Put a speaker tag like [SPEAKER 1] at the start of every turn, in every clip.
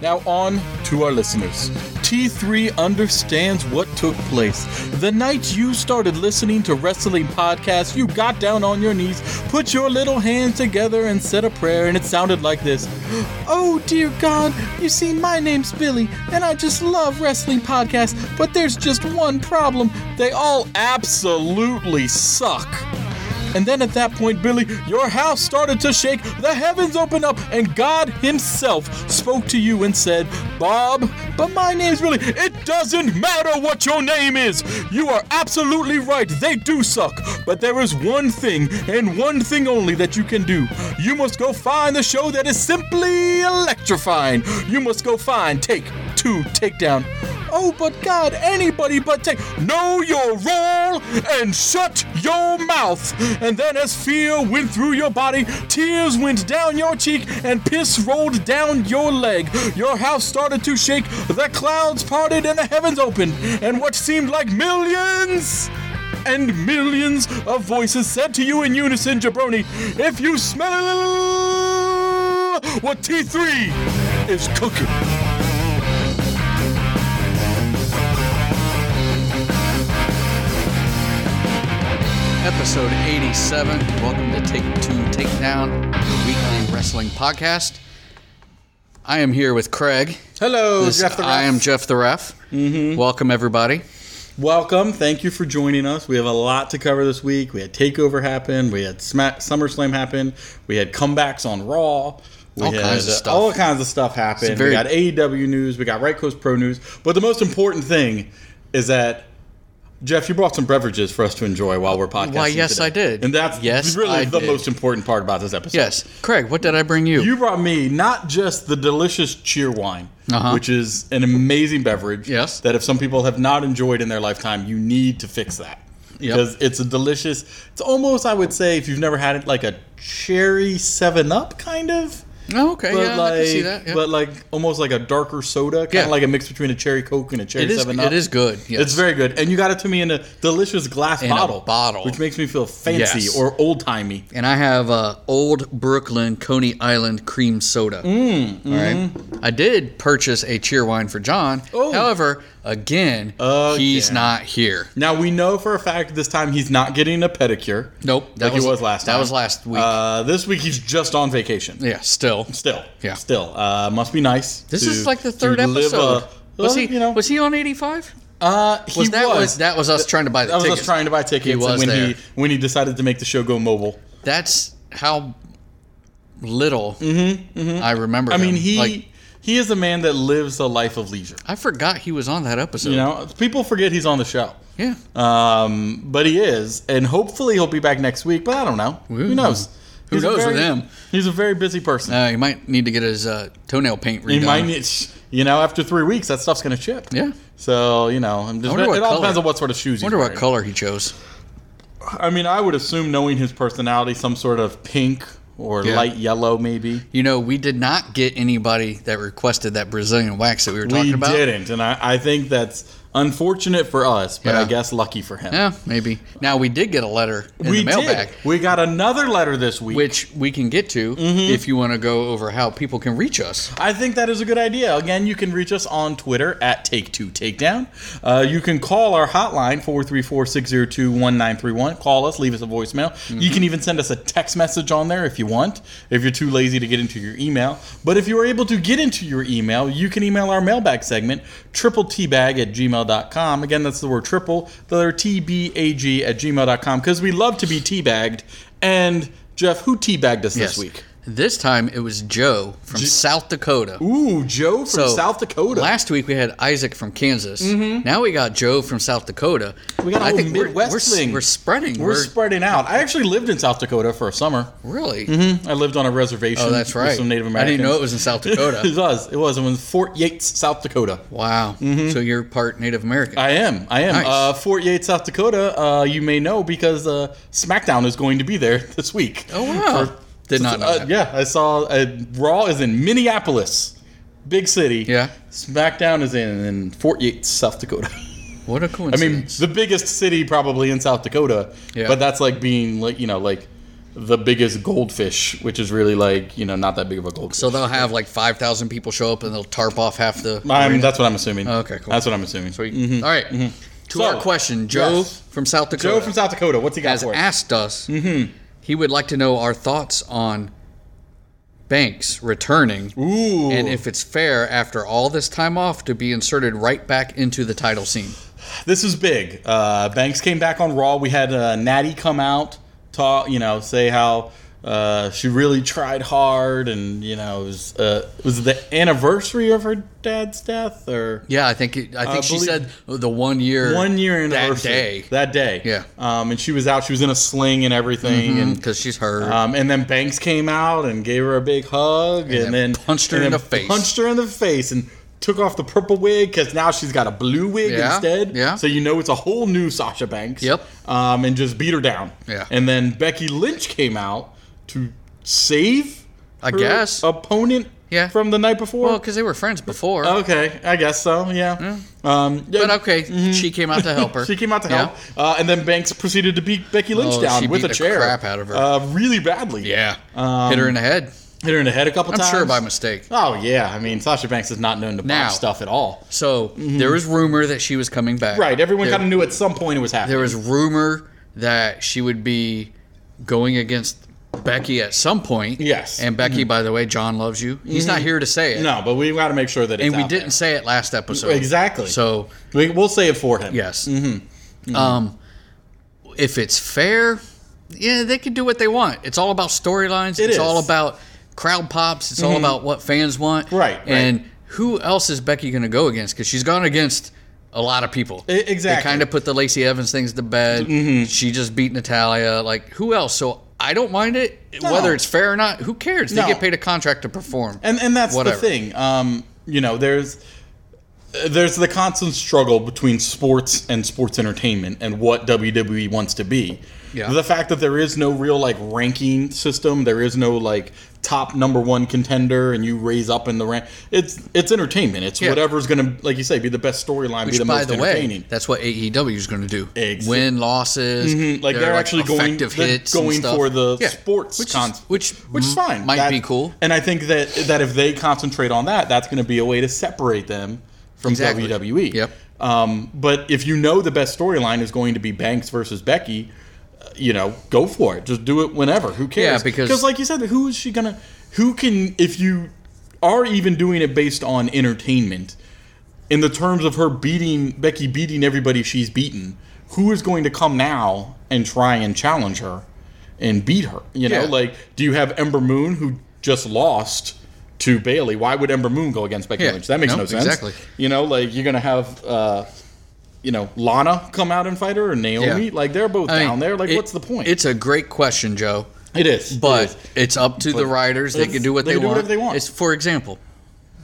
[SPEAKER 1] Now, on to our listeners. T3 understands what took place. The night you started listening to wrestling podcasts, you got down on your knees, put your little hands together, and said a prayer, and it sounded like this Oh, dear God, you see, my name's Billy, and I just love wrestling podcasts, but there's just one problem they all absolutely suck. And then at that point, Billy, your house started to shake, the heavens opened up, and God Himself spoke to you and said, Bob, but my name's Billy. It doesn't matter what your name is. You are absolutely right. They do suck. But there is one thing, and one thing only, that you can do. You must go find the show that is simply electrifying. You must go find, take, two, takedown. Oh, but God, anybody but take. Know your role and shut your mouth. And then, as fear went through your body, tears went down your cheek, and piss rolled down your leg. Your house started to shake, the clouds parted, and the heavens opened. And what seemed like millions and millions of voices said to you in unison, Jabroni, if you smell what T3 is cooking.
[SPEAKER 2] episode 87. Welcome to Take Two Takedown, your weekly wrestling podcast. I am here with Craig.
[SPEAKER 1] Hello,
[SPEAKER 2] This-
[SPEAKER 1] Jeff the
[SPEAKER 2] I
[SPEAKER 1] Ref.
[SPEAKER 2] am Jeff the Ref. Mm-hmm. Welcome, everybody.
[SPEAKER 1] Welcome. Thank you for joining us. We have a lot to cover this week. We had TakeOver happen. We had Sma- SummerSlam happen. We had comebacks on Raw. We
[SPEAKER 2] All
[SPEAKER 1] had
[SPEAKER 2] kinds of
[SPEAKER 1] uh,
[SPEAKER 2] stuff.
[SPEAKER 1] All kinds of stuff happen.
[SPEAKER 2] very-
[SPEAKER 1] we got AEW news. We got Right Coast Pro news. But the most important thing is that, Jeff, you brought some beverages for us to enjoy while we're podcasting.
[SPEAKER 2] Why, yes,
[SPEAKER 1] today.
[SPEAKER 2] I did.
[SPEAKER 1] And that's
[SPEAKER 2] Yes,
[SPEAKER 1] really
[SPEAKER 2] I
[SPEAKER 1] the
[SPEAKER 2] did.
[SPEAKER 1] most important part about this episode.
[SPEAKER 2] Yes. Craig, what did I bring you?
[SPEAKER 1] You brought me not just the delicious cheer wine,
[SPEAKER 2] Uh-huh.
[SPEAKER 1] which is an amazing beverage.
[SPEAKER 2] Yes.
[SPEAKER 1] That if some people have not enjoyed in their lifetime, you need to fix that.
[SPEAKER 2] Yep.
[SPEAKER 1] Because it's a delicious, it's almost, I would say, if you've never had it, like a cherry 7 Up kind of.
[SPEAKER 2] oh, okay.
[SPEAKER 1] But
[SPEAKER 2] yeah,
[SPEAKER 1] like,
[SPEAKER 2] I can see that. yeah.
[SPEAKER 1] but like almost like a darker soda, kind of
[SPEAKER 2] Yeah.
[SPEAKER 1] like a mix between a cherry coke and a cherry
[SPEAKER 2] It is-
[SPEAKER 1] seven up.
[SPEAKER 2] it is good, yes.
[SPEAKER 1] It's very good, and you got it to me in a delicious glass
[SPEAKER 2] a
[SPEAKER 1] bottle,
[SPEAKER 2] bottle.
[SPEAKER 1] which makes me feel fancy
[SPEAKER 2] Yes.
[SPEAKER 1] or old timey.
[SPEAKER 2] and I have uh, Old Brooklyn Coney Island cream soda.
[SPEAKER 1] Mm,
[SPEAKER 2] All right. I did purchase a cheer wine for John.
[SPEAKER 1] mm-hmm. Oh.
[SPEAKER 2] However, again, he's
[SPEAKER 1] Again.
[SPEAKER 2] not here.
[SPEAKER 1] Now we know for a fact this time he's not getting a pedicure.
[SPEAKER 2] Nope. That
[SPEAKER 1] like
[SPEAKER 2] was,
[SPEAKER 1] he was last time.
[SPEAKER 2] That was last week.
[SPEAKER 1] Uh, this week he's just on vacation.
[SPEAKER 2] yeah, still.
[SPEAKER 1] Still.
[SPEAKER 2] Yeah.
[SPEAKER 1] Still. Uh, must be nice.
[SPEAKER 2] This
[SPEAKER 1] to-
[SPEAKER 2] is like the
[SPEAKER 1] to
[SPEAKER 2] third
[SPEAKER 1] live a-
[SPEAKER 2] episode. was
[SPEAKER 1] well,
[SPEAKER 2] he?
[SPEAKER 1] You know,
[SPEAKER 2] was he on eighty five?
[SPEAKER 1] uh, he
[SPEAKER 2] Was that was that was us trying to buy the
[SPEAKER 1] That was
[SPEAKER 2] tickets?
[SPEAKER 1] us trying to buy tickets.
[SPEAKER 2] He
[SPEAKER 1] and
[SPEAKER 2] was
[SPEAKER 1] when he
[SPEAKER 2] there.
[SPEAKER 1] when he decided to make the show go mobile.
[SPEAKER 2] That's how little I remember.
[SPEAKER 1] Mm-hmm, I mean,
[SPEAKER 2] him.
[SPEAKER 1] he
[SPEAKER 2] Like,
[SPEAKER 1] he is a man that lives a life of leisure.
[SPEAKER 2] I forgot he was on that episode.
[SPEAKER 1] You know, people forget he's on the show.
[SPEAKER 2] Yeah.
[SPEAKER 1] Um, but he is, and hopefully he'll be back next week. But I don't know. Who
[SPEAKER 2] Ooh.
[SPEAKER 1] knows?
[SPEAKER 2] Who
[SPEAKER 1] a
[SPEAKER 2] knows with
[SPEAKER 1] very-
[SPEAKER 2] him?
[SPEAKER 1] He's a very busy person.
[SPEAKER 2] Uh, he might need to get his uh, toenail paint redone.
[SPEAKER 1] you might need, you know, after three weeks, that stuff's gonna chip.
[SPEAKER 2] Yeah.
[SPEAKER 1] So you know, I'm just,
[SPEAKER 2] wonder
[SPEAKER 1] it all
[SPEAKER 2] what color.
[SPEAKER 1] depends on what sort of shoes.
[SPEAKER 2] I wonder
[SPEAKER 1] he's
[SPEAKER 2] what color he chose.
[SPEAKER 1] color. I mean, I would assume, knowing his personality, some sort of pink or
[SPEAKER 2] Yeah.
[SPEAKER 1] light yellow, maybe.
[SPEAKER 2] You know, we did not get anybody that requested that Brazilian wax that we were talking
[SPEAKER 1] We
[SPEAKER 2] about.
[SPEAKER 1] didn't, and I, I think that's unfortunate for us, but I
[SPEAKER 2] Yeah.
[SPEAKER 1] guess lucky for him.
[SPEAKER 2] Yeah, maybe. Now we did get a letter in
[SPEAKER 1] we
[SPEAKER 2] the mailbag,
[SPEAKER 1] did. We got another letter this week.
[SPEAKER 2] which we can get to
[SPEAKER 1] Mm-hmm.
[SPEAKER 2] if you want to go over how people can reach us.
[SPEAKER 1] I think that is a good idea. Again, you can reach us on Twitter at Take Two Takedown. Uh, you can call our hotline 434 602 1931. Call us, leave us a voicemail. You can even send us a text message on there if you want, if you're too lazy to get into your email. But if you are able to get into your email, you can email our mailbag segment, triple tbag at gmail.com. Again, that's the word triple, the letter T B A G at gmail.com, because we love to be teabagged. And Jeff, who teabagged us this week?
[SPEAKER 2] This time it was Joe from South Dakota.
[SPEAKER 1] Ooh, Joe from South Dakota. Mm-hmm.
[SPEAKER 2] Last week we had Isaac from Kansas. Now we got Joe from South Dakota.
[SPEAKER 1] We got a
[SPEAKER 2] I
[SPEAKER 1] whole
[SPEAKER 2] think we're-
[SPEAKER 1] Midwest
[SPEAKER 2] we're, s-
[SPEAKER 1] thing.
[SPEAKER 2] We're spreading.
[SPEAKER 1] We're, spreading out. I actually lived in South Dakota for a summer.
[SPEAKER 2] really.
[SPEAKER 1] I lived on a reservation.
[SPEAKER 2] Hmm. Oh, that's right.
[SPEAKER 1] With Mm-hmm. some Native
[SPEAKER 2] I
[SPEAKER 1] Americans.
[SPEAKER 2] didn't know it was in South
[SPEAKER 1] it
[SPEAKER 2] Dakota.
[SPEAKER 1] was. It was. It was in Fort Yates, South Dakota.
[SPEAKER 2] wow. So you're part Native American.
[SPEAKER 1] Mm-hmm. I am. I am.
[SPEAKER 2] Nice.
[SPEAKER 1] Uh, Fort Yates, South Dakota. Uh, you may know because uh, SmackDown is going to be there this week.
[SPEAKER 2] oh wow.
[SPEAKER 1] For-
[SPEAKER 2] Did not know
[SPEAKER 1] Uh,
[SPEAKER 2] that.
[SPEAKER 1] yeah, I saw uh, Raw is in Minneapolis, big city.
[SPEAKER 2] Yeah.
[SPEAKER 1] SmackDown is in, in Fort Yates, South Dakota.
[SPEAKER 2] What a
[SPEAKER 1] I mean,
[SPEAKER 2] coincidence.
[SPEAKER 1] the biggest city probably in South Dakota,
[SPEAKER 2] Yeah.
[SPEAKER 1] but that's like being like you know like the biggest goldfish, which is really like you know not that big of a goldfish.
[SPEAKER 2] so they'll have like 5,000 people show up and they'll tarp off half the.
[SPEAKER 1] I mean, that's what I'm assuming.
[SPEAKER 2] Okay, cool.
[SPEAKER 1] That's what I'm assuming. Mm-hmm. Sweet.
[SPEAKER 2] All right. To
[SPEAKER 1] So-
[SPEAKER 2] our question, Joe
[SPEAKER 1] Yes.
[SPEAKER 2] from South Dakota.
[SPEAKER 1] Joe from South Dakota, what's he got
[SPEAKER 2] has
[SPEAKER 1] for us?
[SPEAKER 2] asked us. He would like to know our thoughts on Banks returning
[SPEAKER 1] Ooh.
[SPEAKER 2] and if it's fair after all this time off to be inserted right back into the title scene.
[SPEAKER 1] this is big. Uh, Banks came back on Raw. We had uh, Natty come out, talk, you know, say how uh, she really tried hard, and you know, it was uh, was it the anniversary of her dad's death or
[SPEAKER 2] Yeah, I think it, I think she
[SPEAKER 1] believe-
[SPEAKER 2] said the one year
[SPEAKER 1] one year
[SPEAKER 2] that
[SPEAKER 1] anniversary
[SPEAKER 2] day
[SPEAKER 1] That day,
[SPEAKER 2] Yeah.
[SPEAKER 1] Um, and she was out. She was in a sling and everything, and.
[SPEAKER 2] Mm-hmm. because she's hurt.
[SPEAKER 1] Um, and then Banks came out and gave her a big hug, and,
[SPEAKER 2] then
[SPEAKER 1] then
[SPEAKER 2] punched her
[SPEAKER 1] and
[SPEAKER 2] in
[SPEAKER 1] then
[SPEAKER 2] the face.
[SPEAKER 1] Punched her in the face and took off the purple wig because now she's got a blue wig
[SPEAKER 2] Yeah,
[SPEAKER 1] instead.
[SPEAKER 2] yeah.
[SPEAKER 1] So you know it's a whole new Sasha Banks.
[SPEAKER 2] Yep.
[SPEAKER 1] Um, and just beat her down.
[SPEAKER 2] Yeah.
[SPEAKER 1] And then Becky Lynch came out to save.
[SPEAKER 2] I
[SPEAKER 1] her
[SPEAKER 2] guess.
[SPEAKER 1] opponent.
[SPEAKER 2] Yeah.
[SPEAKER 1] From the night before.
[SPEAKER 2] well, because they were friends before.
[SPEAKER 1] okay, I guess so. Yeah. Um, yeah,
[SPEAKER 2] but uh, okay, mm-hmm. she came out to help her.
[SPEAKER 1] she came out to
[SPEAKER 2] Yeah.
[SPEAKER 1] help, uh, and then Banks proceeded to beat Becky Lynch
[SPEAKER 2] Oh,
[SPEAKER 1] down
[SPEAKER 2] she
[SPEAKER 1] with
[SPEAKER 2] beat
[SPEAKER 1] a
[SPEAKER 2] the
[SPEAKER 1] chair,
[SPEAKER 2] crap out of her.
[SPEAKER 1] uh, really badly.
[SPEAKER 2] Yeah.
[SPEAKER 1] Um,
[SPEAKER 2] Hit her in the head.
[SPEAKER 1] Hit her in the head a couple
[SPEAKER 2] I'm
[SPEAKER 1] times.
[SPEAKER 2] sure by mistake.
[SPEAKER 1] Oh yeah, I mean Sasha Banks is not known to
[SPEAKER 2] Now.
[SPEAKER 1] pop stuff at all.
[SPEAKER 2] So there was rumor that she was coming back.
[SPEAKER 1] Right, everyone
[SPEAKER 2] There-
[SPEAKER 1] kind of knew at some point it was happening.
[SPEAKER 2] There was rumor that she would be going against Becky at some point.
[SPEAKER 1] Yes. Mm-hmm.
[SPEAKER 2] And Becky, by the way, John loves you. He's not here to say it.
[SPEAKER 1] no, but we got to make sure that it's
[SPEAKER 2] And we
[SPEAKER 1] out
[SPEAKER 2] didn't say it last episode.
[SPEAKER 1] Exactly.
[SPEAKER 2] So,
[SPEAKER 1] there. We, we'll say it for him.
[SPEAKER 2] yes.
[SPEAKER 1] Mm-hmm.
[SPEAKER 2] Um, if it's fair, yeah, they can do what they want. It's all about storylines.
[SPEAKER 1] It
[SPEAKER 2] it's all
[SPEAKER 1] is. Mm-hmm.
[SPEAKER 2] about crowd pops. It's all about what fans want.
[SPEAKER 1] Right, right.
[SPEAKER 2] And who else is Becky going to go against? Because she's gone against a lot of people.
[SPEAKER 1] E- exactly. Mm-hmm.
[SPEAKER 2] They kind of put the Lacey Evans things to bed. She just beat Natalia. Like, who else? So I don't mind it.
[SPEAKER 1] No.
[SPEAKER 2] Whether it's fair or not, who cares? They
[SPEAKER 1] No.
[SPEAKER 2] get paid a contract to perform.
[SPEAKER 1] and and that's
[SPEAKER 2] Whatever.
[SPEAKER 1] the thing. Um, you know, there's there's the constant struggle between sports and sports entertainment and what WWE wants to be.
[SPEAKER 2] Yeah.
[SPEAKER 1] The fact that there is no real like ranking system, there is no like top number one contender, and you raise up in the rank. It's it's entertainment. It's
[SPEAKER 2] Yeah.
[SPEAKER 1] whatever's gonna, like you say, be the best storyline, be the
[SPEAKER 2] by
[SPEAKER 1] most
[SPEAKER 2] the way,
[SPEAKER 1] entertaining.
[SPEAKER 2] that's what AEW is going to do.
[SPEAKER 1] Ex-
[SPEAKER 2] Win losses,
[SPEAKER 1] Mm-hmm. like
[SPEAKER 2] their,
[SPEAKER 1] they're, actually going,
[SPEAKER 2] effective
[SPEAKER 1] they're
[SPEAKER 2] hits and
[SPEAKER 1] going
[SPEAKER 2] stuff.
[SPEAKER 1] for the
[SPEAKER 2] Yeah.
[SPEAKER 1] sports
[SPEAKER 2] which is-
[SPEAKER 1] concept.
[SPEAKER 2] which
[SPEAKER 1] which is fine.
[SPEAKER 2] Mm-hmm. might
[SPEAKER 1] That-
[SPEAKER 2] be cool.
[SPEAKER 1] And I think that that if they concentrate on that, that's going to be a way to separate them from
[SPEAKER 2] Exactly.
[SPEAKER 1] WWE.
[SPEAKER 2] Yep.
[SPEAKER 1] Um, but if you know the best storyline is going to be Banks versus Becky, uh, you know, go for it. Just do it whenever. Who cares?
[SPEAKER 2] Yeah, because-
[SPEAKER 1] like you said, who is she gonna? Who can if you are even doing it based on entertainment? In the terms of her beating Becky, beating everybody she's beaten, who is going to come now and try and challenge her and beat her? You know,
[SPEAKER 2] Yeah.
[SPEAKER 1] like do you have Ember Moon who just lost to Bailey? Why would Ember Moon go against Becky
[SPEAKER 2] Yeah.
[SPEAKER 1] Lynch? That makes
[SPEAKER 2] No,
[SPEAKER 1] no, sense.
[SPEAKER 2] exactly.
[SPEAKER 1] You know, like you're gonna have, uh, you know, Lana come out and fight her or Naomi.
[SPEAKER 2] Yeah.
[SPEAKER 1] Like they're both
[SPEAKER 2] I mean,
[SPEAKER 1] down there. Like
[SPEAKER 2] it-
[SPEAKER 1] what's the point?
[SPEAKER 2] It's a great question, Joe.
[SPEAKER 1] it is, It
[SPEAKER 2] But
[SPEAKER 1] is.
[SPEAKER 2] it's up to the writers. They
[SPEAKER 1] it's-
[SPEAKER 2] can do what
[SPEAKER 1] they
[SPEAKER 2] they,
[SPEAKER 1] can do
[SPEAKER 2] want.
[SPEAKER 1] whatever they want. Mm-hmm.
[SPEAKER 2] It's for example,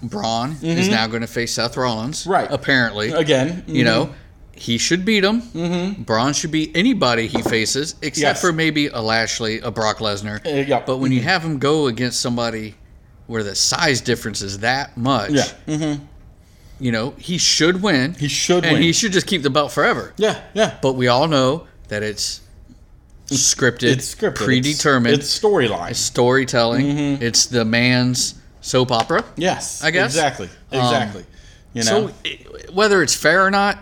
[SPEAKER 2] Braun is now going to face Seth Rollins.
[SPEAKER 1] Right.
[SPEAKER 2] Apparently.
[SPEAKER 1] Again, mm-hmm.
[SPEAKER 2] You know, he should beat him. Mm-hmm. Braun should beat anybody he faces, except
[SPEAKER 1] Yes.
[SPEAKER 2] for maybe a Lashley, a Brock Lesnar.
[SPEAKER 1] Uh, yeah.
[SPEAKER 2] But when you have him go against somebody where the size difference is that much,
[SPEAKER 1] yeah,
[SPEAKER 2] you know, he should win.
[SPEAKER 1] he should
[SPEAKER 2] and
[SPEAKER 1] win.
[SPEAKER 2] he should just keep the belt forever.
[SPEAKER 1] yeah, yeah.
[SPEAKER 2] But we all know that it's scripted,
[SPEAKER 1] It's scripted. It's-
[SPEAKER 2] predetermined
[SPEAKER 1] It's, Mm-hmm. storyline.
[SPEAKER 2] storytelling. It's the man's soap opera.
[SPEAKER 1] Yes,
[SPEAKER 2] I guess. Um,
[SPEAKER 1] exactly, exactly. you know,
[SPEAKER 2] So i- whether it's fair or not,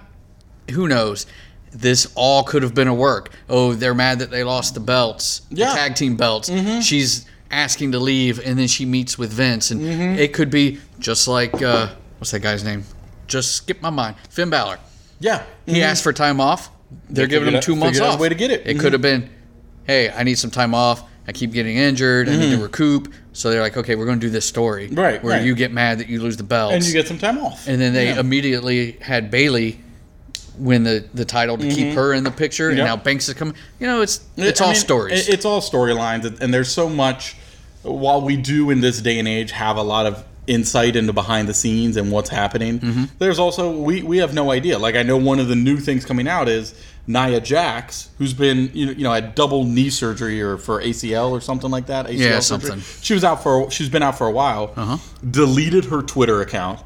[SPEAKER 2] who knows? This all could have been a work. Oh, they're mad that they lost the belts,
[SPEAKER 1] Yeah. Mm-hmm.
[SPEAKER 2] the tag team belts. She's asking to leave, and then she meets with Vince, and
[SPEAKER 1] Mm-hmm.
[SPEAKER 2] it could be just like uh, what's that guy's name? Just skip my mind. Finn Balor.
[SPEAKER 1] yeah,
[SPEAKER 2] He asked for time off. They're
[SPEAKER 1] Mm-hmm. They
[SPEAKER 2] giving
[SPEAKER 1] figured
[SPEAKER 2] him
[SPEAKER 1] out-
[SPEAKER 2] two months
[SPEAKER 1] figured out
[SPEAKER 2] off.
[SPEAKER 1] a way to get it. Mm-hmm.
[SPEAKER 2] It could have been, hey, I need some time off. I keep getting injured. I need to recoup. So they're like, okay, we're going to do this story,
[SPEAKER 1] Mm-hmm. Right,
[SPEAKER 2] Where
[SPEAKER 1] right.
[SPEAKER 2] you get mad that you lose the belts,
[SPEAKER 1] and you get some time off.
[SPEAKER 2] and then they
[SPEAKER 1] Yeah.
[SPEAKER 2] immediately had Bailey win the the title to keep her in the picture, and
[SPEAKER 1] Mm-hmm. Yep.
[SPEAKER 2] now Banks is coming. You know, it's it's
[SPEAKER 1] I
[SPEAKER 2] all
[SPEAKER 1] mean,
[SPEAKER 2] stories.
[SPEAKER 1] it- It's all storylines, and there's so much. While we do in this day and age have a lot of insight into behind the scenes and what's happening,
[SPEAKER 2] Mm-hmm.
[SPEAKER 1] there's also we we have no idea. Like I know one of the new things coming out is Nia Jax, who's been you know, you know had double knee surgery or for ACL or something like that. ACL
[SPEAKER 2] Yeah,
[SPEAKER 1] surgery.
[SPEAKER 2] something. Uh-huh.
[SPEAKER 1] She was out for she's been out for a while. Deleted her Twitter account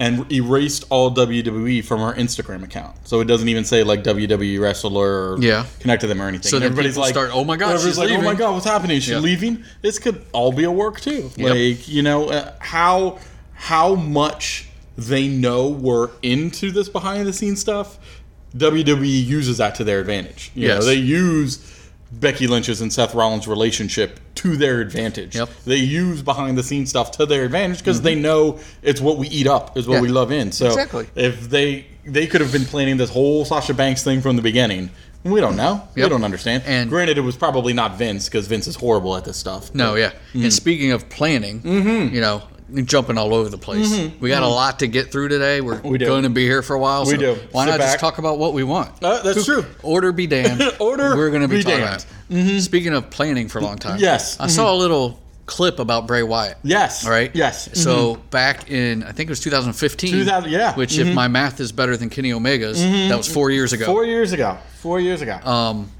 [SPEAKER 1] and erased all WWE from her Instagram account. So it doesn't even say like WWE wrestler or
[SPEAKER 2] Yeah.
[SPEAKER 1] connect to them or anything.
[SPEAKER 2] So
[SPEAKER 1] And
[SPEAKER 2] then people start, "Oh my God,
[SPEAKER 1] everybody's
[SPEAKER 2] she's
[SPEAKER 1] like, oh my
[SPEAKER 2] leaving."
[SPEAKER 1] god, what's happening? Is she
[SPEAKER 2] Yeah.
[SPEAKER 1] leaving? This could all be a work too.
[SPEAKER 2] Yep.
[SPEAKER 1] Like you know uh, how how much they know we're into this behind the scenes stuff. WWE uses that to their advantage. You know,
[SPEAKER 2] Yes.
[SPEAKER 1] they use Becky Lynch's and Seth Rollins' relationship to their advantage.
[SPEAKER 2] Yep. Mm-hmm.
[SPEAKER 1] They use behind the scenes stuff to their advantage because they know it's what we eat up, is what
[SPEAKER 2] Yeah.
[SPEAKER 1] we love in. So
[SPEAKER 2] Exactly.
[SPEAKER 1] if they they could have been planning this whole Sasha Banks thing from the beginning. We don't know. We
[SPEAKER 2] Yep.
[SPEAKER 1] don't understand.
[SPEAKER 2] And-
[SPEAKER 1] granted, it was probably not Vince because Vince is horrible at this stuff.
[SPEAKER 2] No, yeah.
[SPEAKER 1] Mm-hmm.
[SPEAKER 2] And speaking of planning, you know, jumping all over the place. We got a lot to get through today. We're
[SPEAKER 1] Mm-hmm. We do.
[SPEAKER 2] going to be here for a while.
[SPEAKER 1] We
[SPEAKER 2] so
[SPEAKER 1] do.
[SPEAKER 2] Why
[SPEAKER 1] Sit
[SPEAKER 2] not
[SPEAKER 1] back.
[SPEAKER 2] just talk about what we want?
[SPEAKER 1] Uh, that's true.
[SPEAKER 2] Order be damned.
[SPEAKER 1] Order
[SPEAKER 2] We're going to be,
[SPEAKER 1] be
[SPEAKER 2] talking
[SPEAKER 1] damned. Mm-hmm.
[SPEAKER 2] about. it. Speaking of planning for a long time.
[SPEAKER 1] Yes. Mm-hmm.
[SPEAKER 2] I saw a little clip about Bray Wyatt.
[SPEAKER 1] Yes.
[SPEAKER 2] All right.
[SPEAKER 1] Yes.
[SPEAKER 2] So back in I think it was 2015.
[SPEAKER 1] 2000 yeah. Mm-hmm.
[SPEAKER 2] Which, if my math is better than Kenny Omega's, that was four years ago.
[SPEAKER 1] Four years ago. Four years ago.
[SPEAKER 2] um,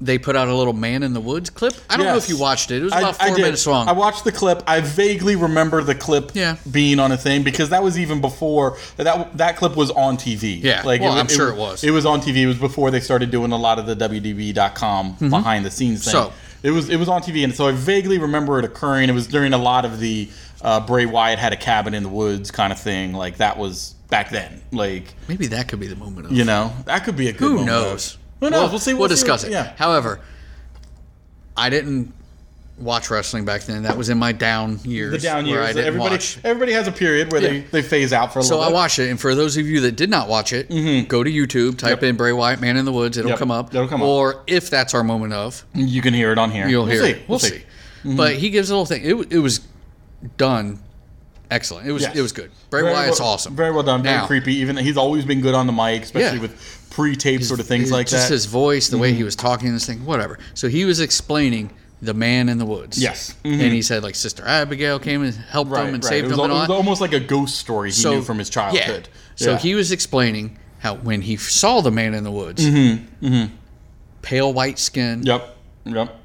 [SPEAKER 2] they put out a little Man in the Woods clip. I don't know if
[SPEAKER 1] Yes.
[SPEAKER 2] you watched it. It was
[SPEAKER 1] I-
[SPEAKER 2] about
[SPEAKER 1] I
[SPEAKER 2] four
[SPEAKER 1] did.
[SPEAKER 2] minutes long.
[SPEAKER 1] I watched the clip. I vaguely remember the clip
[SPEAKER 2] Yeah.
[SPEAKER 1] being on a thing because that was even before that that clip was on TV.
[SPEAKER 2] Yeah. Well,
[SPEAKER 1] wa-
[SPEAKER 2] I'm sure it was.
[SPEAKER 1] It was on TV. It was before they started doing a lot of the WDB.com behind the scenes thing.
[SPEAKER 2] Mm-hmm. So-
[SPEAKER 1] it was it was on TV, and so I vaguely remember it occurring. It was during a lot of the uh, Bray Wyatt had a cabin in the woods kind of thing. Like that was back then. Like
[SPEAKER 2] Maybe that could be the moment of.
[SPEAKER 1] you know that could be a good.
[SPEAKER 2] who
[SPEAKER 1] moment.
[SPEAKER 2] knows?
[SPEAKER 1] Who knows? We'll, see.
[SPEAKER 2] We'll,
[SPEAKER 1] we'll see
[SPEAKER 2] discuss
[SPEAKER 1] what-
[SPEAKER 2] it.
[SPEAKER 1] Yeah.
[SPEAKER 2] However, I didn't watch wrestling back then. That was in my down years.
[SPEAKER 1] The down
[SPEAKER 2] where I
[SPEAKER 1] years.
[SPEAKER 2] didn't
[SPEAKER 1] Everybody,
[SPEAKER 2] watch.
[SPEAKER 1] everybody has a period where
[SPEAKER 2] Yeah.
[SPEAKER 1] they, they phase out for a
[SPEAKER 2] So
[SPEAKER 1] little
[SPEAKER 2] I
[SPEAKER 1] bit. Mm-hmm.
[SPEAKER 2] watched it, and for those of you that did not watch it, go to YouTube, type in Bray Wyatt, Man in the Woods. It'll
[SPEAKER 1] Yep.
[SPEAKER 2] come up.
[SPEAKER 1] It'll come up.
[SPEAKER 2] Or if that's our moment of,
[SPEAKER 1] You can hear it on here.
[SPEAKER 2] You'll
[SPEAKER 1] We'll
[SPEAKER 2] hear.
[SPEAKER 1] see. Mm-hmm.
[SPEAKER 2] it. We'll, see. But he gives a little thing. It, w- it was done excellent. It was
[SPEAKER 1] Yes.
[SPEAKER 2] it was good. Bray
[SPEAKER 1] Very
[SPEAKER 2] Wyatt's
[SPEAKER 1] well-
[SPEAKER 2] awesome.
[SPEAKER 1] Very well done. Very
[SPEAKER 2] Now-
[SPEAKER 1] creepy. Even he's always been good on the mic, especially
[SPEAKER 2] Yeah.
[SPEAKER 1] with pre-tape sort of things
[SPEAKER 2] It-
[SPEAKER 1] like
[SPEAKER 2] Just
[SPEAKER 1] that. Mm-hmm.
[SPEAKER 2] his voice, the way he was talking, this thing, whatever. So he was explaining the man in the woods.
[SPEAKER 1] Yes. Mm-hmm.
[SPEAKER 2] and he said like Sister Abigail came and helped him and
[SPEAKER 1] It
[SPEAKER 2] saved
[SPEAKER 1] was,
[SPEAKER 2] him
[SPEAKER 1] al-
[SPEAKER 2] and all.
[SPEAKER 1] it was
[SPEAKER 2] that.
[SPEAKER 1] almost like a ghost story he
[SPEAKER 2] so
[SPEAKER 1] knew from his childhood.
[SPEAKER 2] Yeah. So
[SPEAKER 1] Yeah.
[SPEAKER 2] he was explaining how when he saw the man in the woods,
[SPEAKER 1] Mm-hmm,
[SPEAKER 2] pale white skin,
[SPEAKER 1] Yep. Yep.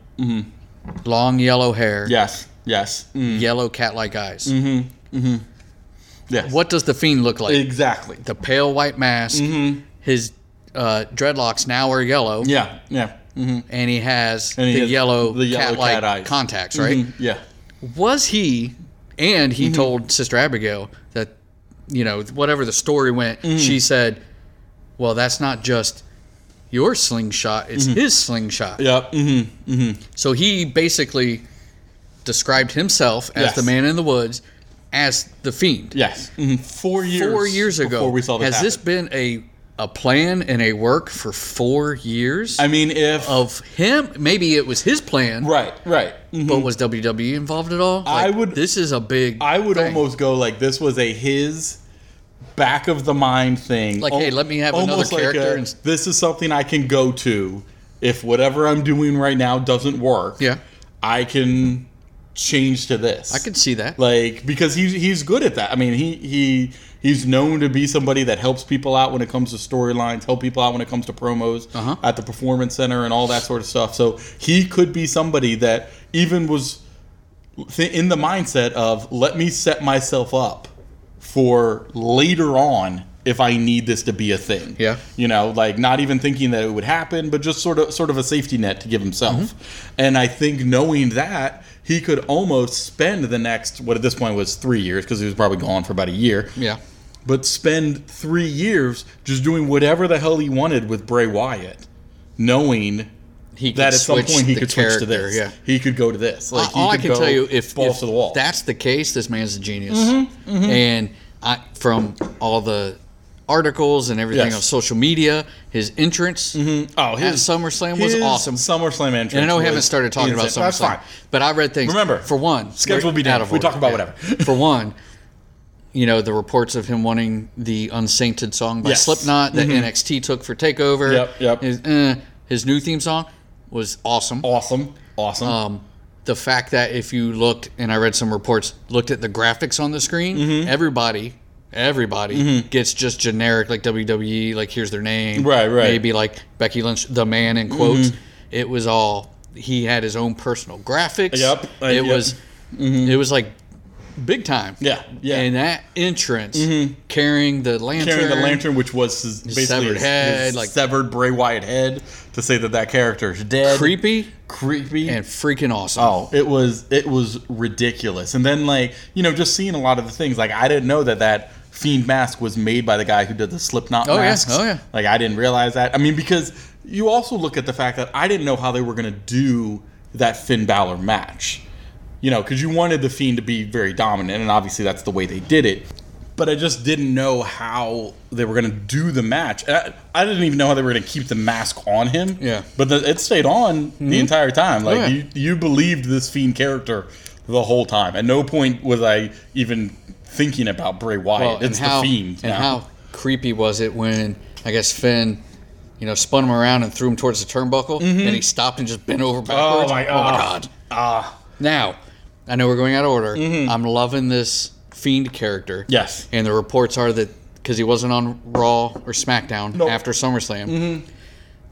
[SPEAKER 2] long yellow hair,
[SPEAKER 1] Yes. Yes. Mm.
[SPEAKER 2] yellow cat-like eyes.
[SPEAKER 1] Mm-hmm. Yes.
[SPEAKER 2] What does the fiend look like?
[SPEAKER 1] Exactly.
[SPEAKER 2] the pale white mask. His uh, dreadlocks now are yellow,
[SPEAKER 1] Mm-hmm. Yeah. Yeah. Mm-hmm.
[SPEAKER 2] and he has
[SPEAKER 1] And he
[SPEAKER 2] the,
[SPEAKER 1] has
[SPEAKER 2] yellow
[SPEAKER 1] the yellow
[SPEAKER 2] cat-like
[SPEAKER 1] cat eyes. Mm-hmm.
[SPEAKER 2] contacts, right?
[SPEAKER 1] Yeah.
[SPEAKER 2] Was he? And
[SPEAKER 1] Mm-hmm.
[SPEAKER 2] he told Sister Abigail that, you know, whatever the story went,
[SPEAKER 1] Mm-hmm.
[SPEAKER 2] she said, "Well, that's not just." Your slingshot, it's
[SPEAKER 1] Mm-hmm.
[SPEAKER 2] his slingshot.
[SPEAKER 1] Yep. Mm-hmm.
[SPEAKER 2] So he basically described himself as
[SPEAKER 1] Yes.
[SPEAKER 2] the man in the woods, as the fiend.
[SPEAKER 1] Yes. Mhm. Four years.
[SPEAKER 2] four years ago.
[SPEAKER 1] Before we saw this
[SPEAKER 2] has this
[SPEAKER 1] happen.
[SPEAKER 2] been a a plan and a work for four years
[SPEAKER 1] I mean, if
[SPEAKER 2] of him? Maybe it was his plan,
[SPEAKER 1] right, right. Mhm.
[SPEAKER 2] But was WWE involved at all?
[SPEAKER 1] I would-
[SPEAKER 2] This is a big.
[SPEAKER 1] I would
[SPEAKER 2] thing.
[SPEAKER 1] almost go like this was a his back of the mind thing.
[SPEAKER 2] Like, hey, let me have another
[SPEAKER 1] almost like
[SPEAKER 2] character
[SPEAKER 1] a,
[SPEAKER 2] and-
[SPEAKER 1] This is something I can go to if whatever I'm doing right now doesn't work.
[SPEAKER 2] Yeah.
[SPEAKER 1] I can change to this.
[SPEAKER 2] I could see that.
[SPEAKER 1] like because he's he's good at that. I mean, he he he's known to be somebody that helps people out when it comes to storylines, help people out when it comes to promos
[SPEAKER 2] Uh-huh.
[SPEAKER 1] at the performance center and all that sort of stuff. So he could be somebody that even was th- in the mindset of let me set myself up for later on if I need this to be a thing.
[SPEAKER 2] Yeah.
[SPEAKER 1] You know, like not even thinking that it would happen, but just sort of sort of a safety net to give himself.
[SPEAKER 2] Mm-hmm.
[SPEAKER 1] And I think knowing that he could almost spend the next what at this point was 3 years because he was probably gone for about a year.
[SPEAKER 2] yeah,
[SPEAKER 1] But spend 3 years just doing whatever the hell he wanted with Bray Wyatt, knowing
[SPEAKER 2] he
[SPEAKER 1] that at some point he could switch to
[SPEAKER 2] there.
[SPEAKER 1] this.
[SPEAKER 2] Yeah.
[SPEAKER 1] He could go to this. Like he
[SPEAKER 2] all I
[SPEAKER 1] could
[SPEAKER 2] can
[SPEAKER 1] go
[SPEAKER 2] tell you, if,
[SPEAKER 1] balls
[SPEAKER 2] if
[SPEAKER 1] to the wall. Mm-hmm,
[SPEAKER 2] that's the case, this man's a genius. And I, from all the articles and everything
[SPEAKER 1] Yes.
[SPEAKER 2] on social media, his entrance
[SPEAKER 1] Oh,
[SPEAKER 2] at SummerSlam was awesome.
[SPEAKER 1] SummerSlam entrance.
[SPEAKER 2] And I know we
[SPEAKER 1] was
[SPEAKER 2] haven't started talking about
[SPEAKER 1] insane. That's
[SPEAKER 2] SummerSlam.
[SPEAKER 1] fine.
[SPEAKER 2] But I read things.
[SPEAKER 1] Remember,
[SPEAKER 2] for one,
[SPEAKER 1] schedule
[SPEAKER 2] we're
[SPEAKER 1] be damned.
[SPEAKER 2] out of
[SPEAKER 1] We
[SPEAKER 2] order.
[SPEAKER 1] talk about whatever.
[SPEAKER 2] for one, you know the reports of him wanting the unsainted song by
[SPEAKER 1] Yes. Mm-hmm.
[SPEAKER 2] Slipknot that NXT took for Takeover.
[SPEAKER 1] Yep, yep.
[SPEAKER 2] His, eh, his new theme song was awesome.
[SPEAKER 1] Awesome, awesome.
[SPEAKER 2] Um, the fact that if you looked and I read some reports, looked at the graphics on the screen,
[SPEAKER 1] Mm-hmm.
[SPEAKER 2] everybody. Everybody gets just generic like WWE, like here's their name,
[SPEAKER 1] Right, right. Mm-hmm.
[SPEAKER 2] Maybe like Becky Lynch, the man in quotes. It was all he had his own personal graphics.
[SPEAKER 1] Yep, uh,
[SPEAKER 2] it
[SPEAKER 1] yep.
[SPEAKER 2] was, it was like big time.
[SPEAKER 1] Yeah, yeah. Mm-hmm.
[SPEAKER 2] And that entrance, carrying the lantern,
[SPEAKER 1] carrying the lantern, which was his, basically
[SPEAKER 2] severed
[SPEAKER 1] his,
[SPEAKER 2] head,
[SPEAKER 1] his
[SPEAKER 2] like-
[SPEAKER 1] severed Bray Wyatt head, to say that that character is dead.
[SPEAKER 2] creepy
[SPEAKER 1] creepy,
[SPEAKER 2] and freaking awesome.
[SPEAKER 1] Oh, it was it was ridiculous. And then like you know, just seeing a lot of the things. Like I didn't know that that fiend mask was made by the guy who did the Slipknot
[SPEAKER 2] Oh, yeah.
[SPEAKER 1] masks.
[SPEAKER 2] Oh, yeah.
[SPEAKER 1] Like I didn't realize that. I mean, because you also look at the fact that I didn't know how they were going to do that Finn Balor match. You know, because you wanted the fiend to be very dominant, and obviously that's the way they did it. But I just didn't know how they were going to do the match. And I, I didn't even know how they were going to keep the mask on him.
[SPEAKER 2] Yeah.
[SPEAKER 1] But the, it stayed on the entire time. Like
[SPEAKER 2] Mm-hmm. yeah.
[SPEAKER 1] you, you believed this fiend character the whole time. At no point was I even thinking about Bray Wyatt.
[SPEAKER 2] Well,
[SPEAKER 1] it's
[SPEAKER 2] and how,
[SPEAKER 1] the fiend.
[SPEAKER 2] And
[SPEAKER 1] now.
[SPEAKER 2] how creepy was it when I guess Finn, you know, spun him around and threw him towards the turnbuckle, and he stopped and just bent over backwards.
[SPEAKER 1] Mm-hmm.
[SPEAKER 2] Oh
[SPEAKER 1] my- ah.
[SPEAKER 2] god! Now, I know we're going out of order.
[SPEAKER 1] Mm-hmm.
[SPEAKER 2] I'm loving this fiend character.
[SPEAKER 1] Yes.
[SPEAKER 2] And the reports are that because he wasn't on Raw or SmackDown
[SPEAKER 1] Nope. Mm-hmm.
[SPEAKER 2] after SummerSlam,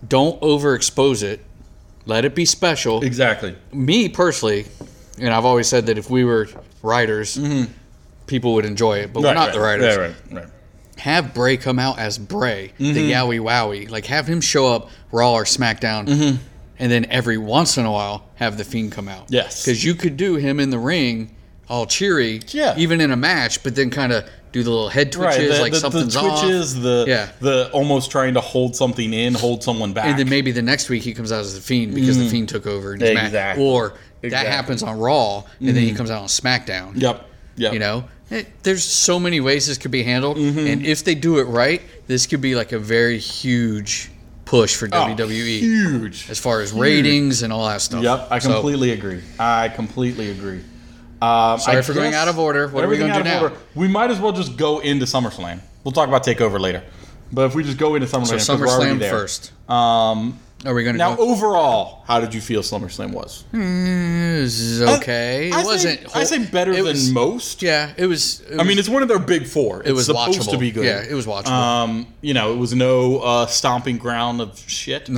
[SPEAKER 2] don't overexpose it. Let it be special
[SPEAKER 1] Exactly.
[SPEAKER 2] me personally, and I've always said that if we were writers, people would enjoy it, but we're not the writers.
[SPEAKER 1] Mm-hmm. Right, right, right.
[SPEAKER 2] Have Bray come out as Bray,
[SPEAKER 1] Mm-hmm.
[SPEAKER 2] the Yowie Wowie. Like have him show up Raw or SmackDown,
[SPEAKER 1] Mm-hmm.
[SPEAKER 2] and then every once in a while have the Fiend come out.
[SPEAKER 1] Yes.
[SPEAKER 2] because you could do him in the ring, all cheery.
[SPEAKER 1] Yeah.
[SPEAKER 2] even in a match, but then kind of do the little head twitches,
[SPEAKER 1] Right, the,
[SPEAKER 2] like
[SPEAKER 1] the,
[SPEAKER 2] something's
[SPEAKER 1] the
[SPEAKER 2] off.
[SPEAKER 1] twitches, the
[SPEAKER 2] Yeah.
[SPEAKER 1] the almost trying to hold something in, hold someone back. Mm-hmm.
[SPEAKER 2] And then maybe the next week he comes out as the Fiend because the Fiend took over. And he's mad.
[SPEAKER 1] Exactly.
[SPEAKER 2] Or that
[SPEAKER 1] Exactly.
[SPEAKER 2] happens on Raw, and then he comes out on SmackDown.
[SPEAKER 1] Mm-hmm. yep, yep.
[SPEAKER 2] You know, It- there's so many ways this could be handled,
[SPEAKER 1] Mm-hmm.
[SPEAKER 2] and if they do it right, this could be like a very huge push for
[SPEAKER 1] Oh,
[SPEAKER 2] WWE
[SPEAKER 1] huge.
[SPEAKER 2] as far as ratings and all that stuff.
[SPEAKER 1] Yep, I
[SPEAKER 2] So,
[SPEAKER 1] completely agree. I completely agree. Um,
[SPEAKER 2] Sorry
[SPEAKER 1] I
[SPEAKER 2] for going
[SPEAKER 1] guess
[SPEAKER 2] out of order. What are we
[SPEAKER 1] everything
[SPEAKER 2] gonna
[SPEAKER 1] out
[SPEAKER 2] do
[SPEAKER 1] of
[SPEAKER 2] now?
[SPEAKER 1] We might as well just go into SummerSlam. We'll talk about Takeover later, but if we just go into SummerSlam,
[SPEAKER 2] so
[SPEAKER 1] 'cause we're already
[SPEAKER 2] SummerSlam
[SPEAKER 1] there.
[SPEAKER 2] first.
[SPEAKER 1] Um,
[SPEAKER 2] Are we going to
[SPEAKER 1] now,
[SPEAKER 2] go?
[SPEAKER 1] overall, how did you feel SummerSlam was?
[SPEAKER 2] Mm, it was okay.
[SPEAKER 1] I
[SPEAKER 2] it wasn't.
[SPEAKER 1] Say,
[SPEAKER 2] hor-
[SPEAKER 1] I say better
[SPEAKER 2] it
[SPEAKER 1] than
[SPEAKER 2] was-
[SPEAKER 1] most.
[SPEAKER 2] Yeah, it was. It
[SPEAKER 1] I mean, it's one of their big four. It's
[SPEAKER 2] it was
[SPEAKER 1] supposed
[SPEAKER 2] watchable.
[SPEAKER 1] to be good.
[SPEAKER 2] Yeah, it was watchable.
[SPEAKER 1] Um, you know, it was no uh, stomping ground of shit.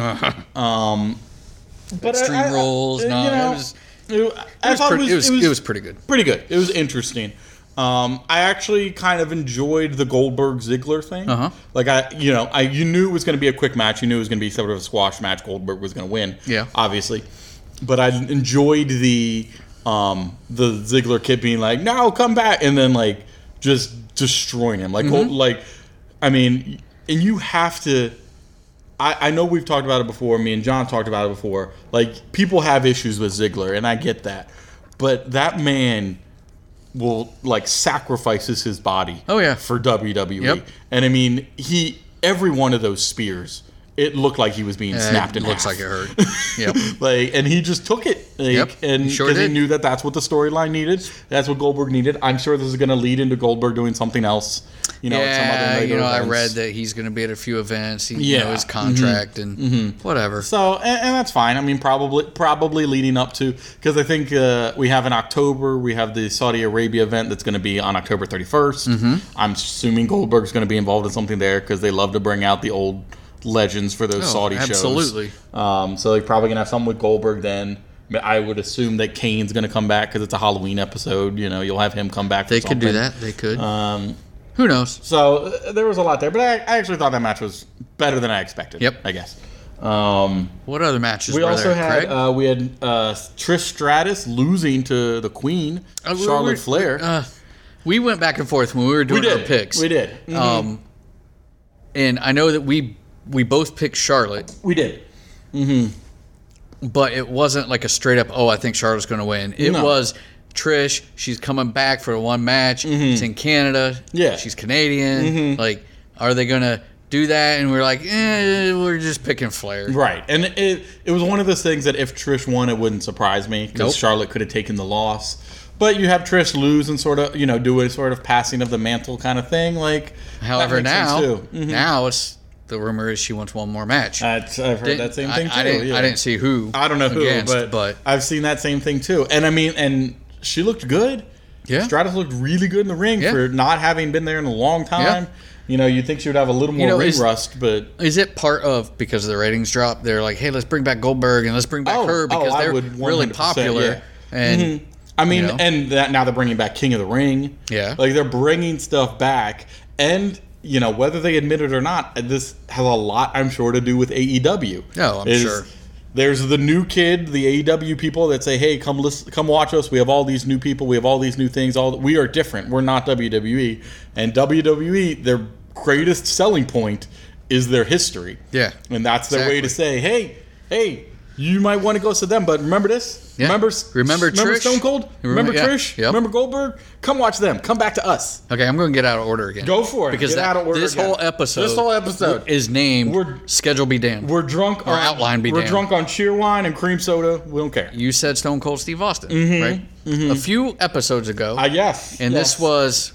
[SPEAKER 1] but
[SPEAKER 2] Extreme rolls, no, it was-
[SPEAKER 1] it- I
[SPEAKER 2] it, was
[SPEAKER 1] thought
[SPEAKER 2] pretty, it, was,
[SPEAKER 1] it was
[SPEAKER 2] it was pretty good.
[SPEAKER 1] pretty good. It was interesting. Um, I actually kind of enjoyed the Goldberg Ziggler thing.
[SPEAKER 2] Uh-huh.
[SPEAKER 1] Like I, you know, I you knew it was going to be a quick match. You knew it was going to be sort of a squash match. Goldberg was going to win.
[SPEAKER 2] Yeah.
[SPEAKER 1] obviously. But I enjoyed the um, the Ziggler kid being like, "No, come back," and then like just destroying him.
[SPEAKER 2] Mm-hmm.
[SPEAKER 1] Like, Gold- like, I mean, and you have to I, I know we've talked about it before. Me and John talked about it before. Like people have issues with Ziggler, and I get that. But that man will like sacrifices his body.
[SPEAKER 2] Oh, yeah.
[SPEAKER 1] for WWE.
[SPEAKER 2] Yep.
[SPEAKER 1] And I mean, he every one of those spears, it looked like he was being snapped
[SPEAKER 2] Uh, it
[SPEAKER 1] in
[SPEAKER 2] looks
[SPEAKER 1] half.
[SPEAKER 2] like it hurt. yeah.
[SPEAKER 1] Like, and he just took it. Like,
[SPEAKER 2] Yep,
[SPEAKER 1] and
[SPEAKER 2] he
[SPEAKER 1] because
[SPEAKER 2] sure
[SPEAKER 1] he
[SPEAKER 2] did.
[SPEAKER 1] knew that that's what the storyline needed. That's what Goldberg needed. I'm sure this is going to lead into Goldberg doing something else. You know, at some
[SPEAKER 2] yeah,
[SPEAKER 1] other
[SPEAKER 2] you
[SPEAKER 1] major
[SPEAKER 2] know, I
[SPEAKER 1] events.
[SPEAKER 2] read that he's going to be at a few events. He, you
[SPEAKER 1] Yeah. Mm-hmm.
[SPEAKER 2] know, his contract and whatever.
[SPEAKER 1] So, and, and that's fine. I mean, probably probably leading up to because I think uh, we have in October we have the Saudi Arabia event that's going to be on October 31st.
[SPEAKER 2] Mm-hmm.
[SPEAKER 1] I'm assuming Goldberg's going to be involved in something there because they love to bring out the old legends for those
[SPEAKER 2] Oh,
[SPEAKER 1] Saudi
[SPEAKER 2] absolutely.
[SPEAKER 1] shows. Absolutely. Um, so they're probably going to have something with Goldberg then. I mean, I would assume that Kane's going to come back because it's a Halloween episode. You know, you'll have him come back. for
[SPEAKER 2] They could do
[SPEAKER 1] something.
[SPEAKER 2] that. They could.
[SPEAKER 1] Um,
[SPEAKER 2] Who knows?
[SPEAKER 1] so uh, there was a lot there, but I, I actually thought that match was better than I expected.
[SPEAKER 2] Yep.
[SPEAKER 1] I guess. Um,
[SPEAKER 2] What other matches
[SPEAKER 1] we
[SPEAKER 2] were
[SPEAKER 1] also
[SPEAKER 2] there?
[SPEAKER 1] had
[SPEAKER 2] Craig?
[SPEAKER 1] uh, we had uh, Trish Stratus losing to the Queen
[SPEAKER 2] Uh, we-
[SPEAKER 1] Charlotte
[SPEAKER 2] we-
[SPEAKER 1] Flair.
[SPEAKER 2] uh, we went back and forth when we were doing our picks.
[SPEAKER 1] We did. Mm-hmm.
[SPEAKER 2] Um, and I know that we we both picked Charlotte,
[SPEAKER 1] We did.
[SPEAKER 2] but it wasn't like a straight up. Oh, I think Charlotte's going to win. It
[SPEAKER 1] No.
[SPEAKER 2] was. Trish, she's coming back for one match. It's in Canada.
[SPEAKER 1] Mm-hmm. Yeah. Mm-hmm.
[SPEAKER 2] she's Canadian. Like, are they gonna do that? And we're like, eh, we're just picking Flair.
[SPEAKER 1] Right, and it it was one of those things that if Trish won, it wouldn't surprise me because
[SPEAKER 2] Nope.
[SPEAKER 1] Charlotte could have taken the loss. But you have Trish lose and sort of you know do a sort of passing of the mantle kind of thing. Like that
[SPEAKER 2] However,
[SPEAKER 1] makes sense,
[SPEAKER 2] now
[SPEAKER 1] too. Mm,
[SPEAKER 2] now it's the rumor is she wants one more match.
[SPEAKER 1] That's- I've heard that same
[SPEAKER 2] I-
[SPEAKER 1] thing too.
[SPEAKER 2] I, didn't,
[SPEAKER 1] yeah.
[SPEAKER 2] I didn't see who.
[SPEAKER 1] I don't know who,
[SPEAKER 2] against,
[SPEAKER 1] but, I've seen that same thing too. And I mean, and she looked good.
[SPEAKER 2] Yeah.
[SPEAKER 1] Stratus looked really good in the ring
[SPEAKER 2] Yeah.
[SPEAKER 1] for not having been there in a long time. You know, you think she would have a little more
[SPEAKER 2] know,
[SPEAKER 1] ring
[SPEAKER 2] is-
[SPEAKER 1] rust, but
[SPEAKER 2] is it part of because the ratings drop? They're like, hey, let's bring back Goldberg and let's bring back
[SPEAKER 1] Oh,
[SPEAKER 2] her
[SPEAKER 1] oh,
[SPEAKER 2] because
[SPEAKER 1] I
[SPEAKER 2] they're
[SPEAKER 1] would
[SPEAKER 2] really
[SPEAKER 1] 100%,
[SPEAKER 2] popular.
[SPEAKER 1] yeah. Mm-hmm.
[SPEAKER 2] And
[SPEAKER 1] I mean,
[SPEAKER 2] You know?
[SPEAKER 1] and that now they're bringing back King of the Ring.
[SPEAKER 2] Yeah.
[SPEAKER 1] like they're bringing stuff back, and you know whether they admit it or not, this has a lot, I'm sure, to do with AEW.
[SPEAKER 2] Oh, I'm
[SPEAKER 1] Is
[SPEAKER 2] sure.
[SPEAKER 1] There's the new kid, the AEW people that say, "Hey, come listen, come watch us. We have all these new people. We have all these new things. All we are different. We're not WWE." And WWE, their greatest selling point is their history.
[SPEAKER 2] Yeah.
[SPEAKER 1] and that's their way to say, "Hey, hey." You might want to go to them, but remember this.
[SPEAKER 2] Yeah.
[SPEAKER 1] Remember,
[SPEAKER 2] Remember
[SPEAKER 1] remember
[SPEAKER 2] Trish?
[SPEAKER 1] Stone Cold?
[SPEAKER 2] Remember-
[SPEAKER 1] Remember
[SPEAKER 2] yeah.
[SPEAKER 1] Trish?
[SPEAKER 2] Yep.
[SPEAKER 1] Remember Goldberg? Come watch them. Come back to us.
[SPEAKER 2] Okay, I'm going to get out of order again.
[SPEAKER 1] Go for it.
[SPEAKER 2] Because
[SPEAKER 1] Get
[SPEAKER 2] that,
[SPEAKER 1] out of order
[SPEAKER 2] this
[SPEAKER 1] again.
[SPEAKER 2] whole episode,
[SPEAKER 1] This whole episode.
[SPEAKER 2] is named
[SPEAKER 1] We're-
[SPEAKER 2] "Schedule Be Damned."
[SPEAKER 1] We're drunk on
[SPEAKER 2] outline be
[SPEAKER 1] We're
[SPEAKER 2] damned.
[SPEAKER 1] drunk on cheer wine and cream soda. We don't care.
[SPEAKER 2] you said Stone Cold Steve Austin,
[SPEAKER 1] Mm-hmm.
[SPEAKER 2] right? A few episodes ago,
[SPEAKER 1] I Uh, yes.
[SPEAKER 2] and
[SPEAKER 1] yes.
[SPEAKER 2] this was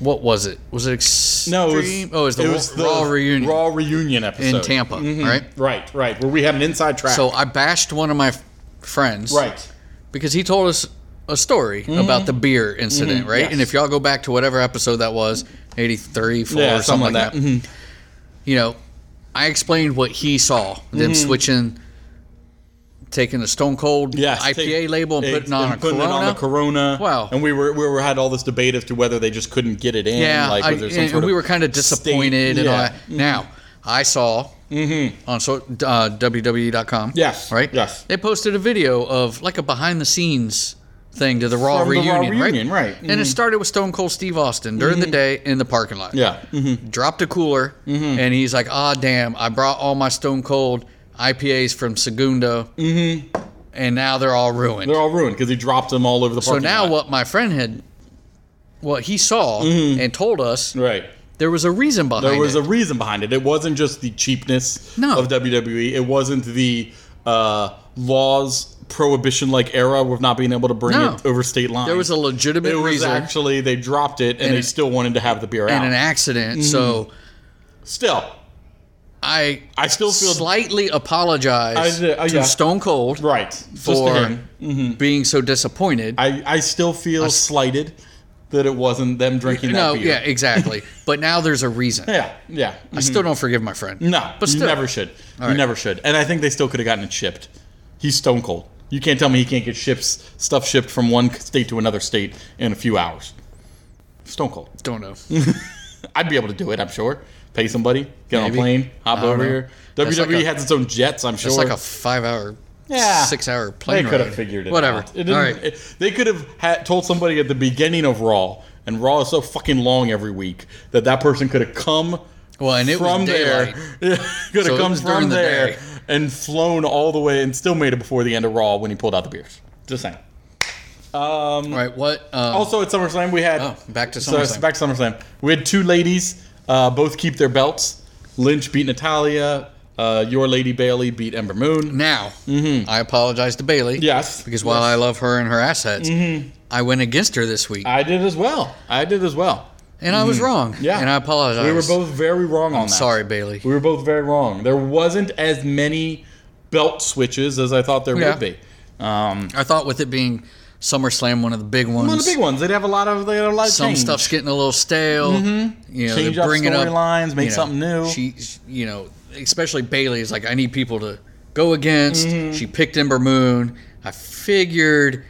[SPEAKER 2] what was it? Was it extreme?
[SPEAKER 1] no. It was,
[SPEAKER 2] oh, it was the
[SPEAKER 1] it
[SPEAKER 2] Raw-
[SPEAKER 1] was
[SPEAKER 2] Raw reunion
[SPEAKER 1] Raw reunion episode
[SPEAKER 2] in Tampa, right?
[SPEAKER 1] Right, right. Where we had an inside track.
[SPEAKER 2] So I bashed one of my f- friends,
[SPEAKER 1] right. Mm-hmm.
[SPEAKER 2] because he told us a story about the beer incident, right?
[SPEAKER 1] yes.
[SPEAKER 2] And if y'all go back to whatever episode that was, 83, 4
[SPEAKER 1] Yeah,
[SPEAKER 2] or something, like
[SPEAKER 1] Mm-hmm.
[SPEAKER 2] that, you know, I explained what he saw, them
[SPEAKER 1] Mm-hmm.
[SPEAKER 2] switching, taking the Stone Cold
[SPEAKER 1] Yes,
[SPEAKER 2] IPA
[SPEAKER 1] take-
[SPEAKER 2] label and
[SPEAKER 1] eh,
[SPEAKER 2] putting on
[SPEAKER 1] and
[SPEAKER 2] a
[SPEAKER 1] putting
[SPEAKER 2] Corona.
[SPEAKER 1] it on the Corona.
[SPEAKER 2] Wow.
[SPEAKER 1] And we were we were had all this debate as to whether they just couldn't get it in.
[SPEAKER 2] yeah,
[SPEAKER 1] like,
[SPEAKER 2] I-
[SPEAKER 1] was there some
[SPEAKER 2] and,
[SPEAKER 1] sort
[SPEAKER 2] we
[SPEAKER 1] of
[SPEAKER 2] were kind of disappointed and all
[SPEAKER 1] yeah. Mm-hmm.
[SPEAKER 2] that. Now, I saw on so, uh, WWE.com.
[SPEAKER 1] Yes,
[SPEAKER 2] Right?
[SPEAKER 1] yes.
[SPEAKER 2] They posted a video of like a behind the scenes thing to the Raw,
[SPEAKER 1] From the Raw
[SPEAKER 2] reunion,
[SPEAKER 1] reunion, right. Mm-hmm.
[SPEAKER 2] And it started with Stone Cold Steve Austin during the day in the parking lot. Mm-hmm.
[SPEAKER 1] Yeah. Mm-hmm. hmm
[SPEAKER 2] Dropped a cooler and he's like, ah, damn, I brought all my Stone Cold IPAs from Segundo. Mm-hmm. And now they're all ruined.
[SPEAKER 1] They're all ruined because he dropped them all over the
[SPEAKER 2] so
[SPEAKER 1] parking
[SPEAKER 2] now
[SPEAKER 1] lot.
[SPEAKER 2] what my friend had, what he saw
[SPEAKER 1] Mm-hmm.
[SPEAKER 2] and told us,
[SPEAKER 1] Right.
[SPEAKER 2] there was a reason behind
[SPEAKER 1] There was
[SPEAKER 2] it.
[SPEAKER 1] a reason behind it. It wasn't just the cheapness
[SPEAKER 2] No.
[SPEAKER 1] of WWE. It wasn't the uh, laws prohibition like era with not being able to bring
[SPEAKER 2] No.
[SPEAKER 1] it over state lines.
[SPEAKER 2] there was a legitimate
[SPEAKER 1] it was
[SPEAKER 2] reason
[SPEAKER 1] actually they dropped it and, they
[SPEAKER 2] an-
[SPEAKER 1] still wanted to have the beer
[SPEAKER 2] and
[SPEAKER 1] out.
[SPEAKER 2] an accident. So
[SPEAKER 1] Mm-hmm. still,
[SPEAKER 2] I
[SPEAKER 1] I still feel
[SPEAKER 2] slightly apologize
[SPEAKER 1] I- uh,
[SPEAKER 2] to
[SPEAKER 1] yeah.
[SPEAKER 2] Stone Cold
[SPEAKER 1] right just to
[SPEAKER 2] for
[SPEAKER 1] him.
[SPEAKER 2] being so disappointed.
[SPEAKER 1] I I still feel slighted that it wasn't them drinking
[SPEAKER 2] no,
[SPEAKER 1] that
[SPEAKER 2] yeah,
[SPEAKER 1] beer.
[SPEAKER 2] exactly. but now there's a reason.
[SPEAKER 1] Yeah, yeah,
[SPEAKER 2] I still don't forgive my friend.
[SPEAKER 1] No,
[SPEAKER 2] but still,
[SPEAKER 1] you never should. You
[SPEAKER 2] right.
[SPEAKER 1] never should. And I think they still could have gotten it shipped. He's stone cold. You can't tell me he can't get ships stuff shipped from one state to another state in a few hours. Stone cold.
[SPEAKER 2] don't know.
[SPEAKER 1] I'd be able to do it. I'm sure. Pay somebody, get on a
[SPEAKER 2] Maybe.
[SPEAKER 1] plane, hop
[SPEAKER 2] I don't
[SPEAKER 1] over
[SPEAKER 2] know.
[SPEAKER 1] here.
[SPEAKER 2] That's
[SPEAKER 1] WWE
[SPEAKER 2] like a-
[SPEAKER 1] has its own jets. I'm sure.
[SPEAKER 2] It's like a five-hour,
[SPEAKER 1] Yeah.
[SPEAKER 2] six-hour plane
[SPEAKER 1] They could
[SPEAKER 2] ride.
[SPEAKER 1] have figured it
[SPEAKER 2] Whatever.
[SPEAKER 1] out. It
[SPEAKER 2] All
[SPEAKER 1] didn't-
[SPEAKER 2] right.
[SPEAKER 1] it- they could have had, told somebody at the beginning of Raw, and Raw is so fucking long every week that that person could have come.
[SPEAKER 2] Well, and it was
[SPEAKER 1] from
[SPEAKER 2] daylight.
[SPEAKER 1] there, could
[SPEAKER 2] So
[SPEAKER 1] have
[SPEAKER 2] it
[SPEAKER 1] come
[SPEAKER 2] was during
[SPEAKER 1] from
[SPEAKER 2] the
[SPEAKER 1] there
[SPEAKER 2] day.
[SPEAKER 1] and flown all the way and still made it before the end of Raw when he pulled out the beers. Just saying.
[SPEAKER 2] All right. What? Um,
[SPEAKER 1] Also at SummerSlam we had
[SPEAKER 2] Oh, back to
[SPEAKER 1] So,
[SPEAKER 2] SummerSlam.
[SPEAKER 1] back to SummerSlam. We had two ladies, uh, both keep their belts. Lynch beat Natalia. Uh, your lady Bailey beat Ember Moon.
[SPEAKER 2] now, I apologize to Bailey.
[SPEAKER 1] Mm-hmm. Yes, Mm-hmm.
[SPEAKER 2] Because while I love her and her assets, I went against her this week,
[SPEAKER 1] I did as well. I did as well.
[SPEAKER 2] and I was wrong.
[SPEAKER 1] Mm-hmm. Yeah.
[SPEAKER 2] And I apologize.
[SPEAKER 1] We were both very wrong on that.
[SPEAKER 2] sorry, Bailey.
[SPEAKER 1] We were both very wrong. There wasn't as many belt switches as I thought there
[SPEAKER 2] Yeah.
[SPEAKER 1] would be. Um,
[SPEAKER 2] I thought with it being SummerSlam, one of the big ones,
[SPEAKER 1] one of the big ones. They'd have a lot of they had a lot of
[SPEAKER 2] some
[SPEAKER 1] change. Mm-hmm.
[SPEAKER 2] stuff's getting a little stale. You know,
[SPEAKER 1] Change
[SPEAKER 2] they're
[SPEAKER 1] up
[SPEAKER 2] bringing up
[SPEAKER 1] storylines, make
[SPEAKER 2] you know,
[SPEAKER 1] something new.
[SPEAKER 2] She, you know, especially Bailey is like, I need people to go against.
[SPEAKER 1] Mm-hmm.
[SPEAKER 2] She picked Ember Moon. I figured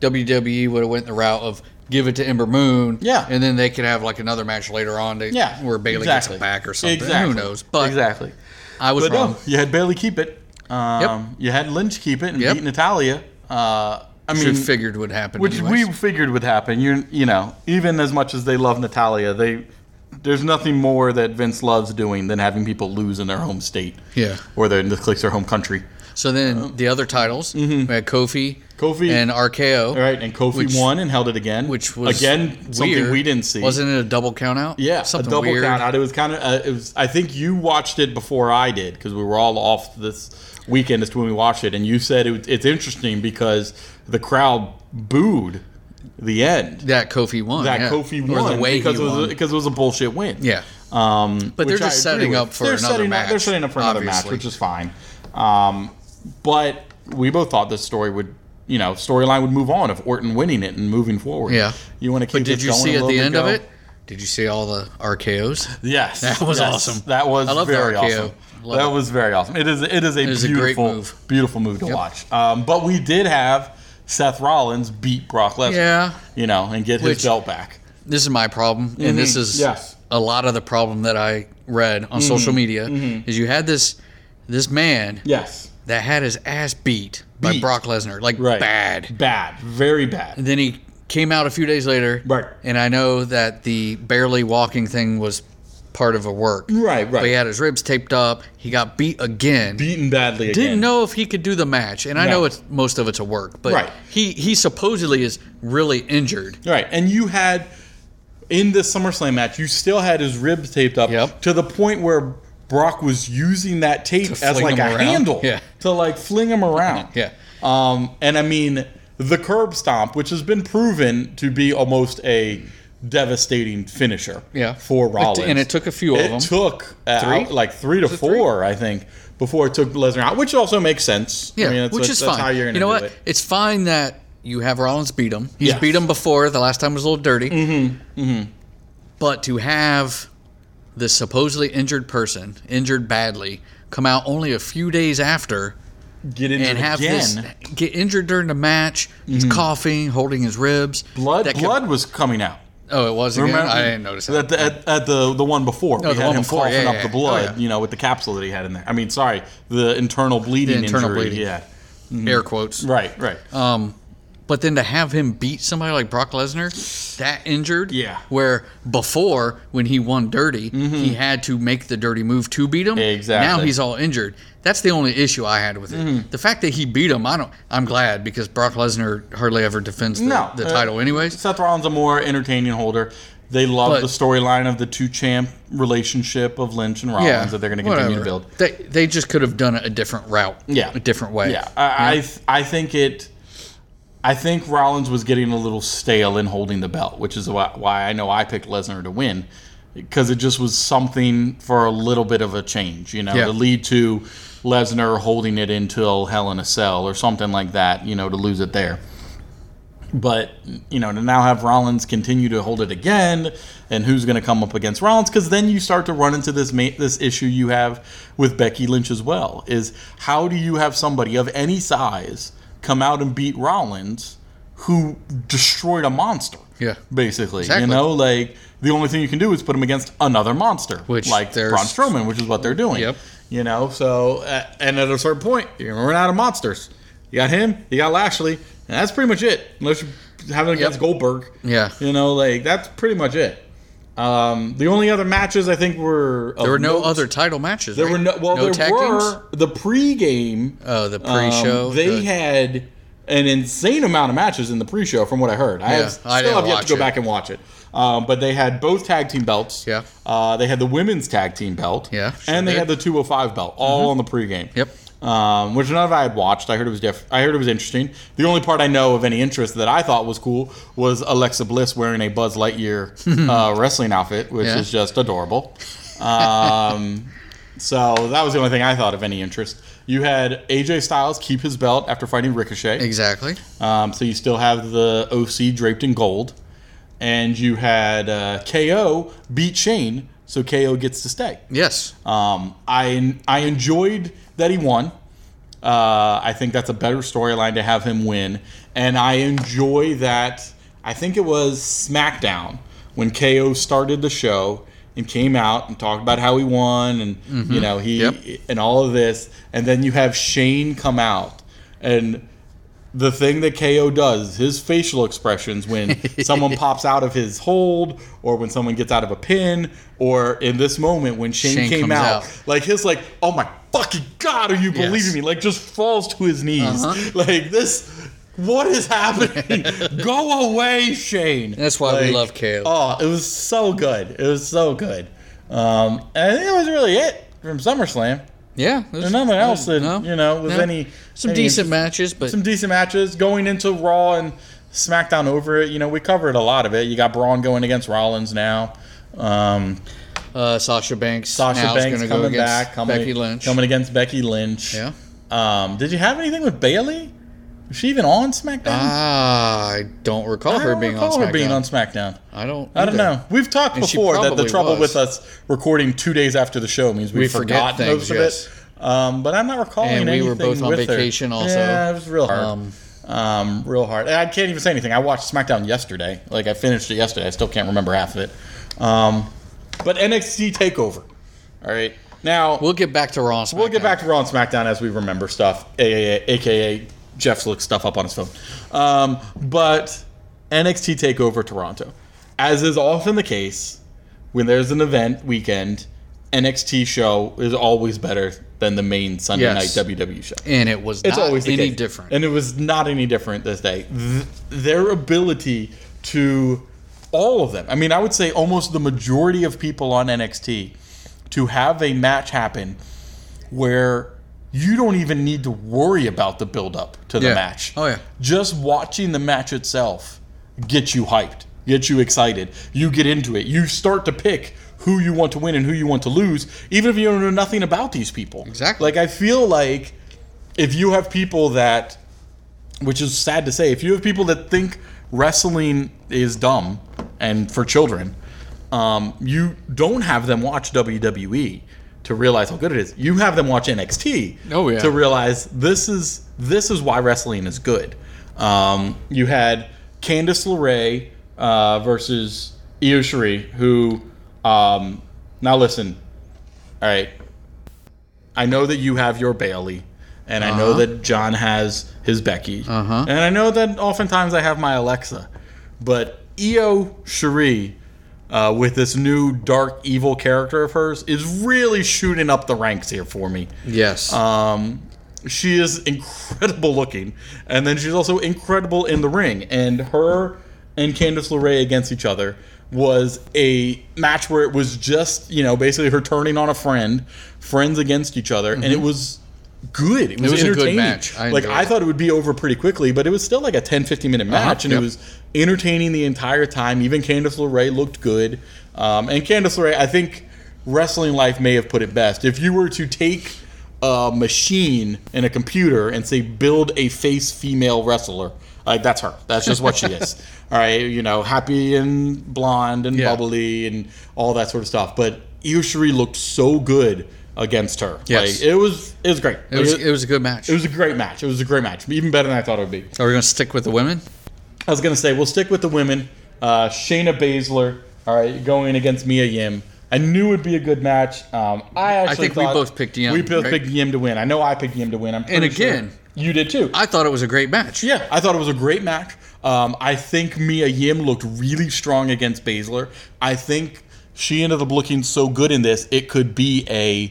[SPEAKER 2] WWE would have went the route of give it to Ember Moon.
[SPEAKER 1] Yeah.
[SPEAKER 2] and then they could have like another match later on. To,
[SPEAKER 1] Yeah,
[SPEAKER 2] where Bailey
[SPEAKER 1] exactly.
[SPEAKER 2] gets it back or something.
[SPEAKER 1] Exactly.
[SPEAKER 2] Who knows? But
[SPEAKER 1] exactly.
[SPEAKER 2] I was
[SPEAKER 1] But
[SPEAKER 2] wrong.
[SPEAKER 1] no, you had Bailey keep it. Um, You had Lynch keep it and
[SPEAKER 2] Yep.
[SPEAKER 1] beat Natalia. Uh, I mean,
[SPEAKER 2] Should figured would happen.
[SPEAKER 1] which
[SPEAKER 2] anyways.
[SPEAKER 1] we figured would happen. You you know, even as much as they love Natalia, they there's nothing more that Vince loves doing than having people lose in their home state.
[SPEAKER 2] Yeah.
[SPEAKER 1] or their in this case, their home country.
[SPEAKER 2] So then the other titles, we had Kofi,
[SPEAKER 1] Oh. Mm-hmm. Kofi.
[SPEAKER 2] and RKO,
[SPEAKER 1] All right, and Kofi
[SPEAKER 2] Which-
[SPEAKER 1] won and held it again,
[SPEAKER 2] which was
[SPEAKER 1] again something
[SPEAKER 2] weird.
[SPEAKER 1] we didn't see.
[SPEAKER 2] Wasn't it a double count out?
[SPEAKER 1] Yeah,
[SPEAKER 2] something
[SPEAKER 1] a double
[SPEAKER 2] weird.
[SPEAKER 1] count out. It was kind of. Uh, it was. I think you watched it before I did because we were all off this weekend as to when we watched it, and you said it, it's interesting because the crowd booed the end
[SPEAKER 2] That Kofi won.
[SPEAKER 1] that
[SPEAKER 2] yeah.
[SPEAKER 1] Kofi
[SPEAKER 2] or
[SPEAKER 1] won
[SPEAKER 2] the way
[SPEAKER 1] because
[SPEAKER 2] he
[SPEAKER 1] it was
[SPEAKER 2] won.
[SPEAKER 1] because it was a bullshit win.
[SPEAKER 2] yeah,
[SPEAKER 1] Um,
[SPEAKER 2] But they're
[SPEAKER 1] which I
[SPEAKER 2] just
[SPEAKER 1] agree
[SPEAKER 2] setting
[SPEAKER 1] with.
[SPEAKER 2] up for
[SPEAKER 1] They're
[SPEAKER 2] another
[SPEAKER 1] setting Up, they're
[SPEAKER 2] match,
[SPEAKER 1] setting up for another match,
[SPEAKER 2] obviously.
[SPEAKER 1] which is fine. Um, but we both thought this story would, you know, storyline would move on of Orton winning it and moving forward.
[SPEAKER 2] Yeah.
[SPEAKER 1] you want to keep.
[SPEAKER 2] but did
[SPEAKER 1] this
[SPEAKER 2] you
[SPEAKER 1] going
[SPEAKER 2] see
[SPEAKER 1] a
[SPEAKER 2] at the
[SPEAKER 1] little bit,
[SPEAKER 2] end of
[SPEAKER 1] go-
[SPEAKER 2] it? Did you see all the RKOs?
[SPEAKER 1] Yes,
[SPEAKER 2] That was
[SPEAKER 1] yes.
[SPEAKER 2] awesome.
[SPEAKER 1] That was
[SPEAKER 2] I love the
[SPEAKER 1] very
[SPEAKER 2] RKO.
[SPEAKER 1] awesome.
[SPEAKER 2] Love
[SPEAKER 1] that
[SPEAKER 2] it.
[SPEAKER 1] was very awesome. It is it is a
[SPEAKER 2] is a great
[SPEAKER 1] beautiful
[SPEAKER 2] move.
[SPEAKER 1] beautiful move to watch. Um, but we did have Seth Rollins beat Brock Lesnar.
[SPEAKER 2] Yeah.
[SPEAKER 1] You know, and get his
[SPEAKER 2] Which-
[SPEAKER 1] belt back.
[SPEAKER 2] This is my problem, and this is
[SPEAKER 1] Mm-hmm. Yes. Mm-hmm.
[SPEAKER 2] a lot of the problem that I read on social media is you had this this man
[SPEAKER 1] Yes.
[SPEAKER 2] that had his ass beat, by
[SPEAKER 1] Beat.
[SPEAKER 2] Brock Lesnar, like
[SPEAKER 1] Right.
[SPEAKER 2] bad.
[SPEAKER 1] Bad. Very bad.
[SPEAKER 2] And then he came out a few days later,
[SPEAKER 1] Right.
[SPEAKER 2] And I know that the barely walking thing was part of a work,
[SPEAKER 1] Right, right.
[SPEAKER 2] But he had his ribs taped up. He got beat again.
[SPEAKER 1] Beaten badly again.
[SPEAKER 2] Didn't know if he could do the match, and I
[SPEAKER 1] No.
[SPEAKER 2] know it's most of it's a work, but
[SPEAKER 1] Right.
[SPEAKER 2] he he supposedly is really injured.
[SPEAKER 1] Right, and you had in the SummerSlam match, you still had his ribs taped up
[SPEAKER 2] Yep.
[SPEAKER 1] to the point where Brock was using that tape as
[SPEAKER 2] fling
[SPEAKER 1] like a
[SPEAKER 2] him around.
[SPEAKER 1] handle
[SPEAKER 2] Yeah.
[SPEAKER 1] to like fling him around.
[SPEAKER 2] Yeah.
[SPEAKER 1] Um, and I mean the curb stomp, which has been proven to be almost a devastating finisher.
[SPEAKER 2] Yeah.
[SPEAKER 1] For Rollins,
[SPEAKER 2] and it took a few of
[SPEAKER 1] It
[SPEAKER 2] them.
[SPEAKER 1] took uh,
[SPEAKER 2] Three?
[SPEAKER 1] like three to
[SPEAKER 2] it three?
[SPEAKER 1] four, I think, before it took Lesnar out, which also makes sense. I
[SPEAKER 2] Yeah,
[SPEAKER 1] mean, that's,
[SPEAKER 2] which
[SPEAKER 1] that's,
[SPEAKER 2] is
[SPEAKER 1] that's
[SPEAKER 2] fine.
[SPEAKER 1] How you're gonna
[SPEAKER 2] you know
[SPEAKER 1] do
[SPEAKER 2] what?
[SPEAKER 1] It.
[SPEAKER 2] It's fine that you have Rollins beat him. He's
[SPEAKER 1] Yes.
[SPEAKER 2] beat him before. The last time was a little dirty. Mm-hmm. Mm-hmm. But to have this supposedly injured person, injured badly, come out only a few days after
[SPEAKER 1] Get into
[SPEAKER 2] and
[SPEAKER 1] it
[SPEAKER 2] have
[SPEAKER 1] again. Mm-hmm.
[SPEAKER 2] this get injured during the match. He's coughing, holding his ribs.
[SPEAKER 1] blood.
[SPEAKER 2] That could-
[SPEAKER 1] blood was coming out.
[SPEAKER 2] oh, it was again.
[SPEAKER 1] Remember,
[SPEAKER 2] I didn't notice that.
[SPEAKER 1] At the, at, at the the one before, we
[SPEAKER 2] the
[SPEAKER 1] had
[SPEAKER 2] one
[SPEAKER 1] him
[SPEAKER 2] before,
[SPEAKER 1] coughing
[SPEAKER 2] yeah,
[SPEAKER 1] up
[SPEAKER 2] yeah,
[SPEAKER 1] the
[SPEAKER 2] yeah.
[SPEAKER 1] blood,
[SPEAKER 2] Oh, yeah.
[SPEAKER 1] you know, with the capsule that he had in there. I mean, sorry, the internal bleeding
[SPEAKER 2] The internal
[SPEAKER 1] injury.
[SPEAKER 2] bleeding. Um,
[SPEAKER 1] Yeah, uh,
[SPEAKER 2] Air quotes.
[SPEAKER 1] right, right.
[SPEAKER 2] But then to have him beat somebody like Brock Lesnar, that injured,
[SPEAKER 1] Yeah. Mm-hmm.
[SPEAKER 2] Where before, when he won dirty, he had to make the dirty move to beat him.
[SPEAKER 1] Exactly. Mm-hmm.
[SPEAKER 2] Now he's all injured. That's the only issue I had with it. The fact that he beat him, I don't. I'm glad because Brock Lesnar hardly ever defends the,
[SPEAKER 1] No,
[SPEAKER 2] the
[SPEAKER 1] uh,
[SPEAKER 2] title, anyways.
[SPEAKER 1] Seth Rollins a more entertaining holder. They love
[SPEAKER 2] But-
[SPEAKER 1] the storyline of the two champ relationship of Lynch and Rollins that they're going to continue
[SPEAKER 2] whatever.
[SPEAKER 1] to build.
[SPEAKER 2] They they just could have done it a different route.
[SPEAKER 1] Yeah.
[SPEAKER 2] a different way.
[SPEAKER 1] Yeah, I I, th- I think it. I think Rollins was getting a little stale in holding the belt, which is why, why I know I picked Lesnar to win, because it just was something for a little bit of a change, you know,
[SPEAKER 2] Yeah.
[SPEAKER 1] to lead to Lesnar holding it until Hell in a Cell or something like that, you know, to lose it there. But you know, to now have Rollins continue to hold it again, and who's going to come up against Rollins? Because then you start to run into this ma- this issue you have with Becky Lynch as well. Is how do you have somebody of any size come out and beat Rollins, who destroyed a monster?
[SPEAKER 2] Yeah.
[SPEAKER 1] basically,
[SPEAKER 2] Exactly.
[SPEAKER 1] you know, like the only thing you can do is put him against another monster,
[SPEAKER 2] Which
[SPEAKER 1] like
[SPEAKER 2] there's-
[SPEAKER 1] Braun Strowman, which is what they're doing.
[SPEAKER 2] Yep.
[SPEAKER 1] You know, so uh, and at a certain point, you're gonna run out of monsters. You got him, you got Lashley, and that's pretty much it. Unless you have it against
[SPEAKER 2] Yep.
[SPEAKER 1] Goldberg.
[SPEAKER 2] Yeah.
[SPEAKER 1] You know, like that's pretty much it. Um, the only other matches I think were
[SPEAKER 2] There were no other title matches.
[SPEAKER 1] There were no well there
[SPEAKER 2] tag teams?
[SPEAKER 1] were the pre-game
[SPEAKER 2] Oh, the pre-show,
[SPEAKER 1] um, they
[SPEAKER 2] the-
[SPEAKER 1] had an insane amount of matches in the pre-show, from what I heard. I
[SPEAKER 2] Yeah,
[SPEAKER 1] have,
[SPEAKER 2] I
[SPEAKER 1] still
[SPEAKER 2] didn't
[SPEAKER 1] have yet to
[SPEAKER 2] watch
[SPEAKER 1] go
[SPEAKER 2] it.
[SPEAKER 1] back and watch it. Um, but they had both tag team belts.
[SPEAKER 2] Yeah.
[SPEAKER 1] Uh, they had the women's tag team belt.
[SPEAKER 2] Yeah, sure
[SPEAKER 1] and they
[SPEAKER 2] did. Mm-hmm.
[SPEAKER 1] had the 205 belt, all on the pregame.
[SPEAKER 2] Yep.
[SPEAKER 1] Um, which none of I had watched. I heard it was diff- I heard it was interesting. The only part I know of any interest that I thought was cool was Alexa Bliss wearing a Buzz Lightyear uh, wrestling outfit, which
[SPEAKER 2] Yeah.
[SPEAKER 1] is just adorable. Um, so that was the only thing I thought of any interest. You had AJ Styles keep his belt after fighting Ricochet.
[SPEAKER 2] exactly.
[SPEAKER 1] Um, so you still have the OC draped in gold. And you had uh, KO beat Shane, so KO gets to stay.
[SPEAKER 2] Yes.
[SPEAKER 1] Um, I I enjoyed that he won. Uh, I think that's a better storyline to have him win, and I enjoy that. I think it was SmackDown when KO started the show and came out and talked about how he won and you know he
[SPEAKER 2] Mm-hmm. Yep.
[SPEAKER 1] and all of this, and then you have Shane come out and the thing that KO does, his facial expressions when someone pops out of his hold or when someone gets out of a pin or in this moment when Shane,
[SPEAKER 2] Shane
[SPEAKER 1] came
[SPEAKER 2] comes
[SPEAKER 1] out,
[SPEAKER 2] out.
[SPEAKER 1] like his like, oh my fucking god, are you believing
[SPEAKER 2] Yes.
[SPEAKER 1] me? Like just falls to his knees.
[SPEAKER 2] Uh-huh.
[SPEAKER 1] Like this what is happening? Go away, Shane.
[SPEAKER 2] That's why we love KO.
[SPEAKER 1] Oh, it was so good. It was so good. Um, and that was really it from SummerSlam.
[SPEAKER 2] Yeah.
[SPEAKER 1] There's nothing else that
[SPEAKER 2] Mm, no,
[SPEAKER 1] you know was
[SPEAKER 2] no.
[SPEAKER 1] any
[SPEAKER 2] some
[SPEAKER 1] any
[SPEAKER 2] decent matches, but
[SPEAKER 1] some decent matches going into Raw and SmackDown over it. You know, we covered a lot of it. You got Braun going against Rollins now. Um,
[SPEAKER 2] uh, Sasha Banks.
[SPEAKER 1] Sasha
[SPEAKER 2] now is
[SPEAKER 1] Banks
[SPEAKER 2] gonna go
[SPEAKER 1] coming
[SPEAKER 2] against
[SPEAKER 1] back, coming,
[SPEAKER 2] Becky Lynch.
[SPEAKER 1] coming against Becky Lynch.
[SPEAKER 2] Yeah.
[SPEAKER 1] Um, did you have anything with Bailey? Was she even on SmackDown?
[SPEAKER 2] Ah, I don't recall
[SPEAKER 1] I
[SPEAKER 2] her
[SPEAKER 1] don't
[SPEAKER 2] being on
[SPEAKER 1] recall
[SPEAKER 2] SmackDown.
[SPEAKER 1] her being on SmackDown.
[SPEAKER 2] I don't.
[SPEAKER 1] I don't
[SPEAKER 2] either.
[SPEAKER 1] know. We've talked
[SPEAKER 2] And she
[SPEAKER 1] before that the
[SPEAKER 2] probably
[SPEAKER 1] trouble
[SPEAKER 2] was.
[SPEAKER 1] with us recording two days after the show means we've
[SPEAKER 2] We forget
[SPEAKER 1] forgotten most
[SPEAKER 2] things,
[SPEAKER 1] of
[SPEAKER 2] yes.
[SPEAKER 1] it. Um, but I'm not recalling
[SPEAKER 2] And we were
[SPEAKER 1] anything
[SPEAKER 2] both on
[SPEAKER 1] with her.
[SPEAKER 2] vacation also.
[SPEAKER 1] Yeah, it was real hard.
[SPEAKER 2] Um,
[SPEAKER 1] um, real hard. And I can't even say anything. I watched SmackDown yesterday. Like I finished it yesterday. I still can't remember half of it. Um, but NXT Takeover. All right. Now
[SPEAKER 2] We'll get back to Raw. and
[SPEAKER 1] We'll get
[SPEAKER 2] SmackDown.
[SPEAKER 1] back to Raw and SmackDown as we remember stuff, aka, AKA Jeff's looked stuff up on his phone. Um, but NXT Takeover Toronto, as is often the case, when there's an event weekend, NXT show is always better than the main Sunday
[SPEAKER 2] Yes.
[SPEAKER 1] night WWE show.
[SPEAKER 2] And it was
[SPEAKER 1] It's
[SPEAKER 2] not
[SPEAKER 1] always the
[SPEAKER 2] any
[SPEAKER 1] case.
[SPEAKER 2] different.
[SPEAKER 1] and it was not any different this day. Th- their ability to all of them. I mean, I would say almost the majority of people on NXT to have a match happen where you don't even need to worry about the build up to the
[SPEAKER 2] Yeah.
[SPEAKER 1] match.
[SPEAKER 2] Oh, yeah.
[SPEAKER 1] Just watching the match itself gets you hyped, gets you excited. You get into it. You start to pick who you want to win and who you want to lose, even if you don't know nothing about these people.
[SPEAKER 2] Exactly.
[SPEAKER 1] Like I feel like if you have people that which is sad to say, if you have people that think wrestling is dumb and for children, um, you don't have them watch WWE to realize how good it is. You have them watch NXT
[SPEAKER 2] Oh, yeah.
[SPEAKER 1] to realize this is this is why wrestling is good. Um, you had Candice LeRae uh, versus Io Shirai, who um, now listen, all right. I know that you have your Bailey, and I know that John has his Becky,
[SPEAKER 2] Uh-huh.
[SPEAKER 1] and I know that oftentimes I have my Alexa, but Io Cherie, uh, with this new dark evil character of hers, is really shooting up the ranks here for me.
[SPEAKER 2] yes.
[SPEAKER 1] Um, she is incredible looking, and then she's also incredible in the ring. And her and Candice LeRae against each other was a match where it was just you know basically her turning on a friend, friends against each other, and it was good. It was,
[SPEAKER 2] Mm-hmm. was a good
[SPEAKER 1] entertaining.
[SPEAKER 2] match. I
[SPEAKER 1] like
[SPEAKER 2] enjoyed
[SPEAKER 1] I
[SPEAKER 2] it. Uh-huh.
[SPEAKER 1] thought it would be over pretty quickly, but it was still like a 10, 15 minute match, and
[SPEAKER 2] yep.
[SPEAKER 1] it was entertaining the entire time. Even Candice LeRae looked good, um, and Candice LeRae, I think wrestling life may have put it best. If you were to take a machine and a computer and say build a face female wrestler, like that's her. That's just what she is. All right, you know, happy and blonde and
[SPEAKER 2] Yeah.
[SPEAKER 1] bubbly and all that sort of stuff. But Io Shirai looked so good against her.
[SPEAKER 2] Yes.
[SPEAKER 1] Like, it was it was great.
[SPEAKER 2] it, was, it was a good match.
[SPEAKER 1] It was a great match. It was a great match, even better than I thought it would be.
[SPEAKER 2] Are we going to stick with the women?
[SPEAKER 1] I was gonna say we'll stick with the women. Uh, Shayna Baszler, all right, going against Mia Yim. I knew it would be a good match. Um, I actually
[SPEAKER 2] think we
[SPEAKER 1] thought-
[SPEAKER 2] both picked Yim,
[SPEAKER 1] We both
[SPEAKER 2] right?
[SPEAKER 1] picked Yim to win. I know I picked Yim to win. I'm pretty
[SPEAKER 2] And again-
[SPEAKER 1] sure you did too.
[SPEAKER 2] I thought it was a great match.
[SPEAKER 1] Yeah, I thought it was a great match. Um, I think Mia Yim looked really strong against Baszler. I think she ended up looking so good in this, it could be a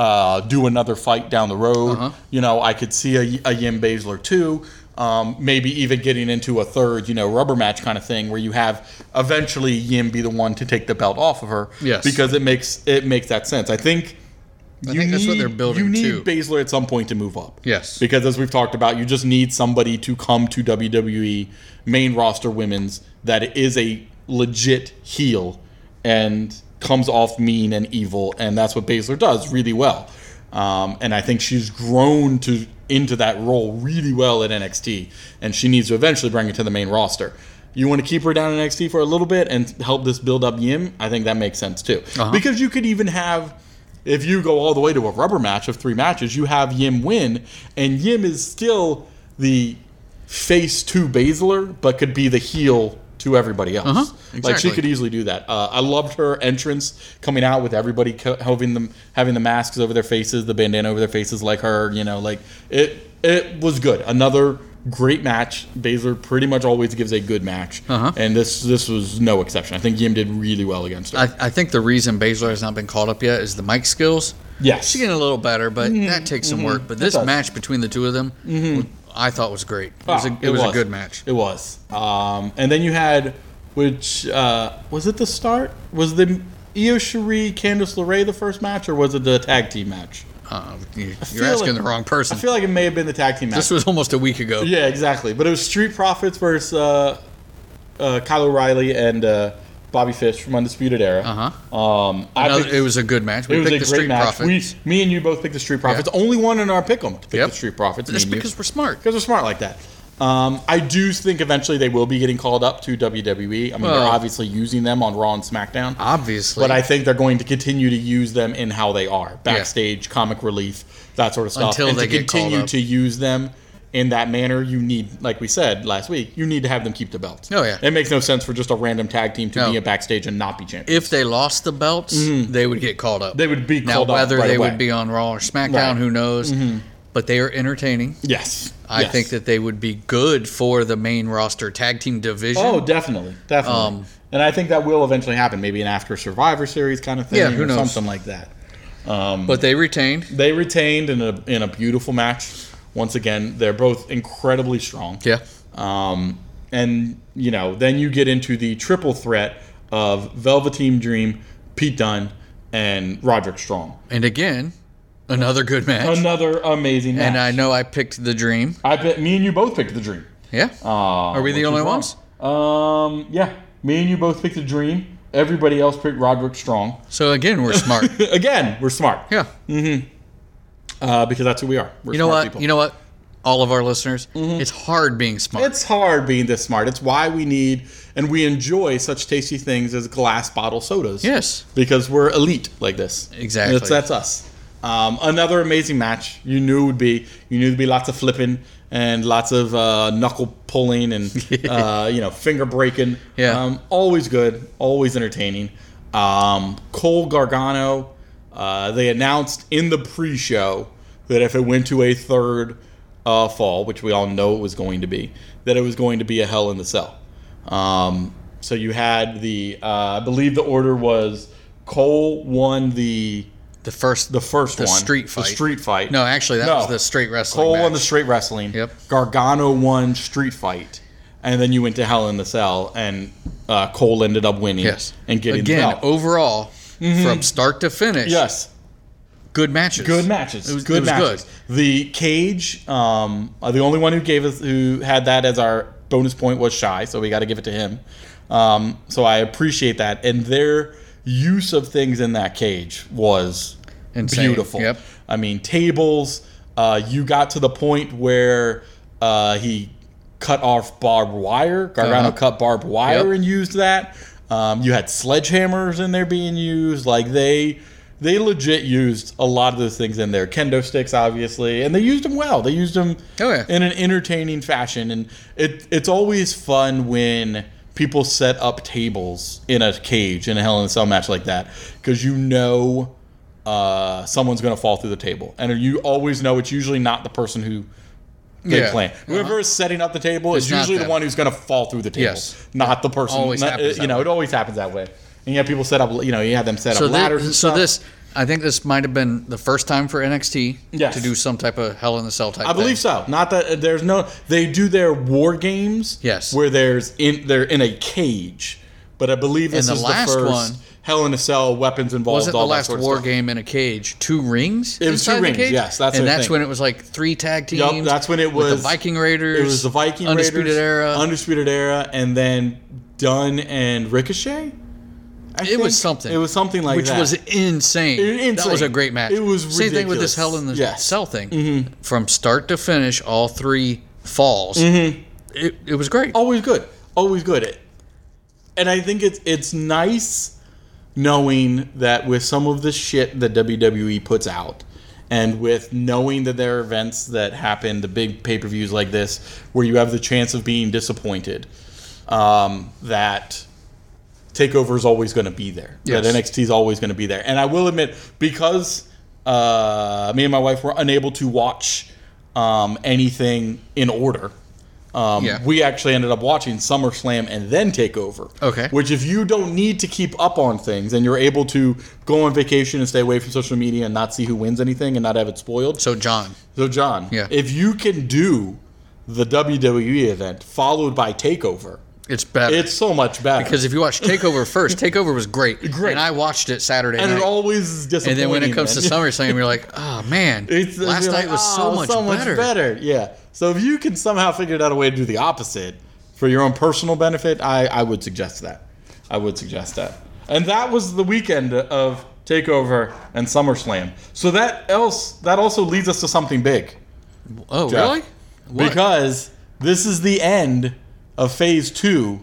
[SPEAKER 1] uh, do another fight down the road.
[SPEAKER 2] Uh-huh.
[SPEAKER 1] You know, I could see a, a Yim Baszler too. Um, maybe even getting into a third, you know, rubber match kind of thing where you have eventually Yim be the one to take the belt off of her.
[SPEAKER 2] Yes.
[SPEAKER 1] Because it makes it makes that sense. I think
[SPEAKER 2] I think that's what they're building
[SPEAKER 1] you need
[SPEAKER 2] to.
[SPEAKER 1] Baszler at some point to move up.
[SPEAKER 2] Yes.
[SPEAKER 1] Because as we've talked about, you just need somebody to come to WWE main roster women's that is a legit heel and comes off mean and evil, and that's what Baszler does really well. Um, and I think she's grown to into that role really well at NXT, and she needs to eventually bring it to the main roster. You want to keep her down in NXT for a little bit and help this build up Yim. I think that makes sense too, because you could even have if you go all the way to a rubber match of three matches, you have Yim win, and Yim is still the face to Baszler, but could be the heel to everybody else. Like she
[SPEAKER 2] Uh-huh. exactly.
[SPEAKER 1] could easily do that. Uh, I loved her entrance coming out with everybody co- having them having the masks over their faces, the bandana over their faces, like her. You know, like it. It was good. Another great match. Baszler pretty much always gives a good match,
[SPEAKER 2] Uh-huh.
[SPEAKER 1] and this this was no exception. I think Yim did really well against her.
[SPEAKER 2] I, I think the reason Baszler has not been called up yet is the mic skills.
[SPEAKER 1] Yes. Mm-hmm.
[SPEAKER 2] She's getting a little better, but that takes some work. But this
[SPEAKER 1] does. Mm-hmm.
[SPEAKER 2] match between the two of them, I thought was great. It was, a,
[SPEAKER 1] Ah,
[SPEAKER 2] it was, a good match.
[SPEAKER 1] It was. Um, and then you had, which uh, was it the start? Was the Io Shirai Candice LeRae the first match, or was it the tag team match?
[SPEAKER 2] Uh, you,
[SPEAKER 1] I
[SPEAKER 2] you're
[SPEAKER 1] feel
[SPEAKER 2] asking
[SPEAKER 1] like-
[SPEAKER 2] the wrong person.
[SPEAKER 1] I feel like it may have been the tag team match.
[SPEAKER 2] this was almost a week ago.
[SPEAKER 1] yeah, exactly. But it was Street Profits versus uh, uh, Kyle O'Reilly and uh, Bobby Fish from Undisputed Era.
[SPEAKER 2] Uh-huh.
[SPEAKER 1] Um, I
[SPEAKER 2] Another-
[SPEAKER 1] picked-
[SPEAKER 2] it was a good match. We
[SPEAKER 1] it was
[SPEAKER 2] picked
[SPEAKER 1] a
[SPEAKER 2] the
[SPEAKER 1] great
[SPEAKER 2] Street
[SPEAKER 1] match.
[SPEAKER 2] Profit.
[SPEAKER 1] We, me and you both picked the Street Profits. Only one in our pick 'em to pick
[SPEAKER 2] Yep.
[SPEAKER 1] the Street Profits. me
[SPEAKER 2] That's
[SPEAKER 1] and you.
[SPEAKER 2] because we're smart.
[SPEAKER 1] because they're smart like that. Um, I do think eventually they will be getting called up to WWE. I mean, they're
[SPEAKER 2] Well-
[SPEAKER 1] obviously using them on Raw and SmackDown,
[SPEAKER 2] Obviously.
[SPEAKER 1] but I think they're going to continue to use them in how they are backstage, comic relief, that sort of stuff,
[SPEAKER 2] Until
[SPEAKER 1] and
[SPEAKER 2] they
[SPEAKER 1] to
[SPEAKER 2] get called
[SPEAKER 1] continue
[SPEAKER 2] up.
[SPEAKER 1] to use them in that manner, you need, like we said last week, you need to have them keep the belts.
[SPEAKER 2] Oh, yeah.
[SPEAKER 1] It makes no sense for just a random tag team to
[SPEAKER 2] No.
[SPEAKER 1] be a backstage and not be champion.
[SPEAKER 2] If they lost the belts, they would get called up.
[SPEAKER 1] Mm-hmm. They would be
[SPEAKER 2] now
[SPEAKER 1] called up
[SPEAKER 2] whether
[SPEAKER 1] right
[SPEAKER 2] they
[SPEAKER 1] away.
[SPEAKER 2] would be on Raw or SmackDown,
[SPEAKER 1] Right.
[SPEAKER 2] who knows? But they are entertaining.
[SPEAKER 1] yes.
[SPEAKER 2] I
[SPEAKER 1] Yes.
[SPEAKER 2] think that they would be good for the main roster tag team division.
[SPEAKER 1] Oh, definitely, definitely.
[SPEAKER 2] Um,
[SPEAKER 1] and I think that will eventually happen. Maybe an after Survivor Series kind of thing,
[SPEAKER 2] Yeah, who
[SPEAKER 1] or
[SPEAKER 2] knows?
[SPEAKER 1] something like that.
[SPEAKER 2] but they retained.
[SPEAKER 1] They retained in a in a beautiful match. Once again, they're both incredibly strong.
[SPEAKER 2] Yeah.
[SPEAKER 1] Um, and you know, then you get into the triple threat of Velveteen Dream, Pete Dunne, and Roderick Strong.
[SPEAKER 2] And again, another good match.
[SPEAKER 1] Another amazing match.
[SPEAKER 2] and I know I picked the dream.
[SPEAKER 1] I bet me and you both picked the Dream.
[SPEAKER 2] Yeah.
[SPEAKER 1] Uh,
[SPEAKER 2] Are we the
[SPEAKER 1] which is
[SPEAKER 2] only
[SPEAKER 1] wrong.
[SPEAKER 2] ones?
[SPEAKER 1] Um, yeah. Me and you both picked the Dream. Everybody else picked Roderick Strong.
[SPEAKER 2] so again, we're smart.
[SPEAKER 1] Again, we're smart.
[SPEAKER 2] yeah.
[SPEAKER 1] Uh, because that's who we are. We're
[SPEAKER 2] You know
[SPEAKER 1] smart
[SPEAKER 2] what?
[SPEAKER 1] people.
[SPEAKER 2] You know what? All of our listeners, it's hard being smart.
[SPEAKER 1] Mm-hmm. it's hard being this smart. It's why we need and we enjoy such tasty things as glass bottle sodas.
[SPEAKER 2] yes.
[SPEAKER 1] Because we're elite like this.
[SPEAKER 2] Exactly.
[SPEAKER 1] That's, that's us. Um, another amazing match. You knew would be. You knew there'd be lots of flipping and lots of uh, knuckle pulling and uh, you know finger breaking.
[SPEAKER 2] Yeah.
[SPEAKER 1] Um, always good. Always entertaining. Um, Cole Gargano. Uh, they announced in the pre-show that if it went to a third uh, fall, which we all know it was going to be, that it was going to be a Hell in the Cell. Um, so you had the, uh, I believe the order was Cole won the
[SPEAKER 2] The first.
[SPEAKER 1] the first
[SPEAKER 2] The
[SPEAKER 1] one,
[SPEAKER 2] street fight.
[SPEAKER 1] the street fight.
[SPEAKER 2] no, actually, that
[SPEAKER 1] No.
[SPEAKER 2] was the straight wrestling.
[SPEAKER 1] Cole
[SPEAKER 2] match.
[SPEAKER 1] won the straight wrestling.
[SPEAKER 2] Yep.
[SPEAKER 1] Gargano won street fight, and then you went to Hell in the Cell, and uh, Cole ended up winning.
[SPEAKER 2] Yes.
[SPEAKER 1] and getting
[SPEAKER 2] again oh,
[SPEAKER 1] the belt. Mm-hmm.
[SPEAKER 2] overall from start to finish.
[SPEAKER 1] yes,
[SPEAKER 2] Good matches.
[SPEAKER 1] good matches.
[SPEAKER 2] It was
[SPEAKER 1] good
[SPEAKER 2] it was
[SPEAKER 1] matches.
[SPEAKER 2] Good.
[SPEAKER 1] The cage, um, uh, the only one who gave us who had that as our bonus point was shy, so we got to give it to him. Um, so I appreciate that, and their use of things in that cage was
[SPEAKER 2] Insane.
[SPEAKER 1] beautiful.
[SPEAKER 2] Yep.
[SPEAKER 1] I mean, tables. Uh, you got to the point where uh, he cut off barbed wire. Gargano
[SPEAKER 2] Uh-huh.
[SPEAKER 1] cut barbed wire
[SPEAKER 2] Yep.
[SPEAKER 1] and used that. Um, you had sledgehammers in there being used. Like they, they legit used a lot of those things in there. Kendo sticks, obviously, and they used them well. They used them
[SPEAKER 2] Oh, yeah.
[SPEAKER 1] in an entertaining fashion, and it it's always fun when people set up tables in a cage in a Hell in a Cell match like that because you know uh, someone's going to fall through the table, and you always know it's usually not the person who they
[SPEAKER 2] Yeah. Uh-huh.
[SPEAKER 1] plan. Whoever is setting up the table is
[SPEAKER 2] It's not
[SPEAKER 1] usually the
[SPEAKER 2] them.
[SPEAKER 1] one who's going to fall through the table,
[SPEAKER 2] Yes.
[SPEAKER 1] not the person.
[SPEAKER 2] Always
[SPEAKER 1] not- uh,
[SPEAKER 2] happens
[SPEAKER 1] you
[SPEAKER 2] that
[SPEAKER 1] know,
[SPEAKER 2] way.
[SPEAKER 1] it always happens that way. And you have people set up, you know, you have them set
[SPEAKER 2] So
[SPEAKER 1] up ladders. and
[SPEAKER 2] this, so
[SPEAKER 1] stuff.
[SPEAKER 2] this, I think this might have been the first time for NXT
[SPEAKER 1] Yes.
[SPEAKER 2] to do some type of Hell in the Cell type.
[SPEAKER 1] I believe so. Not that uh, there's no. They do their war games.
[SPEAKER 2] Yes.
[SPEAKER 1] Where there's in they're in a cage, but I believe this
[SPEAKER 2] the
[SPEAKER 1] is
[SPEAKER 2] last
[SPEAKER 1] the first
[SPEAKER 2] one-
[SPEAKER 1] Hell in a Cell weapons involved.
[SPEAKER 2] Wasn't the
[SPEAKER 1] all that
[SPEAKER 2] last
[SPEAKER 1] sort of
[SPEAKER 2] war
[SPEAKER 1] stuff.
[SPEAKER 2] game in a cage two rings?
[SPEAKER 1] It was two
[SPEAKER 2] inside the
[SPEAKER 1] rings,
[SPEAKER 2] cage?
[SPEAKER 1] yes, that's
[SPEAKER 2] and
[SPEAKER 1] what I
[SPEAKER 2] that's
[SPEAKER 1] think.
[SPEAKER 2] when it was like three tag teams.
[SPEAKER 1] Yup, that's when it
[SPEAKER 2] with
[SPEAKER 1] was-
[SPEAKER 2] the Viking Raiders.
[SPEAKER 1] It was the Viking
[SPEAKER 2] Undisputed
[SPEAKER 1] Raiders,
[SPEAKER 2] Era.
[SPEAKER 1] Undisputed Era, and then Dunn and Ricochet. I
[SPEAKER 2] it was
[SPEAKER 1] think.
[SPEAKER 2] something.
[SPEAKER 1] It was something like
[SPEAKER 2] which
[SPEAKER 1] that.
[SPEAKER 2] was insane.
[SPEAKER 1] It-
[SPEAKER 2] That was
[SPEAKER 1] insane.
[SPEAKER 2] a great match.
[SPEAKER 1] It was
[SPEAKER 2] same thing with
[SPEAKER 1] ridiculous.
[SPEAKER 2] this Hell in the
[SPEAKER 1] Yes. Mm-hmm.
[SPEAKER 2] Cell thing. From start to finish, all three falls.
[SPEAKER 1] Mm-hmm.
[SPEAKER 2] It, it was great.
[SPEAKER 1] always good. Always good. It, and I think it's it's nice knowing that with some of the shit that WWE puts out and with knowing that there are events that happen, the big pay-per-views like this where you have the chance of being disappointed, um, that takeover is always going to be there.
[SPEAKER 2] Yes.
[SPEAKER 1] That NXT is always going to be there. And I will admit, because uh, me and my wife were unable to watch um, anything in order, um,
[SPEAKER 2] Yeah.
[SPEAKER 1] we actually ended up watching SummerSlam and then Takeover.
[SPEAKER 2] Okay.
[SPEAKER 1] Which, if you don't need to keep up on things and you're able to go on vacation and stay away from social media and not see who wins anything and not have it spoiled,
[SPEAKER 2] So John,
[SPEAKER 1] so, John,
[SPEAKER 2] Yeah.
[SPEAKER 1] if you can do the WWE event followed by Takeover,
[SPEAKER 2] it's better
[SPEAKER 1] it's so much better.
[SPEAKER 2] because if you watch Takeover first, Takeover was great.
[SPEAKER 1] Great.
[SPEAKER 2] and I watched it Saturday
[SPEAKER 1] and
[SPEAKER 2] night.
[SPEAKER 1] it always is
[SPEAKER 2] and
[SPEAKER 1] disappointing.
[SPEAKER 2] then when it comes
[SPEAKER 1] then.
[SPEAKER 2] to SummerSlam, you're like, oh man,
[SPEAKER 1] It's- it's
[SPEAKER 2] last
[SPEAKER 1] like,
[SPEAKER 2] night was
[SPEAKER 1] "Oh,
[SPEAKER 2] so, much, better.
[SPEAKER 1] Yeah. So if you can somehow figure out a way to do the opposite for your own personal benefit, I, I would suggest that. I would suggest that. And that was the weekend of Takeover and SummerSlam. So that else that also leads us to something big
[SPEAKER 2] Oh
[SPEAKER 1] Jeff.
[SPEAKER 2] really? What?
[SPEAKER 1] because this is the end of Phase Two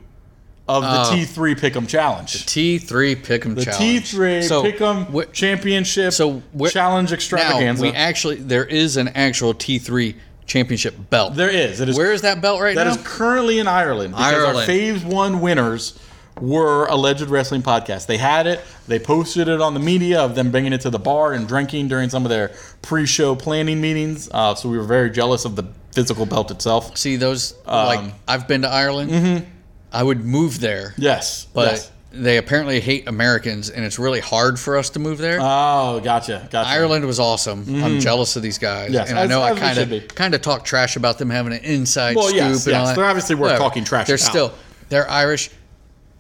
[SPEAKER 1] of the
[SPEAKER 2] Oh.
[SPEAKER 1] T3 Pick'em Challenge.
[SPEAKER 2] T3 Pick'em
[SPEAKER 1] The
[SPEAKER 2] Challenge.
[SPEAKER 1] T3
[SPEAKER 2] So,
[SPEAKER 1] Pick'em
[SPEAKER 2] wh-
[SPEAKER 1] Championship
[SPEAKER 2] so where-
[SPEAKER 1] Challenge
[SPEAKER 2] Now
[SPEAKER 1] Extravaganza.
[SPEAKER 2] we actually there is an actual T3 championship belt.
[SPEAKER 1] There is. It is
[SPEAKER 2] Where is that belt right
[SPEAKER 1] That
[SPEAKER 2] now?
[SPEAKER 1] is currently in Ireland because our
[SPEAKER 2] Ireland.
[SPEAKER 1] Faves One winners were alleged wrestling podcasts. They had it. They posted it on the media of them bringing it to the bar and drinking during some of their pre-show planning meetings. Uh, so we were very jealous of the physical belt itself.
[SPEAKER 2] See those?
[SPEAKER 1] Um,
[SPEAKER 2] like I've been to Ireland. I would move there,
[SPEAKER 1] mm-hmm. Yes,
[SPEAKER 2] but
[SPEAKER 1] yes.
[SPEAKER 2] they apparently hate Americans, and it's really hard for us to move there.
[SPEAKER 1] Oh, gotcha, gotcha.
[SPEAKER 2] Mm-hmm. Ireland was awesome. I'm jealous of these guys,
[SPEAKER 1] Mm-hmm. Yes,
[SPEAKER 2] and I
[SPEAKER 1] as-
[SPEAKER 2] know I
[SPEAKER 1] as we
[SPEAKER 2] kind
[SPEAKER 1] should be.
[SPEAKER 2] of kind of talk trash about them having an inside
[SPEAKER 1] Well,
[SPEAKER 2] scoop.
[SPEAKER 1] yes,
[SPEAKER 2] and all
[SPEAKER 1] yes.
[SPEAKER 2] that.
[SPEAKER 1] They're obviously worth talking trash
[SPEAKER 2] They're
[SPEAKER 1] about.
[SPEAKER 2] still they're Irish.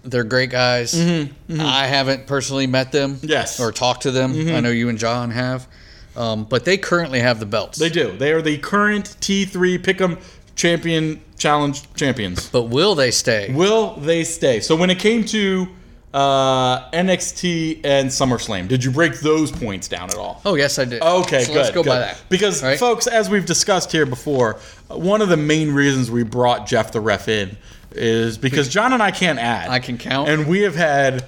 [SPEAKER 2] They're great guys. I haven't personally met them.
[SPEAKER 1] Mm-hmm, Yes. Mm-hmm.
[SPEAKER 2] or talked to them. I know you and John have, um, but they currently have the belts.
[SPEAKER 1] They do. They are the current T3 Pick'em Champion Challenge champions.
[SPEAKER 2] but will they stay?
[SPEAKER 1] Will they stay? So when it came to uh, NXT and SummerSlam, did you break those points down at all?
[SPEAKER 2] Oh yes, I did.
[SPEAKER 1] Okay,
[SPEAKER 2] so
[SPEAKER 1] good.
[SPEAKER 2] Let's go
[SPEAKER 1] good.
[SPEAKER 2] by that
[SPEAKER 1] Because,
[SPEAKER 2] Right?
[SPEAKER 1] folks, as we've discussed here before, uh, one of the main reasons we brought Jeff the Ref in is because John and I can't add.
[SPEAKER 2] I can count.
[SPEAKER 1] And we have had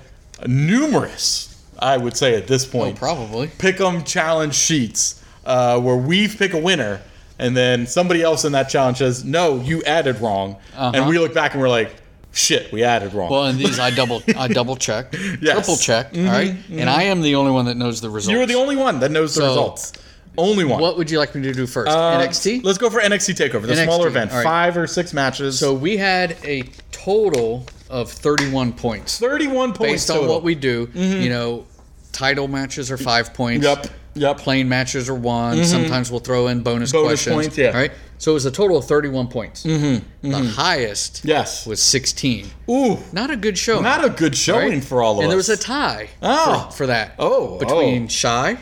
[SPEAKER 1] numerous, I would say at this point,
[SPEAKER 2] Oh, probably.
[SPEAKER 1] pick 'em challenge sheets uh, where we pick a winner and then somebody else in that challenge says, no, you added wrong. And we look back and we're like, shit, we added wrong.
[SPEAKER 2] Uh-huh. Well, in these I double I double checked,
[SPEAKER 1] Yes. Mm-hmm,
[SPEAKER 2] triple checked. all right? and I am the only one that knows the results.
[SPEAKER 1] You're the only one that knows the
[SPEAKER 2] So-
[SPEAKER 1] results. Only one.
[SPEAKER 2] What would you like me to do first?
[SPEAKER 1] Uh,
[SPEAKER 2] NXT.
[SPEAKER 1] Let's go for NXT Takeover, the
[SPEAKER 2] NXT,
[SPEAKER 1] smaller event,
[SPEAKER 2] all right.
[SPEAKER 1] five or six matches.
[SPEAKER 2] So we had a total of 31 points
[SPEAKER 1] 31 points
[SPEAKER 2] based on
[SPEAKER 1] total. Mm-hmm.
[SPEAKER 2] what we do. You know, title matches are five points.
[SPEAKER 1] Yep. Yep.
[SPEAKER 2] Plain matches are one. Sometimes we'll throw in bonus,
[SPEAKER 1] Mm-hmm. Bonus
[SPEAKER 2] questions.
[SPEAKER 1] points, yeah.
[SPEAKER 2] All right. So it was a total of 31 points. Mm-hmm. The highest
[SPEAKER 1] Yes.
[SPEAKER 2] was 16.
[SPEAKER 1] Ooh,
[SPEAKER 2] Not a good show.
[SPEAKER 1] not a good showing for all of
[SPEAKER 2] and
[SPEAKER 1] us.
[SPEAKER 2] there was a tie
[SPEAKER 1] Oh.
[SPEAKER 2] for, for that.
[SPEAKER 1] Oh, Mm-hmm.
[SPEAKER 2] Between
[SPEAKER 1] oh.
[SPEAKER 2] Shy,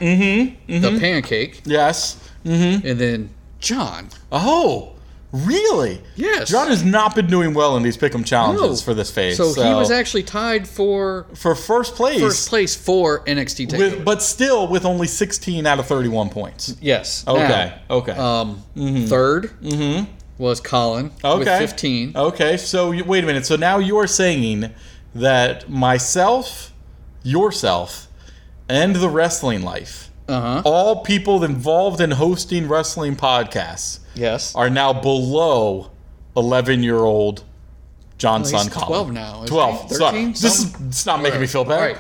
[SPEAKER 2] the pancake,
[SPEAKER 1] yes.
[SPEAKER 2] and then John.
[SPEAKER 1] Oh, really?
[SPEAKER 2] Yes.
[SPEAKER 1] John has not been doing well in these pick'em challenges
[SPEAKER 2] No.
[SPEAKER 1] for this phase.
[SPEAKER 2] So, he was actually tied for
[SPEAKER 1] for first place,
[SPEAKER 2] first place for NXT Takeover.
[SPEAKER 1] with, but still with only 16 out of 31 points.
[SPEAKER 2] yes.
[SPEAKER 1] Okay.
[SPEAKER 2] Now,
[SPEAKER 1] okay.
[SPEAKER 2] um, third was Colin
[SPEAKER 1] okay. Uh,
[SPEAKER 2] with 15.
[SPEAKER 1] Okay. So you, wait a minute. So now you're saying that myself, yourself, and the wrestling life,
[SPEAKER 2] Uh-huh.
[SPEAKER 1] all people involved in hosting wrestling podcasts,
[SPEAKER 2] Yes.
[SPEAKER 1] are now below 11 year old John
[SPEAKER 2] he's
[SPEAKER 1] Son Collins.
[SPEAKER 2] 12 now, isn't he?
[SPEAKER 1] 12. Sorry.
[SPEAKER 2] 13?
[SPEAKER 1] This is
[SPEAKER 2] Something?
[SPEAKER 1] it's not making me feel
[SPEAKER 2] All
[SPEAKER 1] bad.
[SPEAKER 2] right.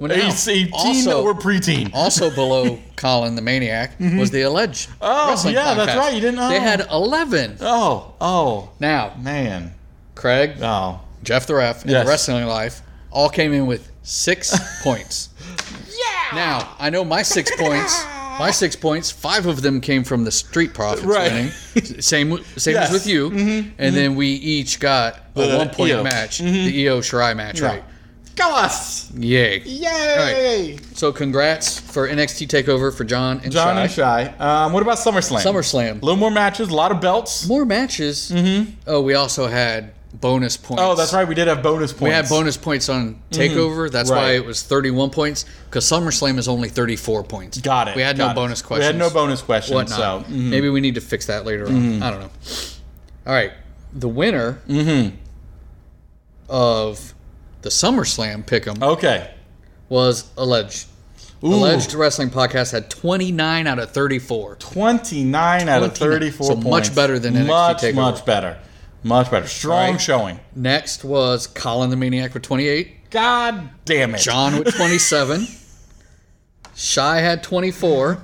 [SPEAKER 2] Well, now,
[SPEAKER 1] He's 18
[SPEAKER 2] also,
[SPEAKER 1] or preteen.
[SPEAKER 2] also below Colin the Maniac was the alleged.
[SPEAKER 1] Mm-hmm. Oh,
[SPEAKER 2] wrestling
[SPEAKER 1] yeah, that's
[SPEAKER 2] podcast.
[SPEAKER 1] right, you didn't uh, know.
[SPEAKER 2] They had 11.
[SPEAKER 1] Oh, oh,
[SPEAKER 2] Now,
[SPEAKER 1] man.
[SPEAKER 2] Craig,
[SPEAKER 1] Oh.
[SPEAKER 2] Jeff the Ref, and
[SPEAKER 1] Yes.
[SPEAKER 2] the Wrestling Life all came in with six points. Yeah. Now I know my six points. My six points. Five of them came from the Street Profits
[SPEAKER 1] Right.
[SPEAKER 2] winning. Same, w- same
[SPEAKER 1] Yes. Mm-hmm.
[SPEAKER 2] as with you. And then we each got a
[SPEAKER 1] The E Mm-hmm.
[SPEAKER 2] one point
[SPEAKER 1] EO.
[SPEAKER 2] match, the EO Shirai match, right?
[SPEAKER 1] Go us!
[SPEAKER 2] Yay!
[SPEAKER 1] Yay!
[SPEAKER 2] So congrats for NXT Takeover for John and
[SPEAKER 1] John
[SPEAKER 2] Shai.
[SPEAKER 1] and Shy. Um, what about SummerSlam? A
[SPEAKER 2] SummerSlam.
[SPEAKER 1] little more matches, a lot of belts.
[SPEAKER 2] More matches. Mm-hmm. Oh, we also had bonus points.
[SPEAKER 1] Oh, that's right. We did have bonus points. Mm-hmm.
[SPEAKER 2] We had bonus points on Takeover. That's why
[SPEAKER 1] Right.
[SPEAKER 2] it was 31 points because SummerSlam is only 34 points.
[SPEAKER 1] Got it.
[SPEAKER 2] We had
[SPEAKER 1] got
[SPEAKER 2] no
[SPEAKER 1] it.
[SPEAKER 2] bonus questions.
[SPEAKER 1] We had no bonus questions.
[SPEAKER 2] whatnot.
[SPEAKER 1] So Mm-hmm. mm,
[SPEAKER 2] Maybe we need to fix that later on. I don't know. All right. The winner
[SPEAKER 1] Mm-hmm.
[SPEAKER 2] of the SummerSlam pick'em
[SPEAKER 1] okay.
[SPEAKER 2] was
[SPEAKER 1] Oh.
[SPEAKER 2] alleged.
[SPEAKER 1] Ooh,
[SPEAKER 2] Alleged Wrestling Podcast had 29 out of 34.
[SPEAKER 1] 29 out of
[SPEAKER 2] 29.
[SPEAKER 1] 34
[SPEAKER 2] So
[SPEAKER 1] points.
[SPEAKER 2] much better than NXT
[SPEAKER 1] Much,
[SPEAKER 2] Takeover.
[SPEAKER 1] much better. Much better. Strong
[SPEAKER 2] Right.
[SPEAKER 1] showing.
[SPEAKER 2] Next was Colin the Maniac with 28.
[SPEAKER 1] God damn it.
[SPEAKER 2] John with 27. Shy had 24.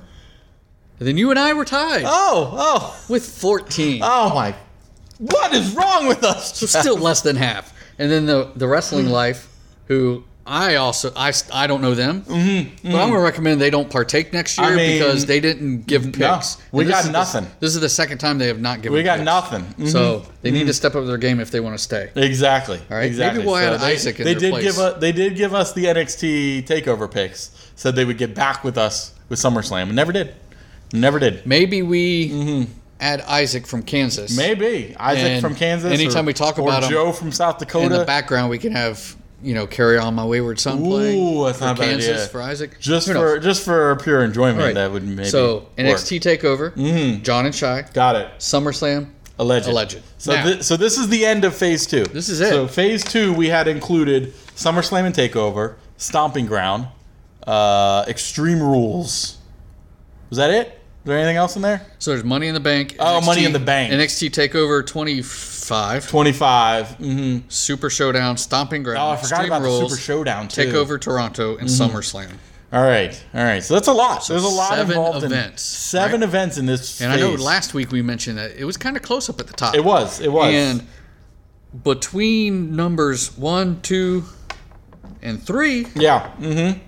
[SPEAKER 2] And then you and I were tied
[SPEAKER 1] Oh, oh,
[SPEAKER 2] with 14.
[SPEAKER 1] oh my. What is wrong with us?
[SPEAKER 2] So still less than half. And then the the
[SPEAKER 1] Hmm.
[SPEAKER 2] wrestling life, who I also I, s- I don't know them, but I'm gonna recommend they don't partake next year
[SPEAKER 1] Mm-hmm, I mean,
[SPEAKER 2] because they didn't give picks.
[SPEAKER 1] we
[SPEAKER 2] And this
[SPEAKER 1] got
[SPEAKER 2] is the-
[SPEAKER 1] nothing.
[SPEAKER 2] this is the second time they have not given.
[SPEAKER 1] We got
[SPEAKER 2] picks.
[SPEAKER 1] nothing. Mhm.
[SPEAKER 2] So they need to step up their game if they want to stay.
[SPEAKER 1] Exactly.
[SPEAKER 2] right, maybe
[SPEAKER 1] Exactly.
[SPEAKER 2] we'll add
[SPEAKER 1] they,
[SPEAKER 2] Isaac in
[SPEAKER 1] they
[SPEAKER 2] their
[SPEAKER 1] did
[SPEAKER 2] place.
[SPEAKER 1] give us. They did give us the NXT takeover picks. Said they would get back with us with SummerSlam, and never did. Never did.
[SPEAKER 2] Maybe we add Isaac from Kansas.
[SPEAKER 1] Mm-hmm. Maybe Isaac
[SPEAKER 2] And
[SPEAKER 1] from Kansas.
[SPEAKER 2] anytime
[SPEAKER 1] or-
[SPEAKER 2] we talk
[SPEAKER 1] or
[SPEAKER 2] about 'em,
[SPEAKER 1] Joe from South Dakota.
[SPEAKER 2] in the background we can have you know carry on my wayward son
[SPEAKER 1] Ooh,
[SPEAKER 2] playing
[SPEAKER 1] that's
[SPEAKER 2] for
[SPEAKER 1] not a bad
[SPEAKER 2] Kansas
[SPEAKER 1] idea.
[SPEAKER 2] for Isaac.
[SPEAKER 1] just
[SPEAKER 2] Who knows?
[SPEAKER 1] for just for pure enjoyment,
[SPEAKER 2] All right.
[SPEAKER 1] that would maybe.
[SPEAKER 2] so
[SPEAKER 1] work. Mm-hmm.
[SPEAKER 2] NXT Takeover, John and Shy,
[SPEAKER 1] Got it.
[SPEAKER 2] SummerSlam.
[SPEAKER 1] Alleged.
[SPEAKER 2] Alleged.
[SPEAKER 1] So,
[SPEAKER 2] Now-
[SPEAKER 1] thi- so this is the end of phase two.
[SPEAKER 2] This is it.
[SPEAKER 1] So phase two, we had included SummerSlam and Takeover, Stomping Ground, uh, Extreme Rules. Was that it? there anything else in there?
[SPEAKER 2] So there's Money in the Bank.
[SPEAKER 1] Oh, Money in the Bank.
[SPEAKER 2] NXT Takeover 25,
[SPEAKER 1] 25. Mm-hmm.
[SPEAKER 2] Super Showdown, Stomping Ground.
[SPEAKER 1] Oh, I forgot
[SPEAKER 2] Extreme
[SPEAKER 1] about the
[SPEAKER 2] Rules,
[SPEAKER 1] Super Showdown, too. Mm-hmm.
[SPEAKER 2] Takeover Toronto and SummerSlam.
[SPEAKER 1] All right. All right. So that's a lot. There's a lot
[SPEAKER 2] seven
[SPEAKER 1] involved in
[SPEAKER 2] events,
[SPEAKER 1] Seven
[SPEAKER 2] right?
[SPEAKER 1] events in this
[SPEAKER 2] And I know
[SPEAKER 1] phase.
[SPEAKER 2] last week we mentioned that it was kind of close up at the top.
[SPEAKER 1] It was. It was.
[SPEAKER 2] And between numbers one, two, and three,
[SPEAKER 1] yeah. Mm-hmm.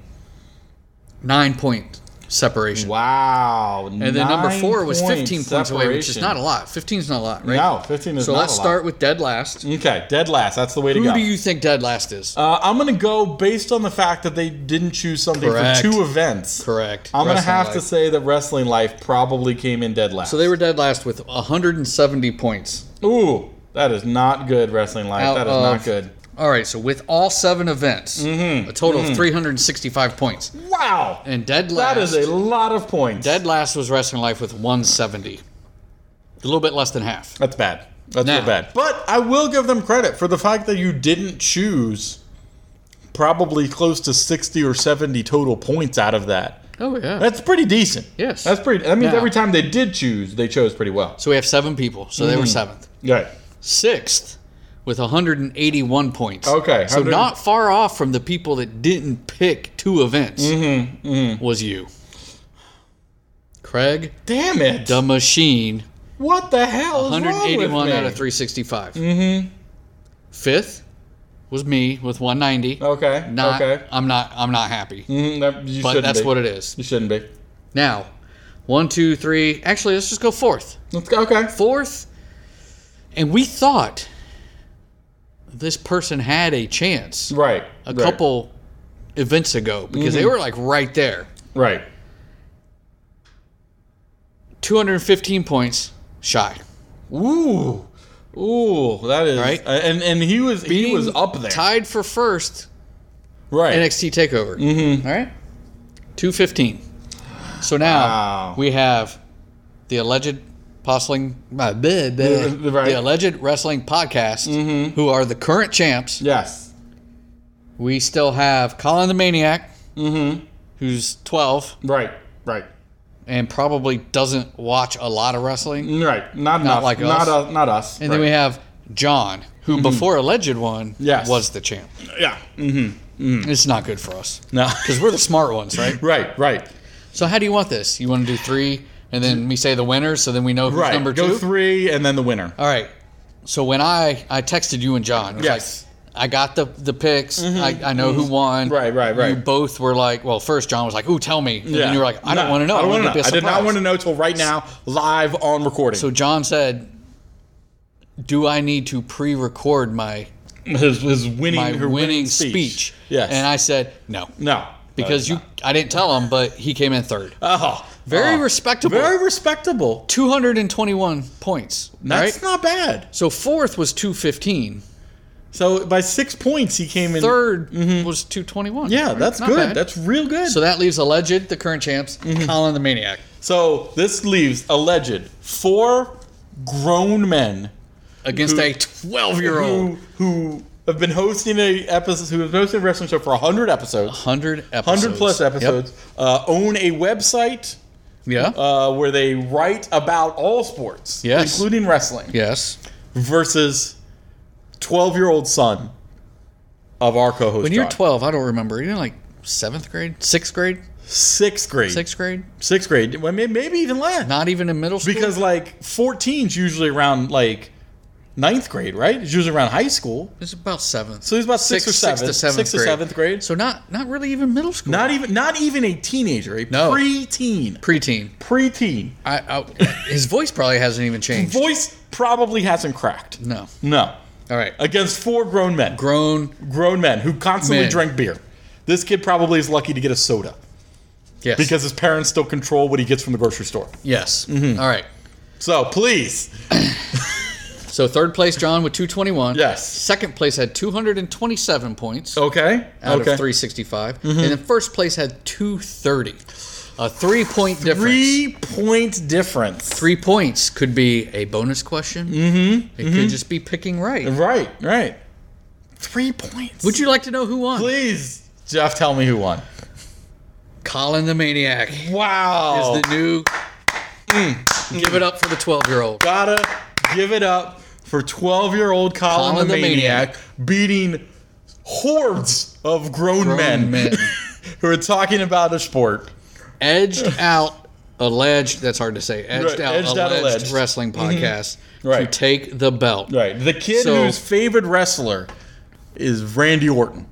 [SPEAKER 2] nine point separation.
[SPEAKER 1] Wow.
[SPEAKER 2] And then number four was 15 points away, which is not a lot. 15 is not a lot, right?
[SPEAKER 1] No, 15 is
[SPEAKER 2] So
[SPEAKER 1] not
[SPEAKER 2] let's
[SPEAKER 1] a lot.
[SPEAKER 2] start with dead last.
[SPEAKER 1] Okay. Dead last. That's the way to
[SPEAKER 2] Who
[SPEAKER 1] go.
[SPEAKER 2] do you think dead last is?
[SPEAKER 1] uh, I'm going to go based on the fact that they didn't choose something
[SPEAKER 2] Correct.
[SPEAKER 1] for two events.
[SPEAKER 2] Correct.
[SPEAKER 1] I'm going to
[SPEAKER 2] Wrestling
[SPEAKER 1] have to
[SPEAKER 2] Life.
[SPEAKER 1] say that Wrestling Life probably came in dead last.
[SPEAKER 2] So they were dead last with 170 points.
[SPEAKER 1] Ooh, that is not good, Wrestling Life.
[SPEAKER 2] Out
[SPEAKER 1] that is
[SPEAKER 2] of-
[SPEAKER 1] not good.
[SPEAKER 2] All right, so with all seven events,
[SPEAKER 1] Mm-hmm.
[SPEAKER 2] a total of 365 points.
[SPEAKER 1] Wow.
[SPEAKER 2] And dead last.
[SPEAKER 1] That is a lot of points.
[SPEAKER 2] Dead last was Wrestling Life with 170. A little bit less than half.
[SPEAKER 1] That's bad. That's
[SPEAKER 2] Nah.
[SPEAKER 1] real bad. But I will give them credit for the fact that you didn't choose probably close to 60 or 70 total points out of that.
[SPEAKER 2] Oh, yeah.
[SPEAKER 1] That's pretty decent.
[SPEAKER 2] Yes.
[SPEAKER 1] That's pretty that means
[SPEAKER 2] Nah.
[SPEAKER 1] every time they did choose, they chose pretty well.
[SPEAKER 2] so we have seven people, so they
[SPEAKER 1] Mm-hmm.
[SPEAKER 2] were seventh.
[SPEAKER 1] Right.
[SPEAKER 2] Sixth with 181 points.
[SPEAKER 1] Okay,
[SPEAKER 2] So
[SPEAKER 1] 100
[SPEAKER 2] not far off from the people that didn't pick two events
[SPEAKER 1] Mm-hmm,
[SPEAKER 2] was you. Craig,
[SPEAKER 1] Damn it.
[SPEAKER 2] the machine,
[SPEAKER 1] What the hell is 181 wrong
[SPEAKER 2] 181
[SPEAKER 1] with me?
[SPEAKER 2] out of 365. Mm-hmm. Fifth was me with 190.
[SPEAKER 1] Okay.
[SPEAKER 2] Not,
[SPEAKER 1] Oh, okay.
[SPEAKER 2] I'm not. I'm not happy.
[SPEAKER 1] Mhm, that- you
[SPEAKER 2] But
[SPEAKER 1] shouldn't
[SPEAKER 2] that's
[SPEAKER 1] be.
[SPEAKER 2] what it is.
[SPEAKER 1] you shouldn't be.
[SPEAKER 2] Now, one, two, three. Actually, let's just go fourth.
[SPEAKER 1] Let's go. Okay.
[SPEAKER 2] Fourth, and we thought this person had a chance
[SPEAKER 1] Right.
[SPEAKER 2] a
[SPEAKER 1] right, Mm-hmm.
[SPEAKER 2] couple events ago because they were like right there.
[SPEAKER 1] Right.
[SPEAKER 2] 215 points shy.
[SPEAKER 1] Ooh. Ooh, that is
[SPEAKER 2] Right?
[SPEAKER 1] uh, and and he was he was
[SPEAKER 2] Being
[SPEAKER 1] up there.
[SPEAKER 2] Tied for first
[SPEAKER 1] right.
[SPEAKER 2] NXT Takeover. Mm-hmm. right, two fifteen. So now
[SPEAKER 1] Wow.
[SPEAKER 2] we have the alleged wrestling, uh, bleh, bleh,
[SPEAKER 1] The- right.
[SPEAKER 2] the Mm-hmm. alleged wrestling podcast, who are the current champs.
[SPEAKER 1] yes.
[SPEAKER 2] We still have Colin the Maniac, Mm-hmm. who's twelve
[SPEAKER 1] Right. Right.
[SPEAKER 2] and probably doesn't watch a lot of wrestling.
[SPEAKER 1] Right. Not, enough.
[SPEAKER 2] like
[SPEAKER 1] not
[SPEAKER 2] us.
[SPEAKER 1] us. Not us.
[SPEAKER 2] And then we have John, who before alleged one
[SPEAKER 1] Yes.
[SPEAKER 2] was the champ.
[SPEAKER 1] yeah. Mm,
[SPEAKER 2] It's not good for us
[SPEAKER 1] No.
[SPEAKER 2] because we're the smart ones, right?
[SPEAKER 1] right. Right.
[SPEAKER 2] So how do you want this? You want to do three, and then we say the winner, so then we know who's
[SPEAKER 1] Right.
[SPEAKER 2] number
[SPEAKER 1] Go
[SPEAKER 2] two.
[SPEAKER 1] three and then the winner.
[SPEAKER 2] All right. So when I I texted you and John, it was
[SPEAKER 1] Yes. Mm-hmm.
[SPEAKER 2] like, I got the the picks. I, I know who won.
[SPEAKER 1] Right, right, right.
[SPEAKER 2] You both were like, well, first John was like, "Ooh, tell me," and
[SPEAKER 1] yeah.
[SPEAKER 2] then you were like, "I don't
[SPEAKER 1] No,
[SPEAKER 2] want to know.
[SPEAKER 1] I don't
[SPEAKER 2] want
[SPEAKER 1] want to know. I did not want to
[SPEAKER 2] know."
[SPEAKER 1] know till right now, live on recording.
[SPEAKER 2] So John said, "Do I need to pre-record my
[SPEAKER 1] his, his winning
[SPEAKER 2] my
[SPEAKER 1] her
[SPEAKER 2] winning, speech?"
[SPEAKER 1] Yes.
[SPEAKER 2] And I said, "No."
[SPEAKER 1] no.
[SPEAKER 2] Because you, I didn't tell him, but he came in third.
[SPEAKER 1] Oh,
[SPEAKER 2] Very
[SPEAKER 1] oh.
[SPEAKER 2] respectable.
[SPEAKER 1] Very respectable.
[SPEAKER 2] 221 points.
[SPEAKER 1] That's
[SPEAKER 2] right?
[SPEAKER 1] not bad.
[SPEAKER 2] So fourth was 215.
[SPEAKER 1] So by six points, he came in.
[SPEAKER 2] 3rd was 221.
[SPEAKER 1] mm-hmm. Yeah,
[SPEAKER 2] Right?
[SPEAKER 1] that's
[SPEAKER 2] Not
[SPEAKER 1] good.
[SPEAKER 2] bad.
[SPEAKER 1] That's Mm-hmm. real good.
[SPEAKER 2] so that leaves alleged the current champs, Colin the Maniac,
[SPEAKER 1] So this leaves alleged four grown men
[SPEAKER 2] against
[SPEAKER 1] Who-
[SPEAKER 2] a 12 year
[SPEAKER 1] who
[SPEAKER 2] old.
[SPEAKER 1] who have been hosting a episode who have hosted a wrestling show for hundred episodes,
[SPEAKER 2] 100 episodes.
[SPEAKER 1] hundred plus episodes, uh, own a website
[SPEAKER 2] Yep. Yeah.
[SPEAKER 1] uh, where they write about all sports,
[SPEAKER 2] Yes.
[SPEAKER 1] including wrestling,
[SPEAKER 2] yes.
[SPEAKER 1] versus twelve year old son of our co-host.
[SPEAKER 2] When you're
[SPEAKER 1] John.
[SPEAKER 2] 12, I don't remember. You're in like seventh grade, sixth grade,
[SPEAKER 1] sixth grade,
[SPEAKER 2] sixth grade,
[SPEAKER 1] sixth grade, well, may- maybe even less.
[SPEAKER 2] not even in middle school.
[SPEAKER 1] because like 14's usually around like ninth grade right it's usually around high school
[SPEAKER 2] it's about seventh.
[SPEAKER 1] so he's about six, or seven
[SPEAKER 2] to seventh
[SPEAKER 1] six
[SPEAKER 2] grade.
[SPEAKER 1] or seventh grade
[SPEAKER 2] So not not really even middle school.
[SPEAKER 1] not e-, even not even a teenager a
[SPEAKER 2] No.
[SPEAKER 1] preteen
[SPEAKER 2] preteen.
[SPEAKER 1] preteen
[SPEAKER 2] I, I, his voice probably hasn't even changed.
[SPEAKER 1] voice probably hasn't cracked
[SPEAKER 2] no.
[SPEAKER 1] no
[SPEAKER 2] All right.
[SPEAKER 1] against four grown men
[SPEAKER 2] Grown.
[SPEAKER 1] grown men who constantly
[SPEAKER 2] Men.
[SPEAKER 1] drink beer this kid probably is lucky to get a soda
[SPEAKER 2] Yes.
[SPEAKER 1] because Mm-hmm. his parents still control what he gets from the grocery store
[SPEAKER 2] yes. All right.
[SPEAKER 1] so please
[SPEAKER 2] So third place, John, with 221.
[SPEAKER 1] Yes.
[SPEAKER 2] Second place had 227 points
[SPEAKER 1] okay okay Mm-hmm.
[SPEAKER 2] out of 365, and then first place had 230. A three point difference.
[SPEAKER 1] three point difference
[SPEAKER 2] Three points could be a bonus question. Mm-hmm. It could just be picking right.
[SPEAKER 1] Right, right. Three points.
[SPEAKER 2] Would you like to know who won?
[SPEAKER 1] please, Jeff, tell me who won?
[SPEAKER 2] Colin the Maniac
[SPEAKER 1] Wow.
[SPEAKER 2] is the new
[SPEAKER 1] Mm.
[SPEAKER 2] Give it up for the 12 year old.
[SPEAKER 1] Gotta give it up for 12 year old Colin,
[SPEAKER 2] Colin
[SPEAKER 1] the,
[SPEAKER 2] the
[SPEAKER 1] maniac, beating hordes of grown, men,
[SPEAKER 2] men.
[SPEAKER 1] who are talking about a sport.
[SPEAKER 2] Edged out, alleged, that's hard to say, edged
[SPEAKER 1] Right,
[SPEAKER 2] out,
[SPEAKER 1] edged out,
[SPEAKER 2] alleged,
[SPEAKER 1] alleged. Mm-hmm.
[SPEAKER 2] wrestling podcast
[SPEAKER 1] Right.
[SPEAKER 2] to take the belt.
[SPEAKER 1] Right. The kid
[SPEAKER 2] So-
[SPEAKER 1] whose favorite wrestler is Randy Orton.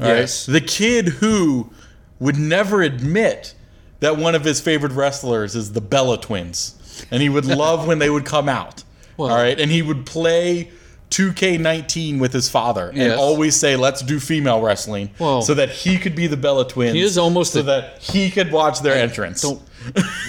[SPEAKER 1] All right?
[SPEAKER 2] Yes.
[SPEAKER 1] The kid who would never admit that one of his favorite wrestlers is the Bella Twins. And he would love when they would come out.
[SPEAKER 2] Well-
[SPEAKER 1] all right. And he would play 2K19 with his father and
[SPEAKER 2] Yes.
[SPEAKER 1] always say, let's do female wrestling
[SPEAKER 2] Well-
[SPEAKER 1] so that he could be the Bella Twins.
[SPEAKER 2] He is almost
[SPEAKER 1] so
[SPEAKER 2] a-
[SPEAKER 1] that he could watch their entrance.
[SPEAKER 2] Don't,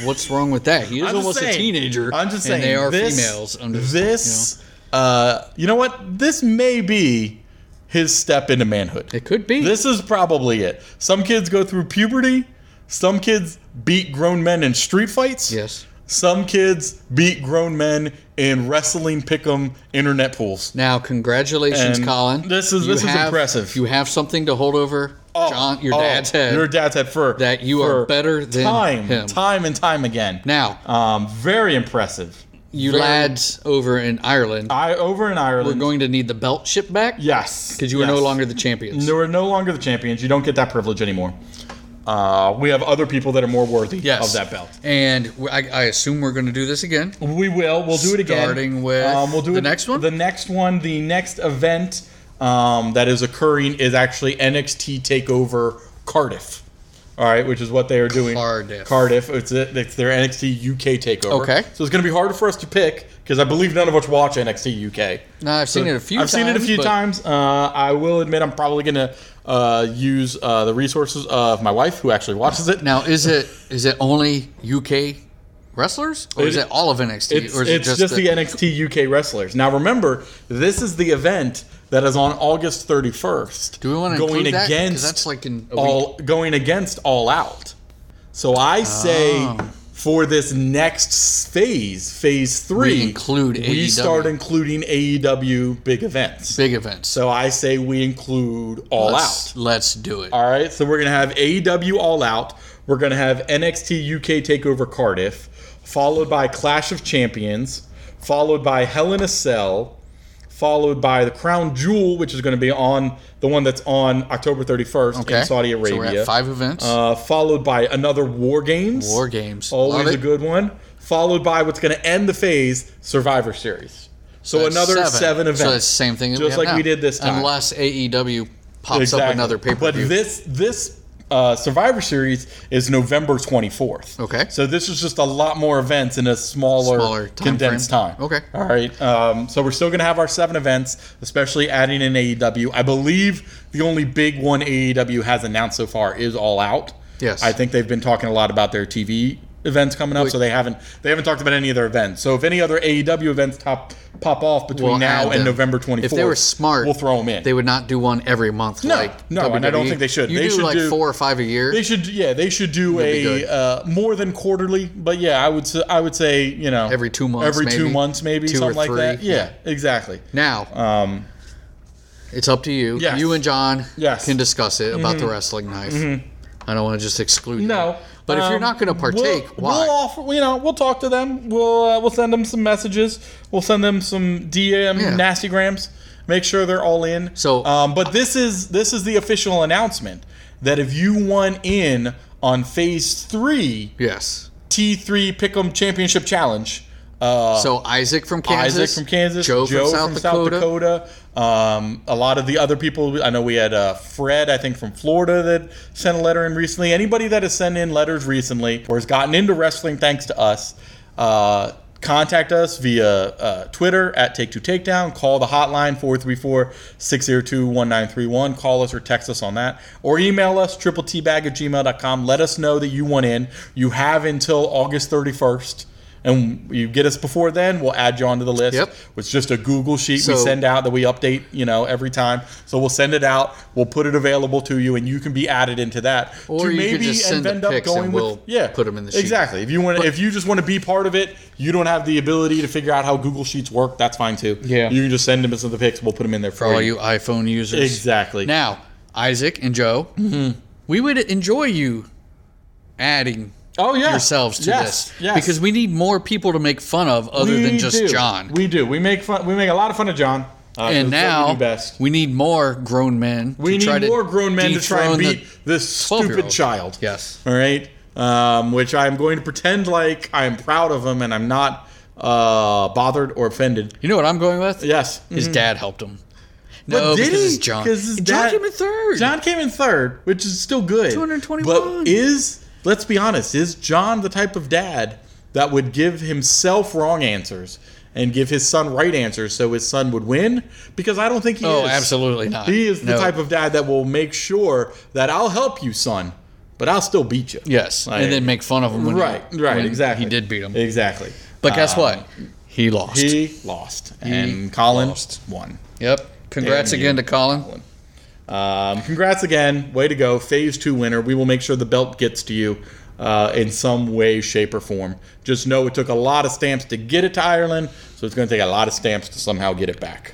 [SPEAKER 2] what's wrong with that? He is
[SPEAKER 1] I'm just
[SPEAKER 2] almost
[SPEAKER 1] saying-
[SPEAKER 2] a teenager.
[SPEAKER 1] I'm just saying
[SPEAKER 2] And they are
[SPEAKER 1] this-
[SPEAKER 2] females. Under,
[SPEAKER 1] this, uh, you know what? This may be his step into manhood.
[SPEAKER 2] It could be.
[SPEAKER 1] This is probably it. Some kids go through puberty. Some kids beat grown men in street fights.
[SPEAKER 2] yes.
[SPEAKER 1] Some kids beat grown men in wrestling pick'em internet pools.
[SPEAKER 2] Now, congratulations,
[SPEAKER 1] And
[SPEAKER 2] Colin.
[SPEAKER 1] this is-
[SPEAKER 2] You
[SPEAKER 1] this is impressive.
[SPEAKER 2] You have something to hold over John, your
[SPEAKER 1] Oh,
[SPEAKER 2] dad's head
[SPEAKER 1] Your dad's head for
[SPEAKER 2] that you are
[SPEAKER 1] for
[SPEAKER 2] better than
[SPEAKER 1] time,
[SPEAKER 2] him.
[SPEAKER 1] time and time again.
[SPEAKER 2] Now,
[SPEAKER 1] um, very impressive.
[SPEAKER 2] you
[SPEAKER 1] very-
[SPEAKER 2] lads over in Ireland,
[SPEAKER 1] I over in Ireland.
[SPEAKER 2] we're going to need the belt shipped back
[SPEAKER 1] yes,
[SPEAKER 2] because you are no
[SPEAKER 1] yes.
[SPEAKER 2] longer the champions.
[SPEAKER 1] There are no longer the champions. You don't get that privilege anymore. Uh, we have other people that are more worthy
[SPEAKER 2] Yes.
[SPEAKER 1] of that belt.
[SPEAKER 2] And w- I, I assume we're going to do this again.
[SPEAKER 1] We will. We'll do it again. Um,
[SPEAKER 2] Starting with the next one?
[SPEAKER 1] The next one. The next event um, that is occurring is actually NXT Takeover Cardiff. All right, which is what they are doing.
[SPEAKER 2] Cardiff.
[SPEAKER 1] Cardiff. It's, it- it's their NXT UK takeover.
[SPEAKER 2] Okay.
[SPEAKER 1] So it's going to be harder for us to pick because I believe none of us watch NXT UK.
[SPEAKER 2] No, I've seen it a few
[SPEAKER 1] I've
[SPEAKER 2] times.
[SPEAKER 1] seen it a few
[SPEAKER 2] but
[SPEAKER 1] times. Uh, I will admit, I'm probably going to uh, use uh, the resources of my wife, who actually watches it.
[SPEAKER 2] Now, is it is it only UK wrestlers, or is
[SPEAKER 1] It-
[SPEAKER 2] it all of NXT,
[SPEAKER 1] It's,
[SPEAKER 2] or is
[SPEAKER 1] it's just, the, NXT UK wrestlers. Now, remember, this is the event that is on August 31st.
[SPEAKER 2] Do we want to
[SPEAKER 1] going
[SPEAKER 2] include that? 'Cause
[SPEAKER 1] against
[SPEAKER 2] that's like in a week.
[SPEAKER 1] all going against all out? So I say
[SPEAKER 2] Oh.
[SPEAKER 1] for this next phase, phase three,
[SPEAKER 2] include
[SPEAKER 1] we
[SPEAKER 2] AEW.
[SPEAKER 1] start including AEW big events.
[SPEAKER 2] big events?
[SPEAKER 1] So I say we include all out.
[SPEAKER 2] let's, let's do it.
[SPEAKER 1] All right, so we're gonna have AEW All Out. We're gonna have NXT UK Takeover Cardiff, followed by Clash of Champions, followed by Hell in a Cell, followed by the Crown Jewel, which is gonna be on the one that's on October 31st in Saudi
[SPEAKER 2] So
[SPEAKER 1] Arabia.
[SPEAKER 2] we're at five events.
[SPEAKER 1] uh, followed by another War Games.
[SPEAKER 2] War Games.
[SPEAKER 1] always
[SPEAKER 2] Love
[SPEAKER 1] a
[SPEAKER 2] it.
[SPEAKER 1] good one. Followed by what's gonna end the phase, Survivor Series. So,
[SPEAKER 2] That's
[SPEAKER 1] another seven, events.
[SPEAKER 2] So it's the same thing, that
[SPEAKER 1] Just
[SPEAKER 2] have
[SPEAKER 1] like
[SPEAKER 2] now.
[SPEAKER 1] we did this time.
[SPEAKER 2] Unless AEW pops up
[SPEAKER 1] Exactly.
[SPEAKER 2] another pay per
[SPEAKER 1] But
[SPEAKER 2] view.
[SPEAKER 1] this this uh, Survivor Series is November 24th.
[SPEAKER 2] Okay.
[SPEAKER 1] So this is just a lot more events in a smaller,
[SPEAKER 2] Smaller time
[SPEAKER 1] condensed
[SPEAKER 2] frame.
[SPEAKER 1] time.
[SPEAKER 2] Okay.
[SPEAKER 1] All right. Um, so we're still going to have our seven events, especially adding in AEW. I believe the only big one AEW has announced so far is All Out.
[SPEAKER 2] Yes.
[SPEAKER 1] I think they've been talking a lot about their TV events coming up, so they haven't they haven't talked about any of their events. So if any other AEW events top, pop off between
[SPEAKER 2] We'll
[SPEAKER 1] now
[SPEAKER 2] add
[SPEAKER 1] and
[SPEAKER 2] them.
[SPEAKER 1] November 24th,
[SPEAKER 2] If they were smart,
[SPEAKER 1] we'll throw them in.
[SPEAKER 2] They would not do one every month.
[SPEAKER 1] No,
[SPEAKER 2] like
[SPEAKER 1] no, and I don't
[SPEAKER 2] WWE.
[SPEAKER 1] think they should.
[SPEAKER 2] You
[SPEAKER 1] They
[SPEAKER 2] do
[SPEAKER 1] should
[SPEAKER 2] like
[SPEAKER 1] do-
[SPEAKER 2] four or five a year.
[SPEAKER 1] They should, yeah, they should do
[SPEAKER 2] be
[SPEAKER 1] a
[SPEAKER 2] good.
[SPEAKER 1] uh, more than quarterly, but yeah, I would, s- I would say, you know,
[SPEAKER 2] Every two months,
[SPEAKER 1] every two
[SPEAKER 2] maybe.
[SPEAKER 1] months, maybe
[SPEAKER 2] Two or
[SPEAKER 1] something like that.
[SPEAKER 2] three,
[SPEAKER 1] Yeah, exactly.
[SPEAKER 2] now
[SPEAKER 1] Um,
[SPEAKER 2] it's up to you.
[SPEAKER 1] Yes.
[SPEAKER 2] You and John
[SPEAKER 1] Yes. Mm-hmm.
[SPEAKER 2] can discuss it about the wrestling knife. I don't want to just exclude. you.
[SPEAKER 1] no,
[SPEAKER 2] but if
[SPEAKER 1] um,
[SPEAKER 2] you're not going to partake,
[SPEAKER 1] we'll,
[SPEAKER 2] why?
[SPEAKER 1] We'll offer, you know, we'll talk to them. We'll, uh, we'll send them some messages. We'll send them some DM
[SPEAKER 2] Yeah.
[SPEAKER 1] nasty grams. Make sure they're all in.
[SPEAKER 2] So-
[SPEAKER 1] um, but this is this is the official announcement that if you won in on phase three
[SPEAKER 2] yes.
[SPEAKER 1] T3 Pick'em Championship Challenge. Uh,
[SPEAKER 2] So Isaac from Kansas,
[SPEAKER 1] Isaac from Kansas,
[SPEAKER 2] Joe, from, South, Dakota.
[SPEAKER 1] Dakota, Um, a lot of the other people, I know we had uh, Fred, I think from Florida, that sent a letter in recently. Anybody that has sent in letters recently or has gotten into wrestling thanks to us, uh, contact us via uh, Twitter at Take Two Takedown. Call the hotline 434 602 1931. Call us or text us on that. Or email us triple tbag at gmail.com. Let us know that you want in. You have until August 31st. And you get us before then, we'll add you onto the list.
[SPEAKER 2] Yep.
[SPEAKER 1] It's just a Google sheet we
[SPEAKER 2] So-
[SPEAKER 1] send out that we update, you know, every time. So we'll send it out, we'll put it available to you, and you can be added into that.
[SPEAKER 2] Or
[SPEAKER 1] to
[SPEAKER 2] you could just send the pics and we'll put 'em in the sheet.
[SPEAKER 1] Exactly. If you want, to if you just want to be part of it, you don't have the ability to figure out how Google Sheets work. That's fine too.
[SPEAKER 2] Yeah.
[SPEAKER 1] You can just send them some of the pics. We'll put them in there for,
[SPEAKER 2] For all you iPhone users.
[SPEAKER 1] Exactly. Mm-hmm.
[SPEAKER 2] Now, Isaac and Joe, we would enjoy you adding
[SPEAKER 1] Oh yeah,
[SPEAKER 2] yourselves to
[SPEAKER 1] yes,
[SPEAKER 2] this
[SPEAKER 1] Yes,
[SPEAKER 2] because we need more people to make fun of other
[SPEAKER 1] We
[SPEAKER 2] than just
[SPEAKER 1] do.
[SPEAKER 2] John.
[SPEAKER 1] We do. We make fun. We make a lot of fun of John. Uh,
[SPEAKER 2] and
[SPEAKER 1] that's what
[SPEAKER 2] now
[SPEAKER 1] we do best.
[SPEAKER 2] we need more grown men.
[SPEAKER 1] We
[SPEAKER 2] to try
[SPEAKER 1] need
[SPEAKER 2] to
[SPEAKER 1] more grown men to try and
[SPEAKER 2] dethrone
[SPEAKER 1] beat this stupid
[SPEAKER 2] 12-year-old.
[SPEAKER 1] child.
[SPEAKER 2] Yes.
[SPEAKER 1] All right. Um, which I'm going to pretend like I'm proud of him and I'm not uh, bothered or offended.
[SPEAKER 2] the- you know what I'm going with?
[SPEAKER 1] Yes.
[SPEAKER 2] His dad helped him.
[SPEAKER 1] Mm-hmm. But
[SPEAKER 2] No,
[SPEAKER 1] did
[SPEAKER 2] because
[SPEAKER 1] he?
[SPEAKER 2] it's John.
[SPEAKER 1] 'Cause his
[SPEAKER 2] John
[SPEAKER 1] dad-
[SPEAKER 2] came in third.
[SPEAKER 1] John came in third, which is still good.
[SPEAKER 2] 221.
[SPEAKER 1] But is let's be honest, is John the type of dad that would give himself wrong answers and give his son right answers so his son would win? Because I don't think he
[SPEAKER 2] oh,
[SPEAKER 1] is.
[SPEAKER 2] absolutely not.
[SPEAKER 1] He is the
[SPEAKER 2] No.
[SPEAKER 1] type of dad that will make sure that I'll help you, son, but I'll still beat you.
[SPEAKER 2] yes,
[SPEAKER 1] Like-
[SPEAKER 2] and then make fun of him. When he-
[SPEAKER 1] right, right,
[SPEAKER 2] when
[SPEAKER 1] exactly.
[SPEAKER 2] He did beat him.
[SPEAKER 1] Exactly.
[SPEAKER 2] But guess
[SPEAKER 1] Um,
[SPEAKER 2] what? He lost.
[SPEAKER 1] He lost, and Colin
[SPEAKER 2] lost.
[SPEAKER 1] won.
[SPEAKER 2] yep. Congrats
[SPEAKER 1] Damn you.
[SPEAKER 2] again to Colin.
[SPEAKER 1] Um, congrats again. Way to go. Phase two winner. We will make sure the belt gets to you uh, in some way, shape, or form. Just know it took a lot of stamps to get it to Ireland, so it's going to take a lot of stamps to somehow get it back.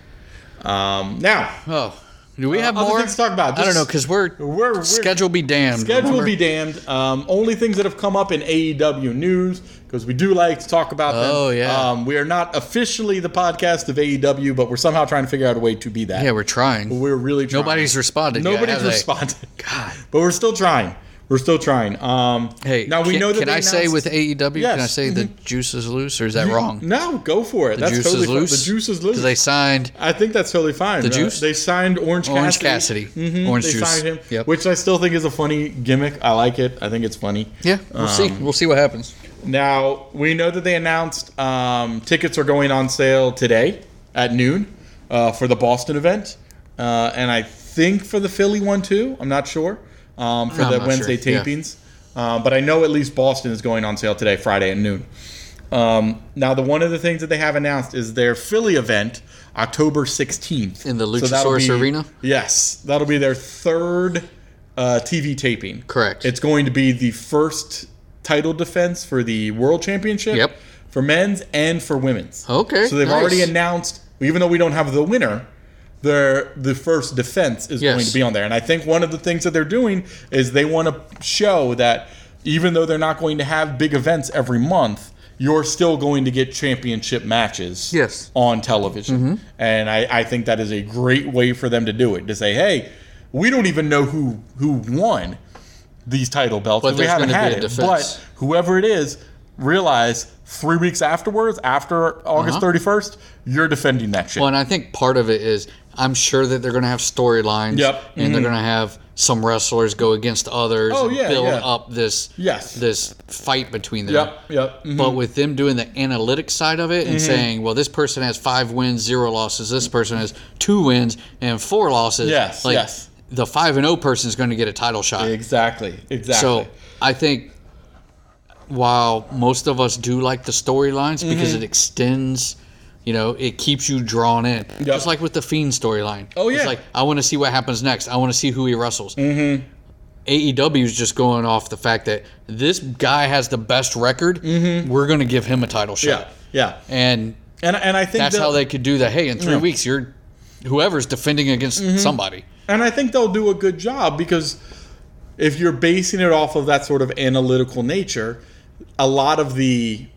[SPEAKER 1] Um, now,
[SPEAKER 2] Oh, do we have
[SPEAKER 1] Uh, other
[SPEAKER 2] more?
[SPEAKER 1] things to talk about.
[SPEAKER 2] I don't
[SPEAKER 1] Just-
[SPEAKER 2] know because we're,
[SPEAKER 1] We're- we're-
[SPEAKER 2] schedule be damned.
[SPEAKER 1] schedule
[SPEAKER 2] remember?
[SPEAKER 1] be damned. Um, only things that have come up in AEW news, because we do like to talk about them.
[SPEAKER 2] Oh, yeah.
[SPEAKER 1] Um, we are not officially the podcast of AEW, but we're somehow trying to figure out a way to be that.
[SPEAKER 2] Yeah, we're trying.
[SPEAKER 1] We're really trying.
[SPEAKER 2] Nobody's responded. yet,
[SPEAKER 1] Nobody's
[SPEAKER 2] have they?
[SPEAKER 1] responded.
[SPEAKER 2] God.
[SPEAKER 1] But we're still trying. We're still trying. Um,
[SPEAKER 2] Hey,
[SPEAKER 1] now we
[SPEAKER 2] can,
[SPEAKER 1] know that
[SPEAKER 2] can
[SPEAKER 1] they
[SPEAKER 2] I say
[SPEAKER 1] announced-
[SPEAKER 2] with AEW? Can I
[SPEAKER 1] Yes,
[SPEAKER 2] say the juice is loose, or is that wrong?
[SPEAKER 1] No, go for it.
[SPEAKER 2] the
[SPEAKER 1] that's
[SPEAKER 2] juice
[SPEAKER 1] totally
[SPEAKER 2] is loose.
[SPEAKER 1] Fine. The juice is loose.
[SPEAKER 2] Because they signed
[SPEAKER 1] I think that's totally fine. The
[SPEAKER 2] juice?
[SPEAKER 1] They signed Orange Cassidy.
[SPEAKER 2] Orange Cassidy,
[SPEAKER 1] Mhm,
[SPEAKER 2] orange
[SPEAKER 1] they
[SPEAKER 2] juice.
[SPEAKER 1] signed him,
[SPEAKER 2] Yep.
[SPEAKER 1] which I still think is a funny gimmick. I like it. I think it's funny.
[SPEAKER 2] yeah, we'll see.
[SPEAKER 1] Um,
[SPEAKER 2] We'll see what happens.
[SPEAKER 1] Now we know that they announced um, tickets are going on sale today at noon uh, for the Boston event, uh, and I think for the Philly one too. I'm not sure um, for
[SPEAKER 2] I'm
[SPEAKER 1] the
[SPEAKER 2] not
[SPEAKER 1] Wednesday
[SPEAKER 2] sure, yeah.
[SPEAKER 1] tapings, uh, but I know at least Boston is going on sale today, Friday at noon. Um, now the one of the things that they have announced is their Philly event, October 16th
[SPEAKER 2] In the
[SPEAKER 1] that'll
[SPEAKER 2] Luchasaurus Arena?
[SPEAKER 1] Yes, that'll be their third uh, TV taping.
[SPEAKER 2] Correct.
[SPEAKER 1] It's going to be the first title defense for the World Championship
[SPEAKER 2] Yep.
[SPEAKER 1] for men's and for women's.
[SPEAKER 2] Okay,
[SPEAKER 1] So they've
[SPEAKER 2] nice.
[SPEAKER 1] already announced, even though we don't have the winner, their the first defense is
[SPEAKER 2] Yes.
[SPEAKER 1] going to be on there. And I think one of the things that they're doing is they want to show that even though they're not going to have big events every month, you're still going to get championship matches
[SPEAKER 2] Yes. Mm-hmm.
[SPEAKER 1] on television. And I, I think that is a great way for them to do it. To say, hey, we don't even know who who won these title belts.
[SPEAKER 2] But
[SPEAKER 1] 'cause we
[SPEAKER 2] there's
[SPEAKER 1] haven't
[SPEAKER 2] gonna
[SPEAKER 1] had
[SPEAKER 2] be a
[SPEAKER 1] it.
[SPEAKER 2] defense.
[SPEAKER 1] But whoever it is, realize three weeks afterwards, after
[SPEAKER 2] Uh-huh.
[SPEAKER 1] August 31st, you're defending that shit.
[SPEAKER 2] Well, and I think part of it is I'm sure that they're going to have storylines.
[SPEAKER 1] Yep. Mm-hmm.
[SPEAKER 2] And they're going to have some wrestlers go against others.
[SPEAKER 1] Oh,
[SPEAKER 2] and
[SPEAKER 1] yeah,
[SPEAKER 2] Build
[SPEAKER 1] yeah.
[SPEAKER 2] up this
[SPEAKER 1] Yes.
[SPEAKER 2] this fight between them.
[SPEAKER 1] Yep, yep. mhm.
[SPEAKER 2] But with them doing the analytics side of it
[SPEAKER 1] Mm-hmm.
[SPEAKER 2] and saying, well, this person has five wins, zero losses. This person has two wins and four losses.
[SPEAKER 1] Yes,
[SPEAKER 2] Like
[SPEAKER 1] yes.
[SPEAKER 2] the five and zero person is going to get a title shot.
[SPEAKER 1] Exactly, exactly.
[SPEAKER 2] So I think while most of us do like the storylines because
[SPEAKER 1] Mm-hmm.
[SPEAKER 2] it extends, you know, it keeps you drawn in. Just like with the Fiend storyline.
[SPEAKER 1] Oh, yeah.
[SPEAKER 2] It's like, I want to see what happens next. I want to see who he wrestles. Mm-hmm. AEW is just going off the fact that this guy has the best record. We're going to give him a title shot.
[SPEAKER 1] Mm-hmm. yeah, yeah.
[SPEAKER 2] And
[SPEAKER 1] And, and I think
[SPEAKER 2] that's
[SPEAKER 1] they'll-
[SPEAKER 2] how they could do that. Hey, in three
[SPEAKER 1] Yeah. Mm-hmm.
[SPEAKER 2] weeks, you're whoever's defending against somebody.
[SPEAKER 1] and I think they'll do a good job because if you're basing it off of that sort of analytical nature, a lot of the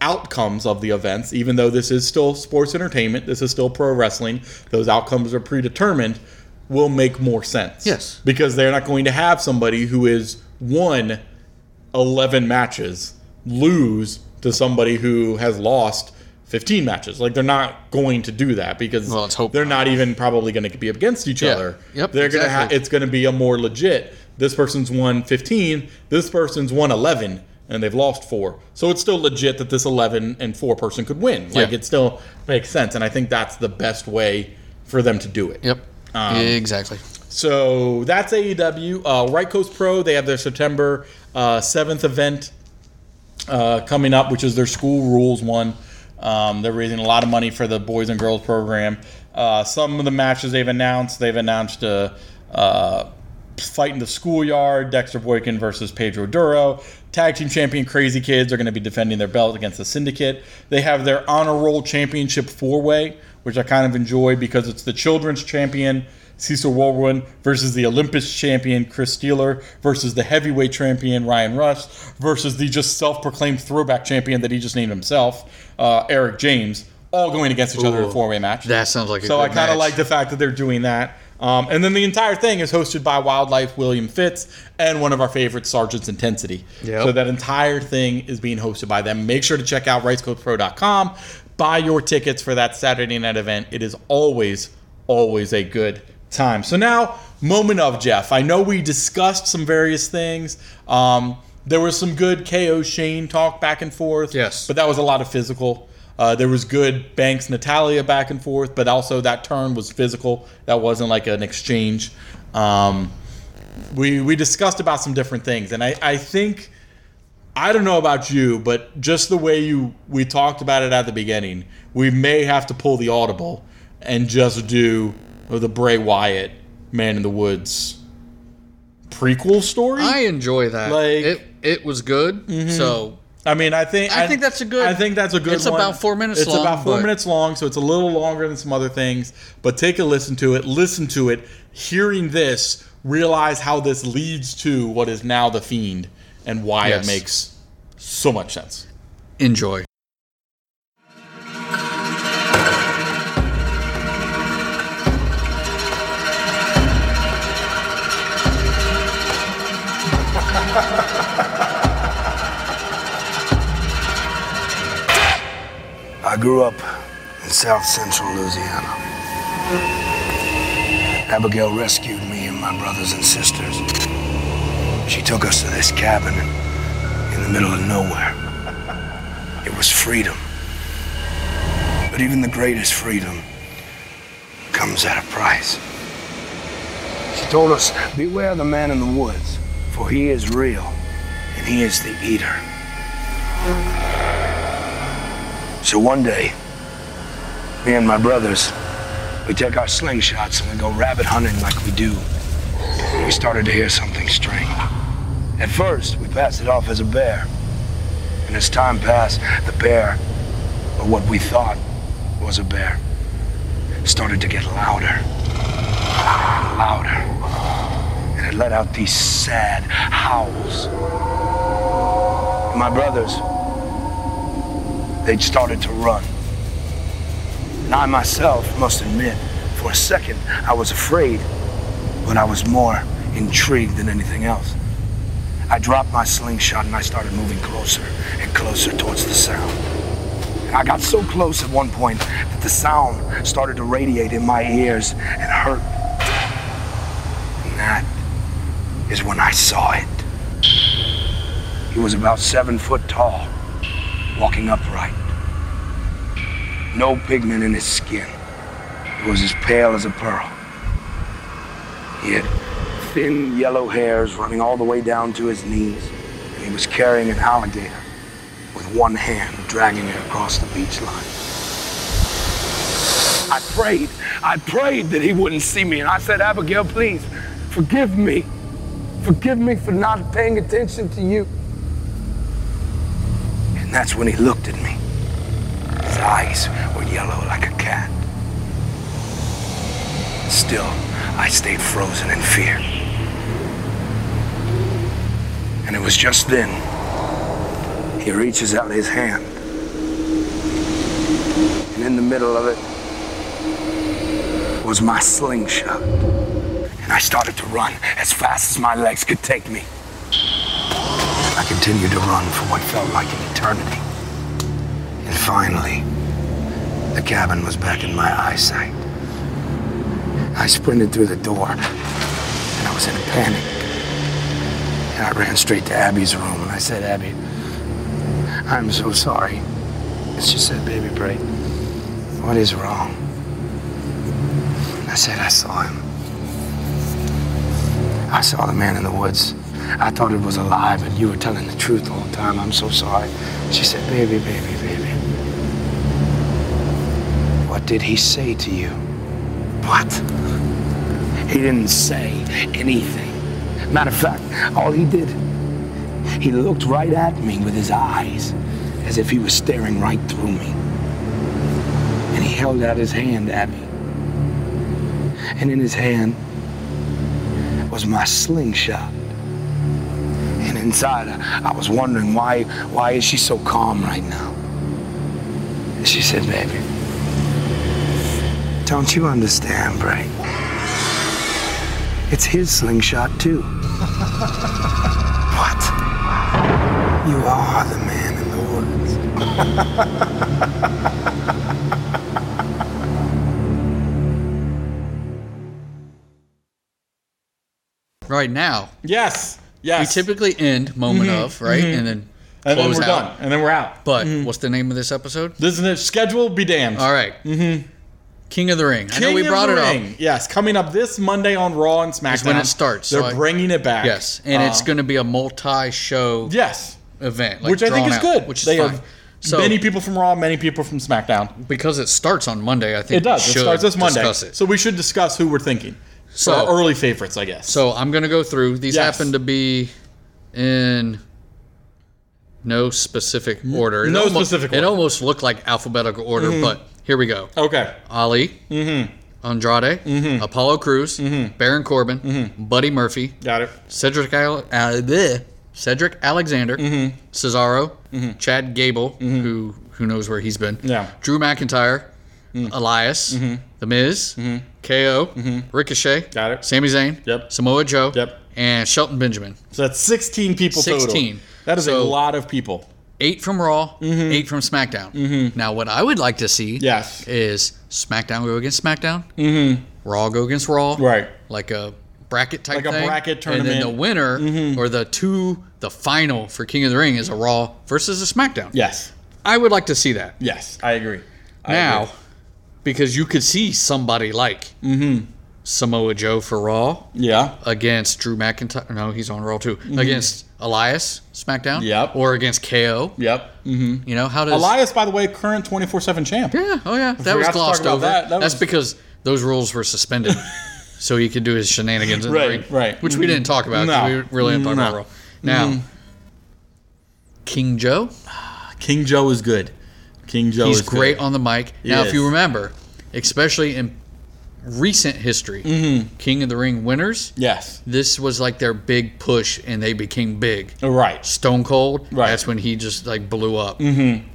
[SPEAKER 1] outcomes of the events, even though this is still sports entertainment, this is still pro wrestling, those outcomes are predetermined, will make more sense.
[SPEAKER 2] Yes.
[SPEAKER 1] Because they're not going to have somebody who is won 11 matches lose to somebody who has lost 15 matches. Like they're not going to do that because
[SPEAKER 2] Well, let's hope
[SPEAKER 1] they're not even probably going to be up against each
[SPEAKER 2] Yeah.
[SPEAKER 1] other.
[SPEAKER 2] Yep,
[SPEAKER 1] They're gonna ha-
[SPEAKER 2] exactly.
[SPEAKER 1] it's gonna be a more legit. This person's won 15. This person's won 11, and they've lost four. So it's still legit that this 11 and four person could win. Like
[SPEAKER 2] Yeah.
[SPEAKER 1] it still makes sense, and I think that's the best way for them to do it.
[SPEAKER 2] Yep. exactly.
[SPEAKER 1] Um, So that's AEW. Uh, right Coast Pro, they have their September uh, 7th event uh, coming up, which is their school rules one. Um, they're raising a lot of money for the boys and girls program. Uh, some of the matches they've announced, they've announced a uh, fight in the schoolyard, Dexter Boykin versus Pedro Duro. Tag team champion Crazy Kids are going to be defending their belt against the Syndicate. They have their honor roll championship four way, which I kind of enjoy because it's the children's champion, Cecil Warwin versus the Olympus champion Chris Steeler versus the heavyweight champion Ryan Rush versus the just self-proclaimed throwback champion that he just named himself, uh, Eric James, all going against each other in a
[SPEAKER 2] Ooh,
[SPEAKER 1] four-way match.
[SPEAKER 2] that sounds like a
[SPEAKER 1] so.
[SPEAKER 2] good
[SPEAKER 1] I kind of
[SPEAKER 2] match.
[SPEAKER 1] like the fact that they're doing that. Um, and then the entire thing is hosted by Wildlife William Fitz and one of our favorites, Sergeant's Intensity.
[SPEAKER 2] Yep.
[SPEAKER 1] So that entire thing is being hosted by them. Make sure to check out RiceCoastPro.com. Buy your tickets for that Saturday night event. It is always, always a good time. So now, moment of Jeff. I know we discussed some various things. Um, there was some good KO Shane talk back and forth.
[SPEAKER 2] Yes.
[SPEAKER 1] But that was a lot of physical. Uh, there was good Banks Natalia back and forth, but also that turn was physical. That wasn't like an exchange. Um, we we discussed about some different things, and I, I think I don't know about you, but just the way you we talked about it at the beginning, we may have to pull the audible and just do the Bray Wyatt Man in the Woods prequel story.
[SPEAKER 2] I enjoy that.
[SPEAKER 1] Like- mm-hmm.
[SPEAKER 2] it it was good. So
[SPEAKER 1] I mean, I think
[SPEAKER 2] I think that's a good-
[SPEAKER 1] I think that's a good.
[SPEAKER 2] it's
[SPEAKER 1] one.
[SPEAKER 2] about four minutes
[SPEAKER 1] It's
[SPEAKER 2] long,
[SPEAKER 1] about four
[SPEAKER 2] but-
[SPEAKER 1] minutes long, so it's a little longer than some other things. But take a listen to it. Listen to it. Hearing this, realize how this leads to what is now the fiend, and why
[SPEAKER 2] Yes.
[SPEAKER 1] it makes so much sense.
[SPEAKER 2] enjoy.
[SPEAKER 3] I grew up in South Central Louisiana. Abigail rescued me and my brothers and sisters. She took us to this cabin in the middle of nowhere. It was freedom. But even the greatest freedom comes at a price. She told us, Beware the man in the woods, for he is real and he is the eater. So one day, me and my brothers, we take our slingshots and we go rabbit hunting like we do. We started to hear something strange. At first, we passed it off as a bear. And as time passed, the bear, or what we thought was a bear, started to get louder. Louder. And it let out these sad howls. My brothers, they'd started to run. And I myself must admit, for a second, I was afraid, but I was more intrigued than anything else. I dropped my slingshot and I started moving closer and closer towards the sound. I got so close at one point that the sound started to radiate in my ears and hurt. And that is when I saw it. He was about seven foot tall walking upright. No pigment in his skin. It was as pale as a pearl. He had thin yellow hairs running all the way down to his knees, and he was carrying an alligator with one hand dragging it across the beach line. I prayed, I prayed that he wouldn't see me, and I said, Abigail, please, forgive me. Forgive me for not paying attention to you. And that's when he looked at me. His eyes were yellow like a cat. Still, I stayed frozen in fear. And it was just then he reaches out his hand. And in the middle of it was my slingshot. And I started to run as fast as my legs could take me. I continued to run for what felt like an eternity. And finally, the cabin was back in my eyesight. I sprinted through the door, and I was in a panic. And I ran straight to Abby's room, and I said, Abby, I'm so sorry. And she said, Baby, Bray, what is wrong? And I said, I saw him. I saw the man in the woods. I thought it was alive, and you were telling the truth the whole time. I'm so sorry. She said, Baby, baby, baby. What did he say to you? What? He didn't say anything. Matter of fact, all he did, he looked right at me with his eyes, as if he was staring right through me. And he held out his hand at me. and in his hand was my slingshot. And inside, I, I was wondering why why is she so calm right now? And she said, "Baby, don't you understand, Bray? It's his slingshot too." what? You are the man in the woods.
[SPEAKER 2] Right now,
[SPEAKER 1] Yes. Yes. Mm-hmm.
[SPEAKER 2] we typically end moment of right, and then
[SPEAKER 1] and then
[SPEAKER 2] close
[SPEAKER 1] we're
[SPEAKER 2] out.
[SPEAKER 1] done. Mm-hmm. And then we're out.
[SPEAKER 2] But what's the name of this episode?
[SPEAKER 1] Isn't it scheduled? Be damned.
[SPEAKER 2] All Mm-hmm. King of the Ring. I know
[SPEAKER 1] King
[SPEAKER 2] we
[SPEAKER 1] of
[SPEAKER 2] brought
[SPEAKER 1] the
[SPEAKER 2] it up.
[SPEAKER 1] Ring. Yes, coming up this Monday on Raw and SmackDown.
[SPEAKER 2] when it starts,
[SPEAKER 1] They're
[SPEAKER 2] so I-
[SPEAKER 1] bringing it back.
[SPEAKER 2] Yes, and
[SPEAKER 1] Uh,
[SPEAKER 2] it's going to be a multi-show
[SPEAKER 1] yes,
[SPEAKER 2] event, like
[SPEAKER 1] which I think
[SPEAKER 2] drawn
[SPEAKER 1] is
[SPEAKER 2] out,
[SPEAKER 1] good.
[SPEAKER 2] Which is
[SPEAKER 1] they
[SPEAKER 2] fine.
[SPEAKER 1] have
[SPEAKER 2] so
[SPEAKER 1] many people from Raw, many people from SmackDown.
[SPEAKER 2] because it starts on Monday, I think
[SPEAKER 1] It does.
[SPEAKER 2] We
[SPEAKER 1] It
[SPEAKER 2] should
[SPEAKER 1] starts this Monday,
[SPEAKER 2] Discuss it.
[SPEAKER 1] so we should discuss who we're thinking. So
[SPEAKER 2] So-
[SPEAKER 1] our early favorites, I guess.
[SPEAKER 2] So I'm gonna go through. These
[SPEAKER 1] Yes.
[SPEAKER 2] happen to be in no specific order. It
[SPEAKER 1] no
[SPEAKER 2] almo-
[SPEAKER 1] specific
[SPEAKER 2] It
[SPEAKER 1] order. Mm-hmm.
[SPEAKER 2] almost looked like alphabetical order, but here we go.
[SPEAKER 1] okay,
[SPEAKER 2] Ali,
[SPEAKER 1] Mm-hmm.
[SPEAKER 2] Andrade, Apollo Cruz, Baron Corbin,
[SPEAKER 1] Mm-hmm.
[SPEAKER 2] Buddy Murphy,
[SPEAKER 1] got it.
[SPEAKER 2] Cedric Ale- uh, bleh. Cedric Alexander,
[SPEAKER 1] Mm-hmm.
[SPEAKER 2] Cesaro, Chad Gable, who who knows where he's been.
[SPEAKER 1] Yeah. Mm-hmm.
[SPEAKER 2] Drew McIntyre, Elias, The Miz, KO, Ricochet,
[SPEAKER 1] Got it.
[SPEAKER 2] Sami Zayn,
[SPEAKER 1] Yep.
[SPEAKER 2] Samoa Joe,
[SPEAKER 1] Yep.
[SPEAKER 2] and Shelton Benjamin.
[SPEAKER 1] So that's sixteen people total.
[SPEAKER 2] 16.
[SPEAKER 1] That is a
[SPEAKER 2] So-
[SPEAKER 1] lot of people.
[SPEAKER 2] Eight from Raw,
[SPEAKER 1] Mm-hmm.
[SPEAKER 2] eight from SmackDown. Now, what I would like to see
[SPEAKER 1] Yes.
[SPEAKER 2] is SmackDown go against SmackDown, mm-hmm. Raw go against Raw,
[SPEAKER 1] Right.
[SPEAKER 2] Like a bracket type,
[SPEAKER 1] Like a
[SPEAKER 2] thing.
[SPEAKER 1] bracket
[SPEAKER 2] and
[SPEAKER 1] tournament. Mm-hmm.
[SPEAKER 2] then the winner or the two, the final for King of the Ring is a Raw versus a SmackDown.
[SPEAKER 1] Yes,
[SPEAKER 2] I would like to see that
[SPEAKER 1] yes, I agree. I
[SPEAKER 2] now,
[SPEAKER 1] agree.
[SPEAKER 2] because you could see somebody like
[SPEAKER 1] Mm-hmm.
[SPEAKER 2] Samoa Joe for Raw
[SPEAKER 1] yeah,
[SPEAKER 2] against Drew McIntyre. No, he's on Raw too. Against Elias SmackDown.
[SPEAKER 1] Mm-hmm. Yep.
[SPEAKER 2] Or against KO.
[SPEAKER 1] yep. Mm-hmm.
[SPEAKER 2] You know how does
[SPEAKER 1] Elias, by the way, current twenty four seven champ.
[SPEAKER 2] Yeah, oh yeah. That
[SPEAKER 1] forgot
[SPEAKER 2] was
[SPEAKER 1] to talk
[SPEAKER 2] glossed
[SPEAKER 1] about
[SPEAKER 2] over.
[SPEAKER 1] that. That
[SPEAKER 2] That's
[SPEAKER 1] was-
[SPEAKER 2] because those rules were suspended. so he could do his shenanigans in
[SPEAKER 1] Right,
[SPEAKER 2] the ring.
[SPEAKER 1] right.
[SPEAKER 2] Which we didn't talk about 'cause
[SPEAKER 1] No.
[SPEAKER 2] we really didn't talk about
[SPEAKER 1] No. Mm-hmm.
[SPEAKER 2] Raw. Now King Joe,
[SPEAKER 1] King Joe is good. King Joe
[SPEAKER 2] he's
[SPEAKER 1] is good.
[SPEAKER 2] great on the mic. now
[SPEAKER 1] is.
[SPEAKER 2] if you remember, especially in recent history,
[SPEAKER 1] Mm-hmm.
[SPEAKER 2] King of the Ring winners,
[SPEAKER 1] Yes,
[SPEAKER 2] this was like their big push and they became big.
[SPEAKER 1] right.
[SPEAKER 2] Stone Cold.
[SPEAKER 1] Right.
[SPEAKER 2] That's when he just like blew up. Mm-hmm.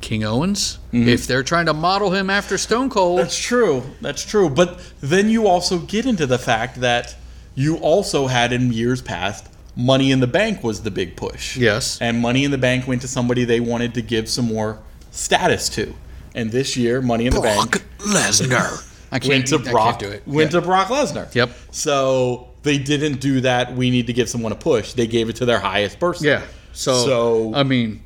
[SPEAKER 2] King Owens. If they're trying to model him after Stone Cold,
[SPEAKER 1] Mm-hmm. That's true. That's true. But then you also get into the fact that you also had in years past Money in the Bank was the big push.
[SPEAKER 2] Yes.
[SPEAKER 1] And Money in the Bank went to somebody they wanted to give some more status to. And this year, Money in the Bank
[SPEAKER 2] Lesnar. I can't,
[SPEAKER 1] went to
[SPEAKER 2] I can't
[SPEAKER 1] Brock
[SPEAKER 2] do it.
[SPEAKER 1] went
[SPEAKER 2] Yeah.
[SPEAKER 1] to Brock Lesnar.
[SPEAKER 2] Yep.
[SPEAKER 1] So they didn't do that. We need to give someone a push. They gave it to their highest person.
[SPEAKER 2] yeah. So, um,
[SPEAKER 1] So-
[SPEAKER 2] I mean,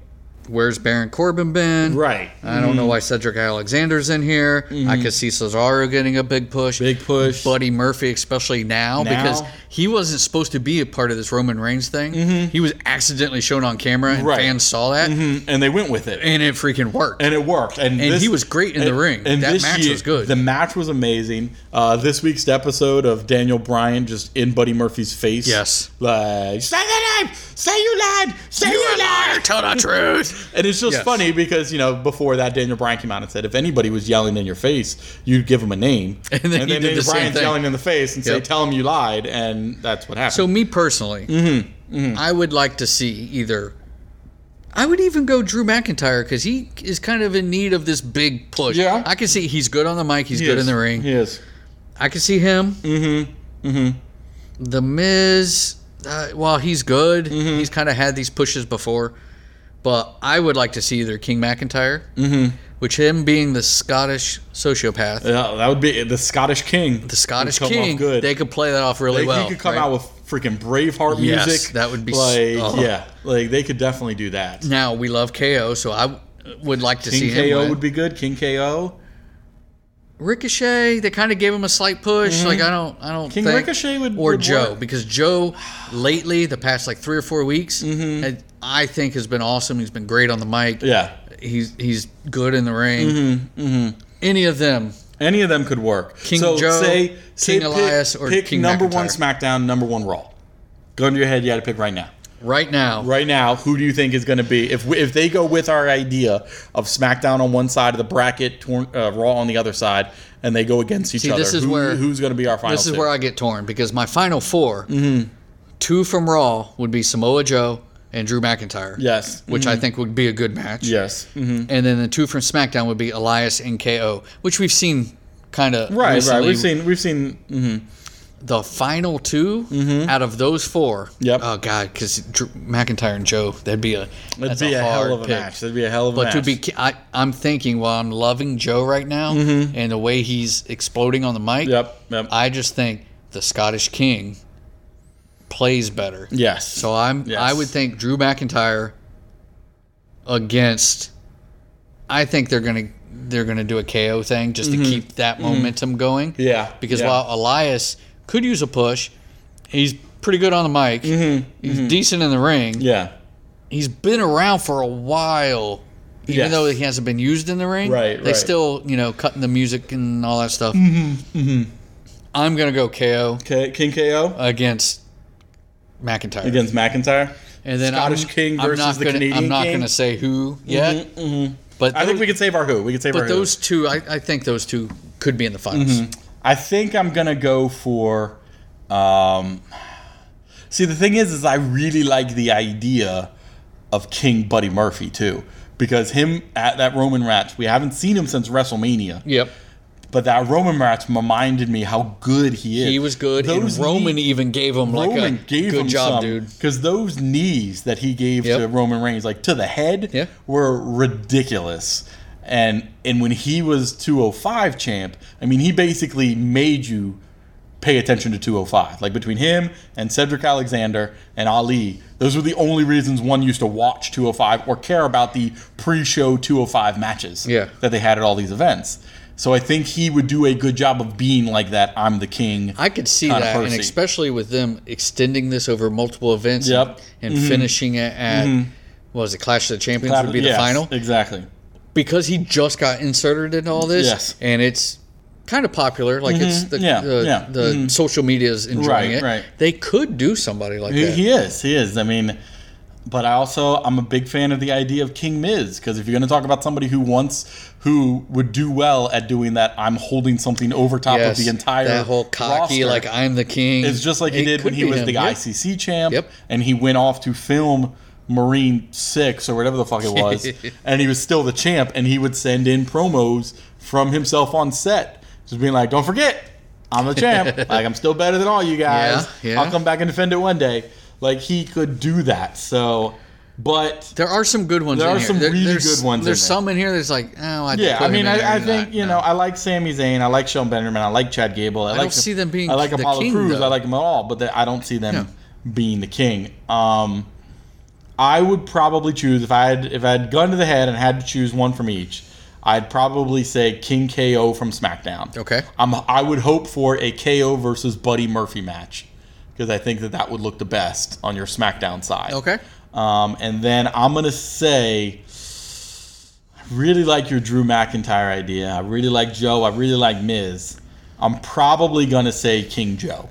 [SPEAKER 2] where's Baron Corbin been?
[SPEAKER 1] Right.
[SPEAKER 2] I don't
[SPEAKER 1] Mm.
[SPEAKER 2] know why Cedric Alexander's in here. I could see Cesaro getting a big push.
[SPEAKER 1] Mm-hmm. Big push.
[SPEAKER 2] Buddy Murphy, especially now,
[SPEAKER 1] Now.
[SPEAKER 2] because he wasn't supposed to be a part of this Roman Reigns thing. He was accidentally shown on camera, and
[SPEAKER 1] Mm-hmm. Right.
[SPEAKER 2] fans saw that,
[SPEAKER 1] Mm-hmm. And they went with it.
[SPEAKER 2] and it freaking worked.
[SPEAKER 1] and it worked. And,
[SPEAKER 2] And
[SPEAKER 1] this-
[SPEAKER 2] he was great in the ring. That match was good.
[SPEAKER 1] The match was amazing. Uh, this week's episode of Daniel Bryan just in Buddy Murphy's face.
[SPEAKER 2] Yes.
[SPEAKER 1] like say the name, say you lied, say you,
[SPEAKER 2] You a
[SPEAKER 1] lied.
[SPEAKER 2] liar, tell the truth.
[SPEAKER 1] And it's just
[SPEAKER 2] Yes.
[SPEAKER 1] funny because you know before that Daniel Bryan came out and said if anybody was yelling in your face, you'd give him a name.
[SPEAKER 2] And then he did the
[SPEAKER 1] Daniel
[SPEAKER 2] same
[SPEAKER 1] Bryan's
[SPEAKER 2] thing.
[SPEAKER 1] yelling in the face and say
[SPEAKER 2] Yep.
[SPEAKER 1] tell him you lied, and that's what happened.
[SPEAKER 2] So me personally,
[SPEAKER 1] Mm-hmm.
[SPEAKER 2] I would like to see either. I would even go Drew McIntyre because he is kind of in need of this big push.
[SPEAKER 1] Yeah.
[SPEAKER 2] I can see he's good on the mic. He's
[SPEAKER 1] He
[SPEAKER 2] good
[SPEAKER 1] is.
[SPEAKER 2] in the ring.
[SPEAKER 1] He is.
[SPEAKER 2] I can see him. Mm-hmm. Mm-hmm. The Miz, uh, while he's good,
[SPEAKER 1] Mm-hmm.
[SPEAKER 2] he's kind of had these pushes before, but I would like to see either King McIntyre,
[SPEAKER 1] Mm-hmm.
[SPEAKER 2] which him being the Scottish sociopath,
[SPEAKER 1] Yeah, that would be the Scottish King.
[SPEAKER 2] the Scottish
[SPEAKER 1] would Uh, come off
[SPEAKER 2] King,
[SPEAKER 1] Good.
[SPEAKER 2] they could play that off really
[SPEAKER 1] Like,
[SPEAKER 2] well.
[SPEAKER 1] he could come
[SPEAKER 2] right?
[SPEAKER 1] out with freaking Braveheart
[SPEAKER 2] Yes,
[SPEAKER 1] music.
[SPEAKER 2] that would be s- oh.
[SPEAKER 1] like
[SPEAKER 2] ugh.
[SPEAKER 1] yeah, like they could definitely do that.
[SPEAKER 2] Now we love KO, so I w- would like to see
[SPEAKER 1] King
[SPEAKER 2] him.
[SPEAKER 1] KO
[SPEAKER 2] win.
[SPEAKER 1] would be good. King KO.
[SPEAKER 2] Ricochet. They kind of gave him a slight push. Like I don't, I don't.
[SPEAKER 1] Mm-hmm. King
[SPEAKER 2] think,
[SPEAKER 1] Ricochet would-
[SPEAKER 2] or
[SPEAKER 1] would
[SPEAKER 2] Joe
[SPEAKER 1] work.
[SPEAKER 2] because Joe lately, the past like three or four weeks, had- I think has been awesome. He's been great on the mic.
[SPEAKER 1] Mm-hmm. Yeah, Mm-hmm.
[SPEAKER 2] he's he's good in the ring. Any of them,
[SPEAKER 1] any of them could work.
[SPEAKER 2] King
[SPEAKER 1] so
[SPEAKER 2] Joe,
[SPEAKER 1] say
[SPEAKER 2] King
[SPEAKER 1] say pick-
[SPEAKER 2] Elias, or
[SPEAKER 1] pick
[SPEAKER 2] King
[SPEAKER 1] number one
[SPEAKER 2] McIntyre.
[SPEAKER 1] SmackDown, number one Raw. Go into your head. You got to pick right now.
[SPEAKER 2] right now.
[SPEAKER 1] right now, who do you think is going to be if we, if they go with our idea of SmackDown on one side of the bracket, Tor- uh, Raw on the other side, and they go against each
[SPEAKER 2] See,
[SPEAKER 1] other?
[SPEAKER 2] this is
[SPEAKER 1] who-
[SPEAKER 2] where-
[SPEAKER 1] who's going to be our final?
[SPEAKER 2] This is where I get torn because my final 4
[SPEAKER 1] Mm-hmm.
[SPEAKER 2] two from Raw would be Samoa Joe and Drew McIntyre.
[SPEAKER 1] yes,
[SPEAKER 2] Which Mm-hmm. I think would be a good match.
[SPEAKER 1] yes, hmm
[SPEAKER 2] And then the two from SmackDown would be Elias and KO, which we've seen kind of
[SPEAKER 1] right, right. We've seen we've seen
[SPEAKER 2] the final 2 out of those four.
[SPEAKER 1] Mm-hmm. Yep.
[SPEAKER 2] Oh God, because McIntyre and Joe, that'd be a
[SPEAKER 1] that'd
[SPEAKER 2] that's
[SPEAKER 1] be a,
[SPEAKER 2] hard
[SPEAKER 1] hell of a
[SPEAKER 2] pick.
[SPEAKER 1] match. That'd be a hell of a
[SPEAKER 2] But
[SPEAKER 1] match.
[SPEAKER 2] to be, I, I'm thinking while I'm loving Joe right now and the way he's exploding on the mic.
[SPEAKER 1] Mm-hmm. yep, yep.
[SPEAKER 2] I just think the Scottish King plays better.
[SPEAKER 1] yes.
[SPEAKER 2] So I'm I
[SPEAKER 1] Yes.
[SPEAKER 2] would think Drew McIntyre against I think they're gonna they're gonna do a KO thing just to keep that momentum going.
[SPEAKER 1] Mm-hmm. Yeah,
[SPEAKER 2] Because
[SPEAKER 1] yeah.
[SPEAKER 2] while Elias could use a push, he's pretty good on the mic. He's decent in the ring.
[SPEAKER 1] Mm-hmm. yeah,
[SPEAKER 2] He's been around for a while. Even
[SPEAKER 1] Yes.
[SPEAKER 2] though he hasn't been used in the ring,
[SPEAKER 1] Right,
[SPEAKER 2] they
[SPEAKER 1] right.
[SPEAKER 2] still, you know, cutting the music and all that stuff. Mm-hmm, mm-hmm. I'm gonna go KO
[SPEAKER 1] K- King KO
[SPEAKER 2] against McIntyre.
[SPEAKER 1] against McIntyre.
[SPEAKER 2] and then
[SPEAKER 1] Scottish
[SPEAKER 2] I'm,
[SPEAKER 1] King versus
[SPEAKER 2] I'm not
[SPEAKER 1] the
[SPEAKER 2] gonna,
[SPEAKER 1] Canadian
[SPEAKER 2] I'm not
[SPEAKER 1] King? Mm-hmm.
[SPEAKER 2] going to say who yet, but
[SPEAKER 1] I think
[SPEAKER 2] those-
[SPEAKER 1] we can save our who. We can save our
[SPEAKER 2] But
[SPEAKER 1] who.
[SPEAKER 2] those two, I, I think those two could be in the finals.
[SPEAKER 1] I think I'm gonna go for. Um, see, the thing is, is I really like the idea of King Buddy Murphy too, because him at that Roman match, we haven't seen him since WrestleMania.
[SPEAKER 2] Yep,
[SPEAKER 1] But that Roman match reminded me how good he is.
[SPEAKER 2] he was good,
[SPEAKER 1] Those
[SPEAKER 2] and Roman
[SPEAKER 1] knee-
[SPEAKER 2] even gave him like
[SPEAKER 1] Roman
[SPEAKER 2] a
[SPEAKER 1] gave
[SPEAKER 2] good
[SPEAKER 1] him
[SPEAKER 2] job,
[SPEAKER 1] some,
[SPEAKER 2] dude.
[SPEAKER 1] Because those knees that he gave to
[SPEAKER 2] Yep.
[SPEAKER 1] Roman Reigns, like to the head,
[SPEAKER 2] Yeah.
[SPEAKER 1] were ridiculous. And and when he was 205 champ, I mean, he basically made you pay attention to 205. Like between him and Cedric Alexander and Ali, those were the only reasons one used to watch 205 or care about the pre-show 205 matches
[SPEAKER 2] Yeah.
[SPEAKER 1] that they had at all these events. So I think he would do a good job of being like that. I'm the king.
[SPEAKER 2] I could see
[SPEAKER 1] Kinda
[SPEAKER 2] that,
[SPEAKER 1] Percy.
[SPEAKER 2] and especially with them extending this over multiple events,
[SPEAKER 1] Yep. Mm-hmm.
[SPEAKER 2] and, and finishing it at what was it Clash of the Champions would be the
[SPEAKER 1] Yes,
[SPEAKER 2] final
[SPEAKER 1] Exactly.
[SPEAKER 2] because he just got inserted into all this,
[SPEAKER 1] Yes. Mm-hmm.
[SPEAKER 2] and it's kind of popular. Like it's the
[SPEAKER 1] Yeah,
[SPEAKER 2] the,
[SPEAKER 1] yeah. Mm-hmm.
[SPEAKER 2] the social media is enjoying
[SPEAKER 1] Right,
[SPEAKER 2] it.
[SPEAKER 1] right.
[SPEAKER 2] They could do somebody like
[SPEAKER 1] He,
[SPEAKER 2] that.
[SPEAKER 1] he is. He is. I mean, but I also I'm a big fan of the idea of King Miz because if you're going to talk about somebody who once who would do well at doing that, I'm holding something over top
[SPEAKER 2] Yes,
[SPEAKER 1] of the entire
[SPEAKER 2] that whole cocky
[SPEAKER 1] roster.
[SPEAKER 2] like I'm the king.
[SPEAKER 1] It's just like he
[SPEAKER 2] It
[SPEAKER 1] did when
[SPEAKER 2] could
[SPEAKER 1] he
[SPEAKER 2] be
[SPEAKER 1] was
[SPEAKER 2] him,
[SPEAKER 1] the
[SPEAKER 2] yeah.
[SPEAKER 1] ICC champ,
[SPEAKER 2] Yep.
[SPEAKER 1] and he went off to film Marine Six or whatever the fuck it was, and he was still the champ, and he would send in promos from himself on set, just being like, "Don't forget, I'm the champ. like I'm still better than all you guys.
[SPEAKER 2] Yeah, yeah.
[SPEAKER 1] I'll come back and defend it one day." Like he could do that. So, but
[SPEAKER 2] There are some good ones.
[SPEAKER 1] There
[SPEAKER 2] in
[SPEAKER 1] are
[SPEAKER 2] here.
[SPEAKER 1] some really
[SPEAKER 2] there's,
[SPEAKER 1] good ones in
[SPEAKER 2] There's
[SPEAKER 1] there.
[SPEAKER 2] some in here that's like, oh, I
[SPEAKER 1] yeah, I mean, I, I think you know, I like Sami Zayn, I like Sean Benjamin, I like Chad Gable. I, like
[SPEAKER 2] don't see them being
[SPEAKER 1] I like
[SPEAKER 2] the
[SPEAKER 1] Apollo
[SPEAKER 2] king,
[SPEAKER 1] Crews. I
[SPEAKER 2] though.
[SPEAKER 1] like them all, but they, I don't see them
[SPEAKER 2] Yeah.
[SPEAKER 1] being the king. Um, I would probably choose if I had if I had gone to the head and had to choose one from each. I'd probably say King KO from SmackDown.
[SPEAKER 2] Okay.
[SPEAKER 1] I'm, I would hope for a KO versus Buddy Murphy match because I think that that would look the best on your SmackDown side.
[SPEAKER 2] Okay.
[SPEAKER 1] Um, and then I'm gonna say, I really like your Drew McIntyre idea. I really like Joe. I really like Miz. I'm probably gonna say King Joe,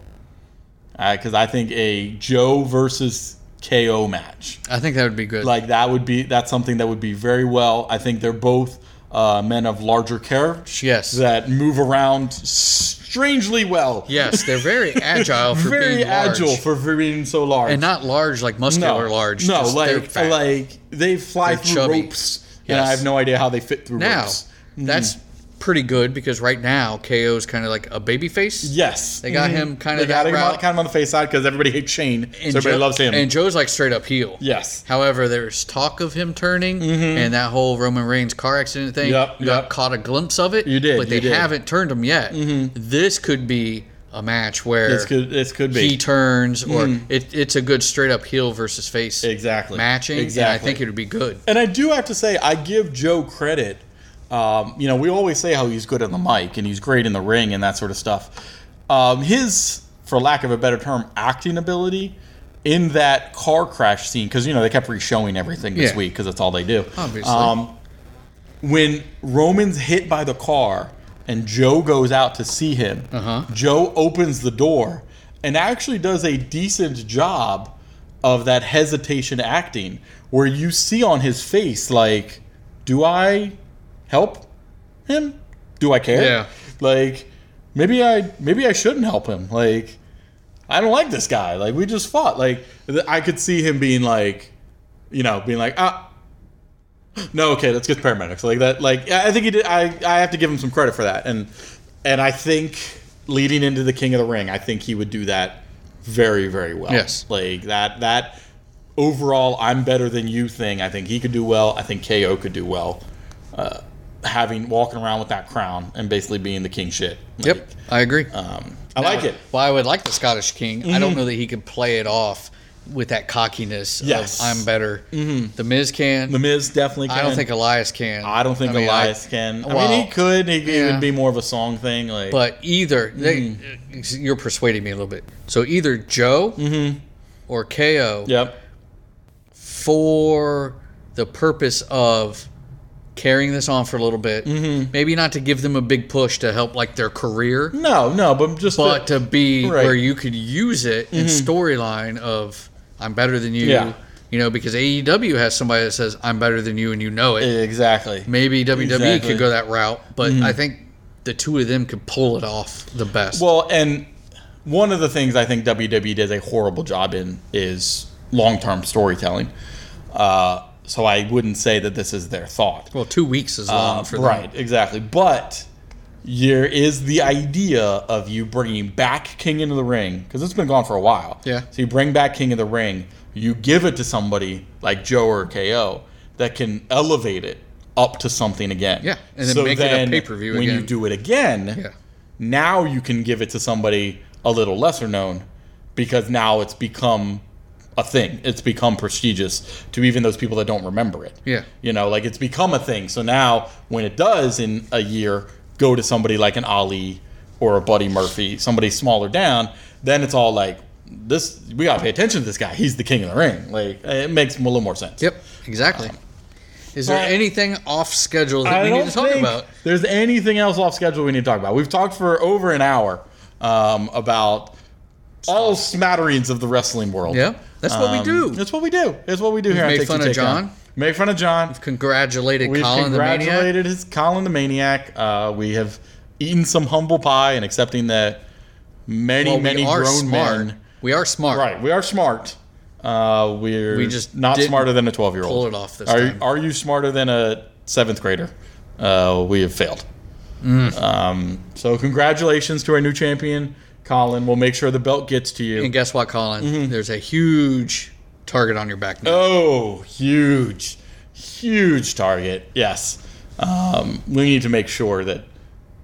[SPEAKER 1] because I think a Joe versus KO match
[SPEAKER 2] I think that would be good.
[SPEAKER 1] like that would be that's something that would be very well. I think they're both uh, men of larger carriage.
[SPEAKER 2] Yes.
[SPEAKER 1] that move around strangely well.
[SPEAKER 2] yes, they're very agile for
[SPEAKER 1] very
[SPEAKER 2] being large.
[SPEAKER 1] agile for, for being so large
[SPEAKER 2] and not large like muscular large.
[SPEAKER 1] no,
[SPEAKER 2] just they're
[SPEAKER 1] like
[SPEAKER 2] fat.
[SPEAKER 1] like they fly
[SPEAKER 2] They're
[SPEAKER 1] through
[SPEAKER 2] chubby.
[SPEAKER 1] ropes, and
[SPEAKER 2] Yes.
[SPEAKER 1] I have no idea how they fit through
[SPEAKER 2] now
[SPEAKER 1] ropes.
[SPEAKER 2] that's pretty good because right now KO is kind of like a baby face.
[SPEAKER 1] Yes, Mm-hmm.
[SPEAKER 2] They got him kinda
[SPEAKER 1] They got
[SPEAKER 2] that
[SPEAKER 1] him on,
[SPEAKER 2] route.
[SPEAKER 1] kind of on the face side because everybody hates Shane, so everybody
[SPEAKER 2] Joe-
[SPEAKER 1] loves him.
[SPEAKER 2] And Joe's like straight up heel.
[SPEAKER 1] yes,
[SPEAKER 2] However, there's talk of him turning,
[SPEAKER 1] Mm-hmm.
[SPEAKER 2] and that whole Roman Reigns car accident thing.
[SPEAKER 1] Yep,
[SPEAKER 2] you got-
[SPEAKER 1] yep.
[SPEAKER 2] caught a glimpse of it.
[SPEAKER 1] You did,
[SPEAKER 2] but
[SPEAKER 1] you
[SPEAKER 2] they
[SPEAKER 1] did. Mm-hmm.
[SPEAKER 2] haven't turned him yet. This could be a match where
[SPEAKER 1] this could this could be Mm.
[SPEAKER 2] he turns, or it, it's a good straight up heel versus face
[SPEAKER 1] Exactly.
[SPEAKER 2] matching. And I
[SPEAKER 1] Exactly.
[SPEAKER 2] think it would be good.
[SPEAKER 1] And I do have to say, I give Joe credit. Um, you know, we always say how he's good on the mic and he's great in the ring and that sort of stuff. Um, his, for lack of a better term, acting ability in that car crash scene, because, you know, they kept re showing everything this
[SPEAKER 2] Yeah.
[SPEAKER 1] week because that's all they do.
[SPEAKER 2] Obviously.
[SPEAKER 1] Um, when Roman's hit by the car and Joe goes out to see him,
[SPEAKER 2] Uh-huh.
[SPEAKER 1] Joe opens the door and actually does a decent job of that hesitation acting where you see on his face like do i help him do i care
[SPEAKER 2] Yeah.
[SPEAKER 1] like maybe i maybe i shouldn't help him like i don't like this guy like we just fought like th- i could see him being like you know being like ah no okay let's get the paramedics like that like i I think he did i i have to give him some credit for that and and i think leading into the king of the ring i think he would do that very very well
[SPEAKER 2] Yes.
[SPEAKER 1] like that that overall i'm better than you thing i think he could do well i think ko could do well uh having walking around with that crown and basically being the king shit Like,
[SPEAKER 2] Yep, I agree.
[SPEAKER 1] um i like it Mm-hmm.
[SPEAKER 2] Well, I would like the Scottish King. I don't know that he could play it off with that cockiness.
[SPEAKER 1] Yes. Mm-hmm.
[SPEAKER 2] of, I'm better. The Miz can.
[SPEAKER 1] the miz definitely can.
[SPEAKER 2] I don't think Elias can.
[SPEAKER 1] I don't think
[SPEAKER 2] I mean, I-
[SPEAKER 1] Elias can. I
[SPEAKER 2] well,
[SPEAKER 1] mean, he could. He, it
[SPEAKER 2] yeah.
[SPEAKER 1] would be more of a song thing. Like,
[SPEAKER 2] But either they,
[SPEAKER 1] Mm.
[SPEAKER 2] you're persuading me a little bit. So either Joe
[SPEAKER 1] Mm-hmm.
[SPEAKER 2] or KO
[SPEAKER 1] yep.
[SPEAKER 2] for the purpose of carrying this on for a little bit.
[SPEAKER 1] Mm-hmm.
[SPEAKER 2] Maybe not to give them a big push to help like their career,
[SPEAKER 1] No, no, but just
[SPEAKER 2] but to be
[SPEAKER 1] Right. Mm-hmm.
[SPEAKER 2] where you could use it in storyline of I'm better than you.
[SPEAKER 1] Yeah.
[SPEAKER 2] You know, because AEW has somebody that says I'm better than you and you know it.
[SPEAKER 1] exactly.
[SPEAKER 2] Maybe WWE
[SPEAKER 1] Exactly. Mm-hmm.
[SPEAKER 2] could go that route, but I think the two of them could pull it off the best.
[SPEAKER 1] Well, and one of the things I think WWE does a horrible job in is long-term storytelling. Uh, so I wouldn't say that this is their thought.
[SPEAKER 2] Well, two weeks is long
[SPEAKER 1] Uh,
[SPEAKER 2] for them.
[SPEAKER 1] right, exactly. But there is the idea of you bringing back King into the Ring because it's been gone for a while.
[SPEAKER 2] Yeah.
[SPEAKER 1] So you bring back King of the Ring, you give it to somebody like Joe or KO that can elevate it up to something again.
[SPEAKER 2] Yeah, and then make it a pay-per-view
[SPEAKER 1] when
[SPEAKER 2] again.
[SPEAKER 1] you do it again.
[SPEAKER 2] Yeah.
[SPEAKER 1] Now you can give it to somebody a little lesser known because now it's become a thing. It's become prestigious to even those people that don't remember it.
[SPEAKER 2] Yeah.
[SPEAKER 1] You know, like it's become a thing. So now when it does in a year go to somebody like an Ali or a Buddy Murphy, somebody smaller down, then it's all like this we got to pay attention to this guy. He's the king of the ring. Like it makes a little more sense.
[SPEAKER 2] Yep, exactly. Is there
[SPEAKER 1] but-
[SPEAKER 2] anything off schedule that
[SPEAKER 1] I
[SPEAKER 2] we
[SPEAKER 1] don't
[SPEAKER 2] need to talk
[SPEAKER 1] think
[SPEAKER 2] about?
[SPEAKER 1] there's anything else off schedule we need to talk about. We've talked for over an hour um, about all smatterings of the wrestling world.
[SPEAKER 2] Yeah, that's what we
[SPEAKER 1] Um,
[SPEAKER 2] do.
[SPEAKER 1] That's what we do. That's what we do here. on
[SPEAKER 2] made
[SPEAKER 1] Take Two
[SPEAKER 2] fun of
[SPEAKER 1] Takedown.
[SPEAKER 2] John.
[SPEAKER 1] Made fun of John.
[SPEAKER 2] Congratulated
[SPEAKER 1] We've
[SPEAKER 2] Colin the Maniac.
[SPEAKER 1] congratulated his Colin the Maniac. Uh, we have eaten some humble pie and accepting that many,
[SPEAKER 2] Well,
[SPEAKER 1] many
[SPEAKER 2] we are
[SPEAKER 1] grown
[SPEAKER 2] smart.
[SPEAKER 1] men.
[SPEAKER 2] We are smart.
[SPEAKER 1] Right, we are smart. Uh, we're
[SPEAKER 2] We just
[SPEAKER 1] not
[SPEAKER 2] didn't
[SPEAKER 1] smarter than a twelve-year-old.
[SPEAKER 2] pull it off this
[SPEAKER 1] are,
[SPEAKER 2] time.
[SPEAKER 1] Are you smarter than a seventh grader? Uh, we have failed.
[SPEAKER 2] Mm.
[SPEAKER 1] Um, so congratulations to our new champion, Colin. We'll make sure the belt gets to you.
[SPEAKER 2] And guess what, Colin? There's a huge target on your back now.
[SPEAKER 1] Mm-hmm. Oh, huge, huge target. Yes, um, we need to make sure that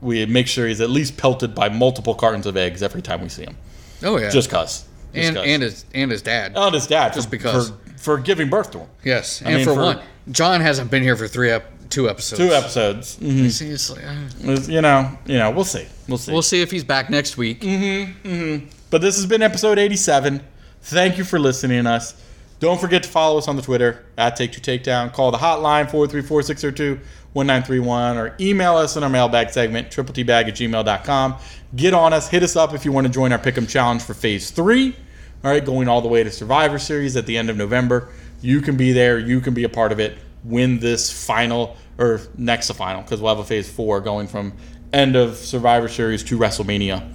[SPEAKER 1] we make sure he's at least pelted by multiple cartons of eggs every time we see him.
[SPEAKER 2] oh yeah.
[SPEAKER 1] Just cause. Just
[SPEAKER 2] and
[SPEAKER 1] 'cause.
[SPEAKER 2] and his and his dad.
[SPEAKER 1] oh, and his dad just
[SPEAKER 2] because.
[SPEAKER 1] for, for giving birth to him.
[SPEAKER 2] yes.
[SPEAKER 1] I
[SPEAKER 2] and
[SPEAKER 1] mean,
[SPEAKER 2] for,
[SPEAKER 1] for-
[SPEAKER 2] one, John hasn't been here for three ep- two episodes.
[SPEAKER 1] Two episodes. Mhm.
[SPEAKER 2] See, it's like, uh,
[SPEAKER 1] You know, you know, we'll see. We'll see.
[SPEAKER 2] We'll see if he's back next week.
[SPEAKER 1] Mm. But this has been episode 87. Thank you for listening to us. Don't forget to follow us on the Twitter at Take Two Takedown. Call the hotline 434 602 1931 or email us in our mailbag segment, tripletbag at gmail.com. Get on us, hit us up if you want to join our Pick'em Challenge for phase three. All right, going all the way to Survivor Series at the end of November. You can be there, you can be a part of it. Win this final or next to final because we'll have a phase four going from end of Survivor Series to WrestleMania.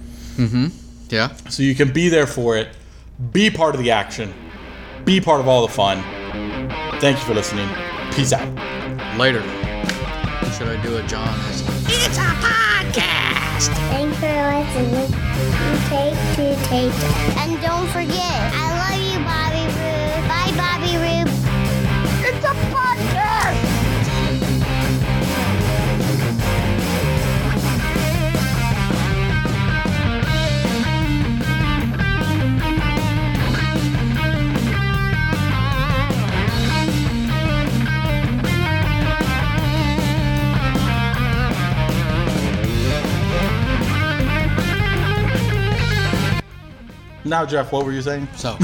[SPEAKER 2] Yeah.
[SPEAKER 1] So you can be there for it, be part of the action, be part of all the fun. Thank you for listening. Peace out.
[SPEAKER 2] Later. Should I do a John? as-
[SPEAKER 4] It's a podcast.
[SPEAKER 5] Thanks for listening. Take two, take And don't forget, I love you, Bobby Roode. Bye, Bobby Roode. It's a podcast!
[SPEAKER 1] Now, Jeff, what were you saying?
[SPEAKER 2] So,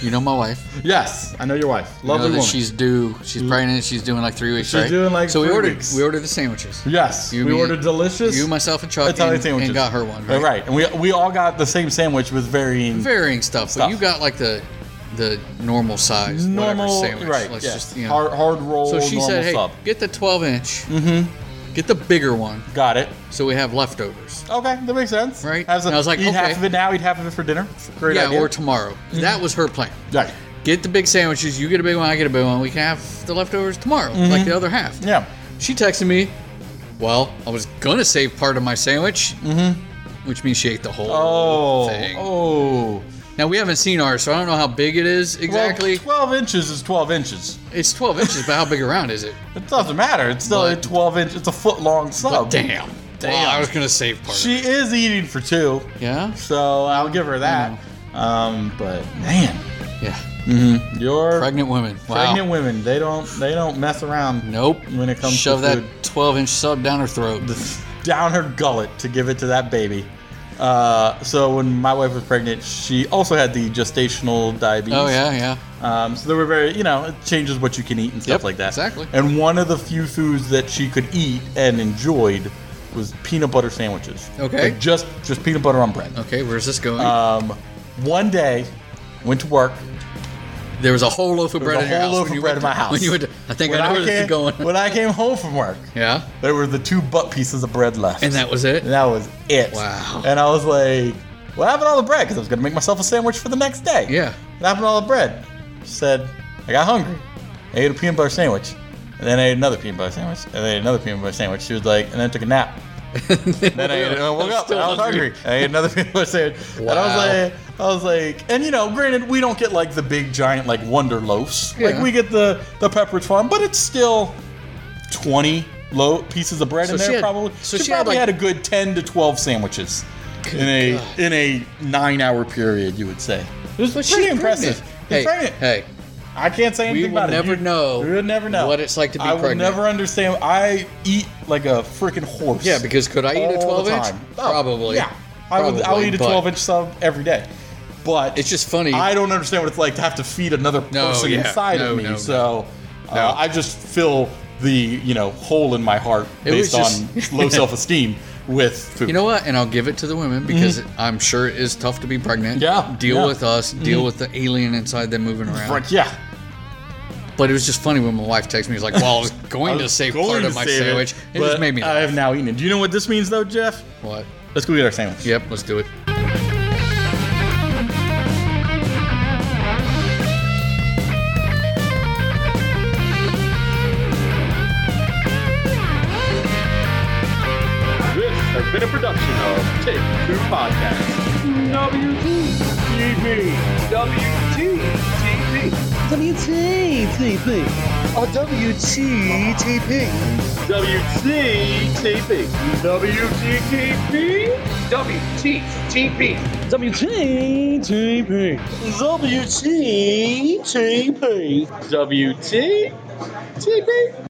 [SPEAKER 2] you know my wife.
[SPEAKER 1] Yes, I know your wife.
[SPEAKER 2] You know
[SPEAKER 1] Lovely
[SPEAKER 2] that
[SPEAKER 1] woman.
[SPEAKER 2] she's due. She's pregnant. She's doing like three weeks.
[SPEAKER 1] She's
[SPEAKER 2] right?
[SPEAKER 1] doing, like,
[SPEAKER 2] so we
[SPEAKER 1] three
[SPEAKER 2] ordered.
[SPEAKER 1] weeks.
[SPEAKER 2] We ordered the sandwiches.
[SPEAKER 1] yes,
[SPEAKER 2] You,
[SPEAKER 1] we
[SPEAKER 2] me-
[SPEAKER 1] ordered delicious
[SPEAKER 2] You, myself, and Chuck,
[SPEAKER 1] Italian
[SPEAKER 2] and,
[SPEAKER 1] sandwiches
[SPEAKER 2] and got her one.
[SPEAKER 1] Right, and we we all got the same sandwich with varying.
[SPEAKER 2] Varying stuff, but
[SPEAKER 1] Stuff.
[SPEAKER 2] you got like the the normal size,
[SPEAKER 1] normal,
[SPEAKER 2] whatever sandwich.
[SPEAKER 1] right?
[SPEAKER 2] Let's
[SPEAKER 1] yeah.
[SPEAKER 2] just, you know.
[SPEAKER 1] hard, hard roll.
[SPEAKER 2] so she
[SPEAKER 1] normal
[SPEAKER 2] said, "Hey,
[SPEAKER 1] sub.
[SPEAKER 2] get the 12 inch. Mm-hmm. Get the bigger one,
[SPEAKER 1] Got it.
[SPEAKER 2] so we have leftovers.
[SPEAKER 1] Okay, that makes sense.
[SPEAKER 2] Right.
[SPEAKER 1] Has a,
[SPEAKER 2] And I was like,
[SPEAKER 1] eat half
[SPEAKER 2] okay.
[SPEAKER 1] of it now, eat half of it for dinner. Great
[SPEAKER 2] yeah,
[SPEAKER 1] idea. Mm-hmm.
[SPEAKER 2] or tomorrow. That was her plan.
[SPEAKER 1] right.
[SPEAKER 2] Get the big sandwiches. You get a big one. I get a big one. We can have the leftovers tomorrow,
[SPEAKER 1] Mm-hmm.
[SPEAKER 2] like the other half.
[SPEAKER 1] Yeah.
[SPEAKER 2] She texted me. Well, I was gonna save part of my sandwich, mm-hmm. which means she ate the whole
[SPEAKER 1] Oh.
[SPEAKER 2] thing.
[SPEAKER 1] Oh.
[SPEAKER 2] Now we haven't seen ours, so I don't know how big it is
[SPEAKER 1] Well,
[SPEAKER 2] exactly.
[SPEAKER 1] Twelve inches is twelve inches.
[SPEAKER 2] it's 12 inches, but how big around is it?
[SPEAKER 1] It doesn't matter. It's still a
[SPEAKER 2] But-
[SPEAKER 1] twelve inch. It's a foot long sub.
[SPEAKER 2] But damn.
[SPEAKER 1] Oh, Damn.
[SPEAKER 2] Well, I was gonna save part.
[SPEAKER 1] She
[SPEAKER 2] of
[SPEAKER 1] is eating for two,
[SPEAKER 2] it. Yeah.
[SPEAKER 1] so I'll give her that.
[SPEAKER 2] Mm.
[SPEAKER 1] Um, but man,
[SPEAKER 2] Yeah.
[SPEAKER 1] your
[SPEAKER 2] Pregnant women. Wow.
[SPEAKER 1] pregnant women they don't they don't mess around.
[SPEAKER 2] Nope.
[SPEAKER 1] When it comes
[SPEAKER 2] shove
[SPEAKER 1] to
[SPEAKER 2] that
[SPEAKER 1] food.
[SPEAKER 2] 12 inch sub down her throat.
[SPEAKER 1] down her gullet to give it to that baby. Uh, so when my wife was pregnant, she also had the gestational diabetes.
[SPEAKER 2] Oh yeah, yeah.
[SPEAKER 1] Um, so there were very, you know, it changes what you can eat and stuff
[SPEAKER 2] Yep,
[SPEAKER 1] like that.
[SPEAKER 2] exactly.
[SPEAKER 1] And one of the few foods that she could eat and enjoyed was peanut butter sandwiches.
[SPEAKER 2] Okay.
[SPEAKER 1] Like just just peanut butter on bread.
[SPEAKER 2] Okay, where's this going?
[SPEAKER 1] Um, one day, went to work.
[SPEAKER 2] there was a whole loaf of
[SPEAKER 1] There
[SPEAKER 2] bread
[SPEAKER 1] was
[SPEAKER 2] in
[SPEAKER 1] a
[SPEAKER 2] your
[SPEAKER 1] whole
[SPEAKER 2] house.
[SPEAKER 1] loaf
[SPEAKER 2] when
[SPEAKER 1] of
[SPEAKER 2] you
[SPEAKER 1] bread
[SPEAKER 2] went
[SPEAKER 1] in my
[SPEAKER 2] to-
[SPEAKER 1] house.
[SPEAKER 2] When you went to, I think I know where this
[SPEAKER 1] came,
[SPEAKER 2] is going.
[SPEAKER 1] when I came home from work,
[SPEAKER 2] yeah.
[SPEAKER 1] there were the two butt pieces of bread left.
[SPEAKER 2] And that was it.
[SPEAKER 1] And that was it.
[SPEAKER 2] Wow.
[SPEAKER 1] And I was like, what happened to all the bread? Because I was going to make myself a sandwich for the next day.
[SPEAKER 2] Yeah.
[SPEAKER 1] What happened to all the bread? She said, I got hungry. I ate a peanut butter sandwich. And then I ate another peanut butter sandwich. And then I ate another peanut butter sandwich. She was like, and then I took a nap. Then I ate it and I woke up and I was hungry. And I ate another peanut butter sandwich. And I was like, I was like, and you know, granted, we don't get like the big giant like Wonder loaves. Like
[SPEAKER 2] Yeah.
[SPEAKER 1] we get the the Pepperidge Farm, but it's still twenty low pieces of bread
[SPEAKER 2] So
[SPEAKER 1] in
[SPEAKER 2] she
[SPEAKER 1] there
[SPEAKER 2] had-
[SPEAKER 1] probably.
[SPEAKER 2] so
[SPEAKER 1] she,
[SPEAKER 2] she had,
[SPEAKER 1] probably
[SPEAKER 2] like-
[SPEAKER 1] had, a good ten to twelve sandwiches in a
[SPEAKER 2] God.
[SPEAKER 1] in a nine hour period. You would say it was
[SPEAKER 2] But she's
[SPEAKER 1] pretty impressive.
[SPEAKER 2] pregnant.
[SPEAKER 1] She's
[SPEAKER 2] Hey,
[SPEAKER 1] pregnant.
[SPEAKER 2] hey,
[SPEAKER 1] I can't say anything
[SPEAKER 2] will
[SPEAKER 1] about
[SPEAKER 2] never
[SPEAKER 1] it. You-
[SPEAKER 2] know
[SPEAKER 1] We will never know
[SPEAKER 2] what it's like to be
[SPEAKER 1] I
[SPEAKER 2] pregnant.
[SPEAKER 1] will never understand. I eat like a freaking horse.
[SPEAKER 2] yeah, because could I eat a
[SPEAKER 1] all
[SPEAKER 2] 12
[SPEAKER 1] the
[SPEAKER 2] inch?
[SPEAKER 1] time. Oh,
[SPEAKER 2] Probably.
[SPEAKER 1] Yeah, I would. I would
[SPEAKER 2] Probably,
[SPEAKER 1] eat a
[SPEAKER 2] but
[SPEAKER 1] 12 inch sub every day. But
[SPEAKER 2] It's just funny.
[SPEAKER 1] I don't understand what it's like to have to feed another
[SPEAKER 2] No,
[SPEAKER 1] person
[SPEAKER 2] yeah.
[SPEAKER 1] inside
[SPEAKER 2] No,
[SPEAKER 1] of me.
[SPEAKER 2] no, no.
[SPEAKER 1] so uh,
[SPEAKER 2] No.
[SPEAKER 1] I just fill the you know hole in my heart
[SPEAKER 2] It
[SPEAKER 1] based
[SPEAKER 2] was
[SPEAKER 1] on
[SPEAKER 2] just-
[SPEAKER 1] low self esteem with food.
[SPEAKER 2] You know what? And I'll give it to the women because I'm sure it is tough to be pregnant.
[SPEAKER 1] Mm-hmm. Yeah,
[SPEAKER 2] Deal
[SPEAKER 1] yeah. Mm-hmm.
[SPEAKER 2] with us. Deal with the alien inside them moving around.
[SPEAKER 1] Like, yeah.
[SPEAKER 2] But it was just funny when my wife texted me. She's like, "Well, I was
[SPEAKER 1] I
[SPEAKER 2] going to
[SPEAKER 1] was
[SPEAKER 2] save
[SPEAKER 1] going
[SPEAKER 2] part
[SPEAKER 1] to
[SPEAKER 2] of my
[SPEAKER 1] save it,
[SPEAKER 2] sandwich. It, just
[SPEAKER 1] but
[SPEAKER 2] made me
[SPEAKER 1] I
[SPEAKER 2] laugh."
[SPEAKER 1] have now eaten it. Do you know what this means though, Jeff?
[SPEAKER 2] What?
[SPEAKER 1] Let's go get our sandwich.
[SPEAKER 2] Yep. Let's do it.
[SPEAKER 6] This has been a production of Take Two Podcast. WTTP. WTTP.
[SPEAKER 7] WTTP. Or WTTP.
[SPEAKER 6] WTTP. WTTP. WTTP.
[SPEAKER 7] WTTP. WTTP.
[SPEAKER 6] WTTP.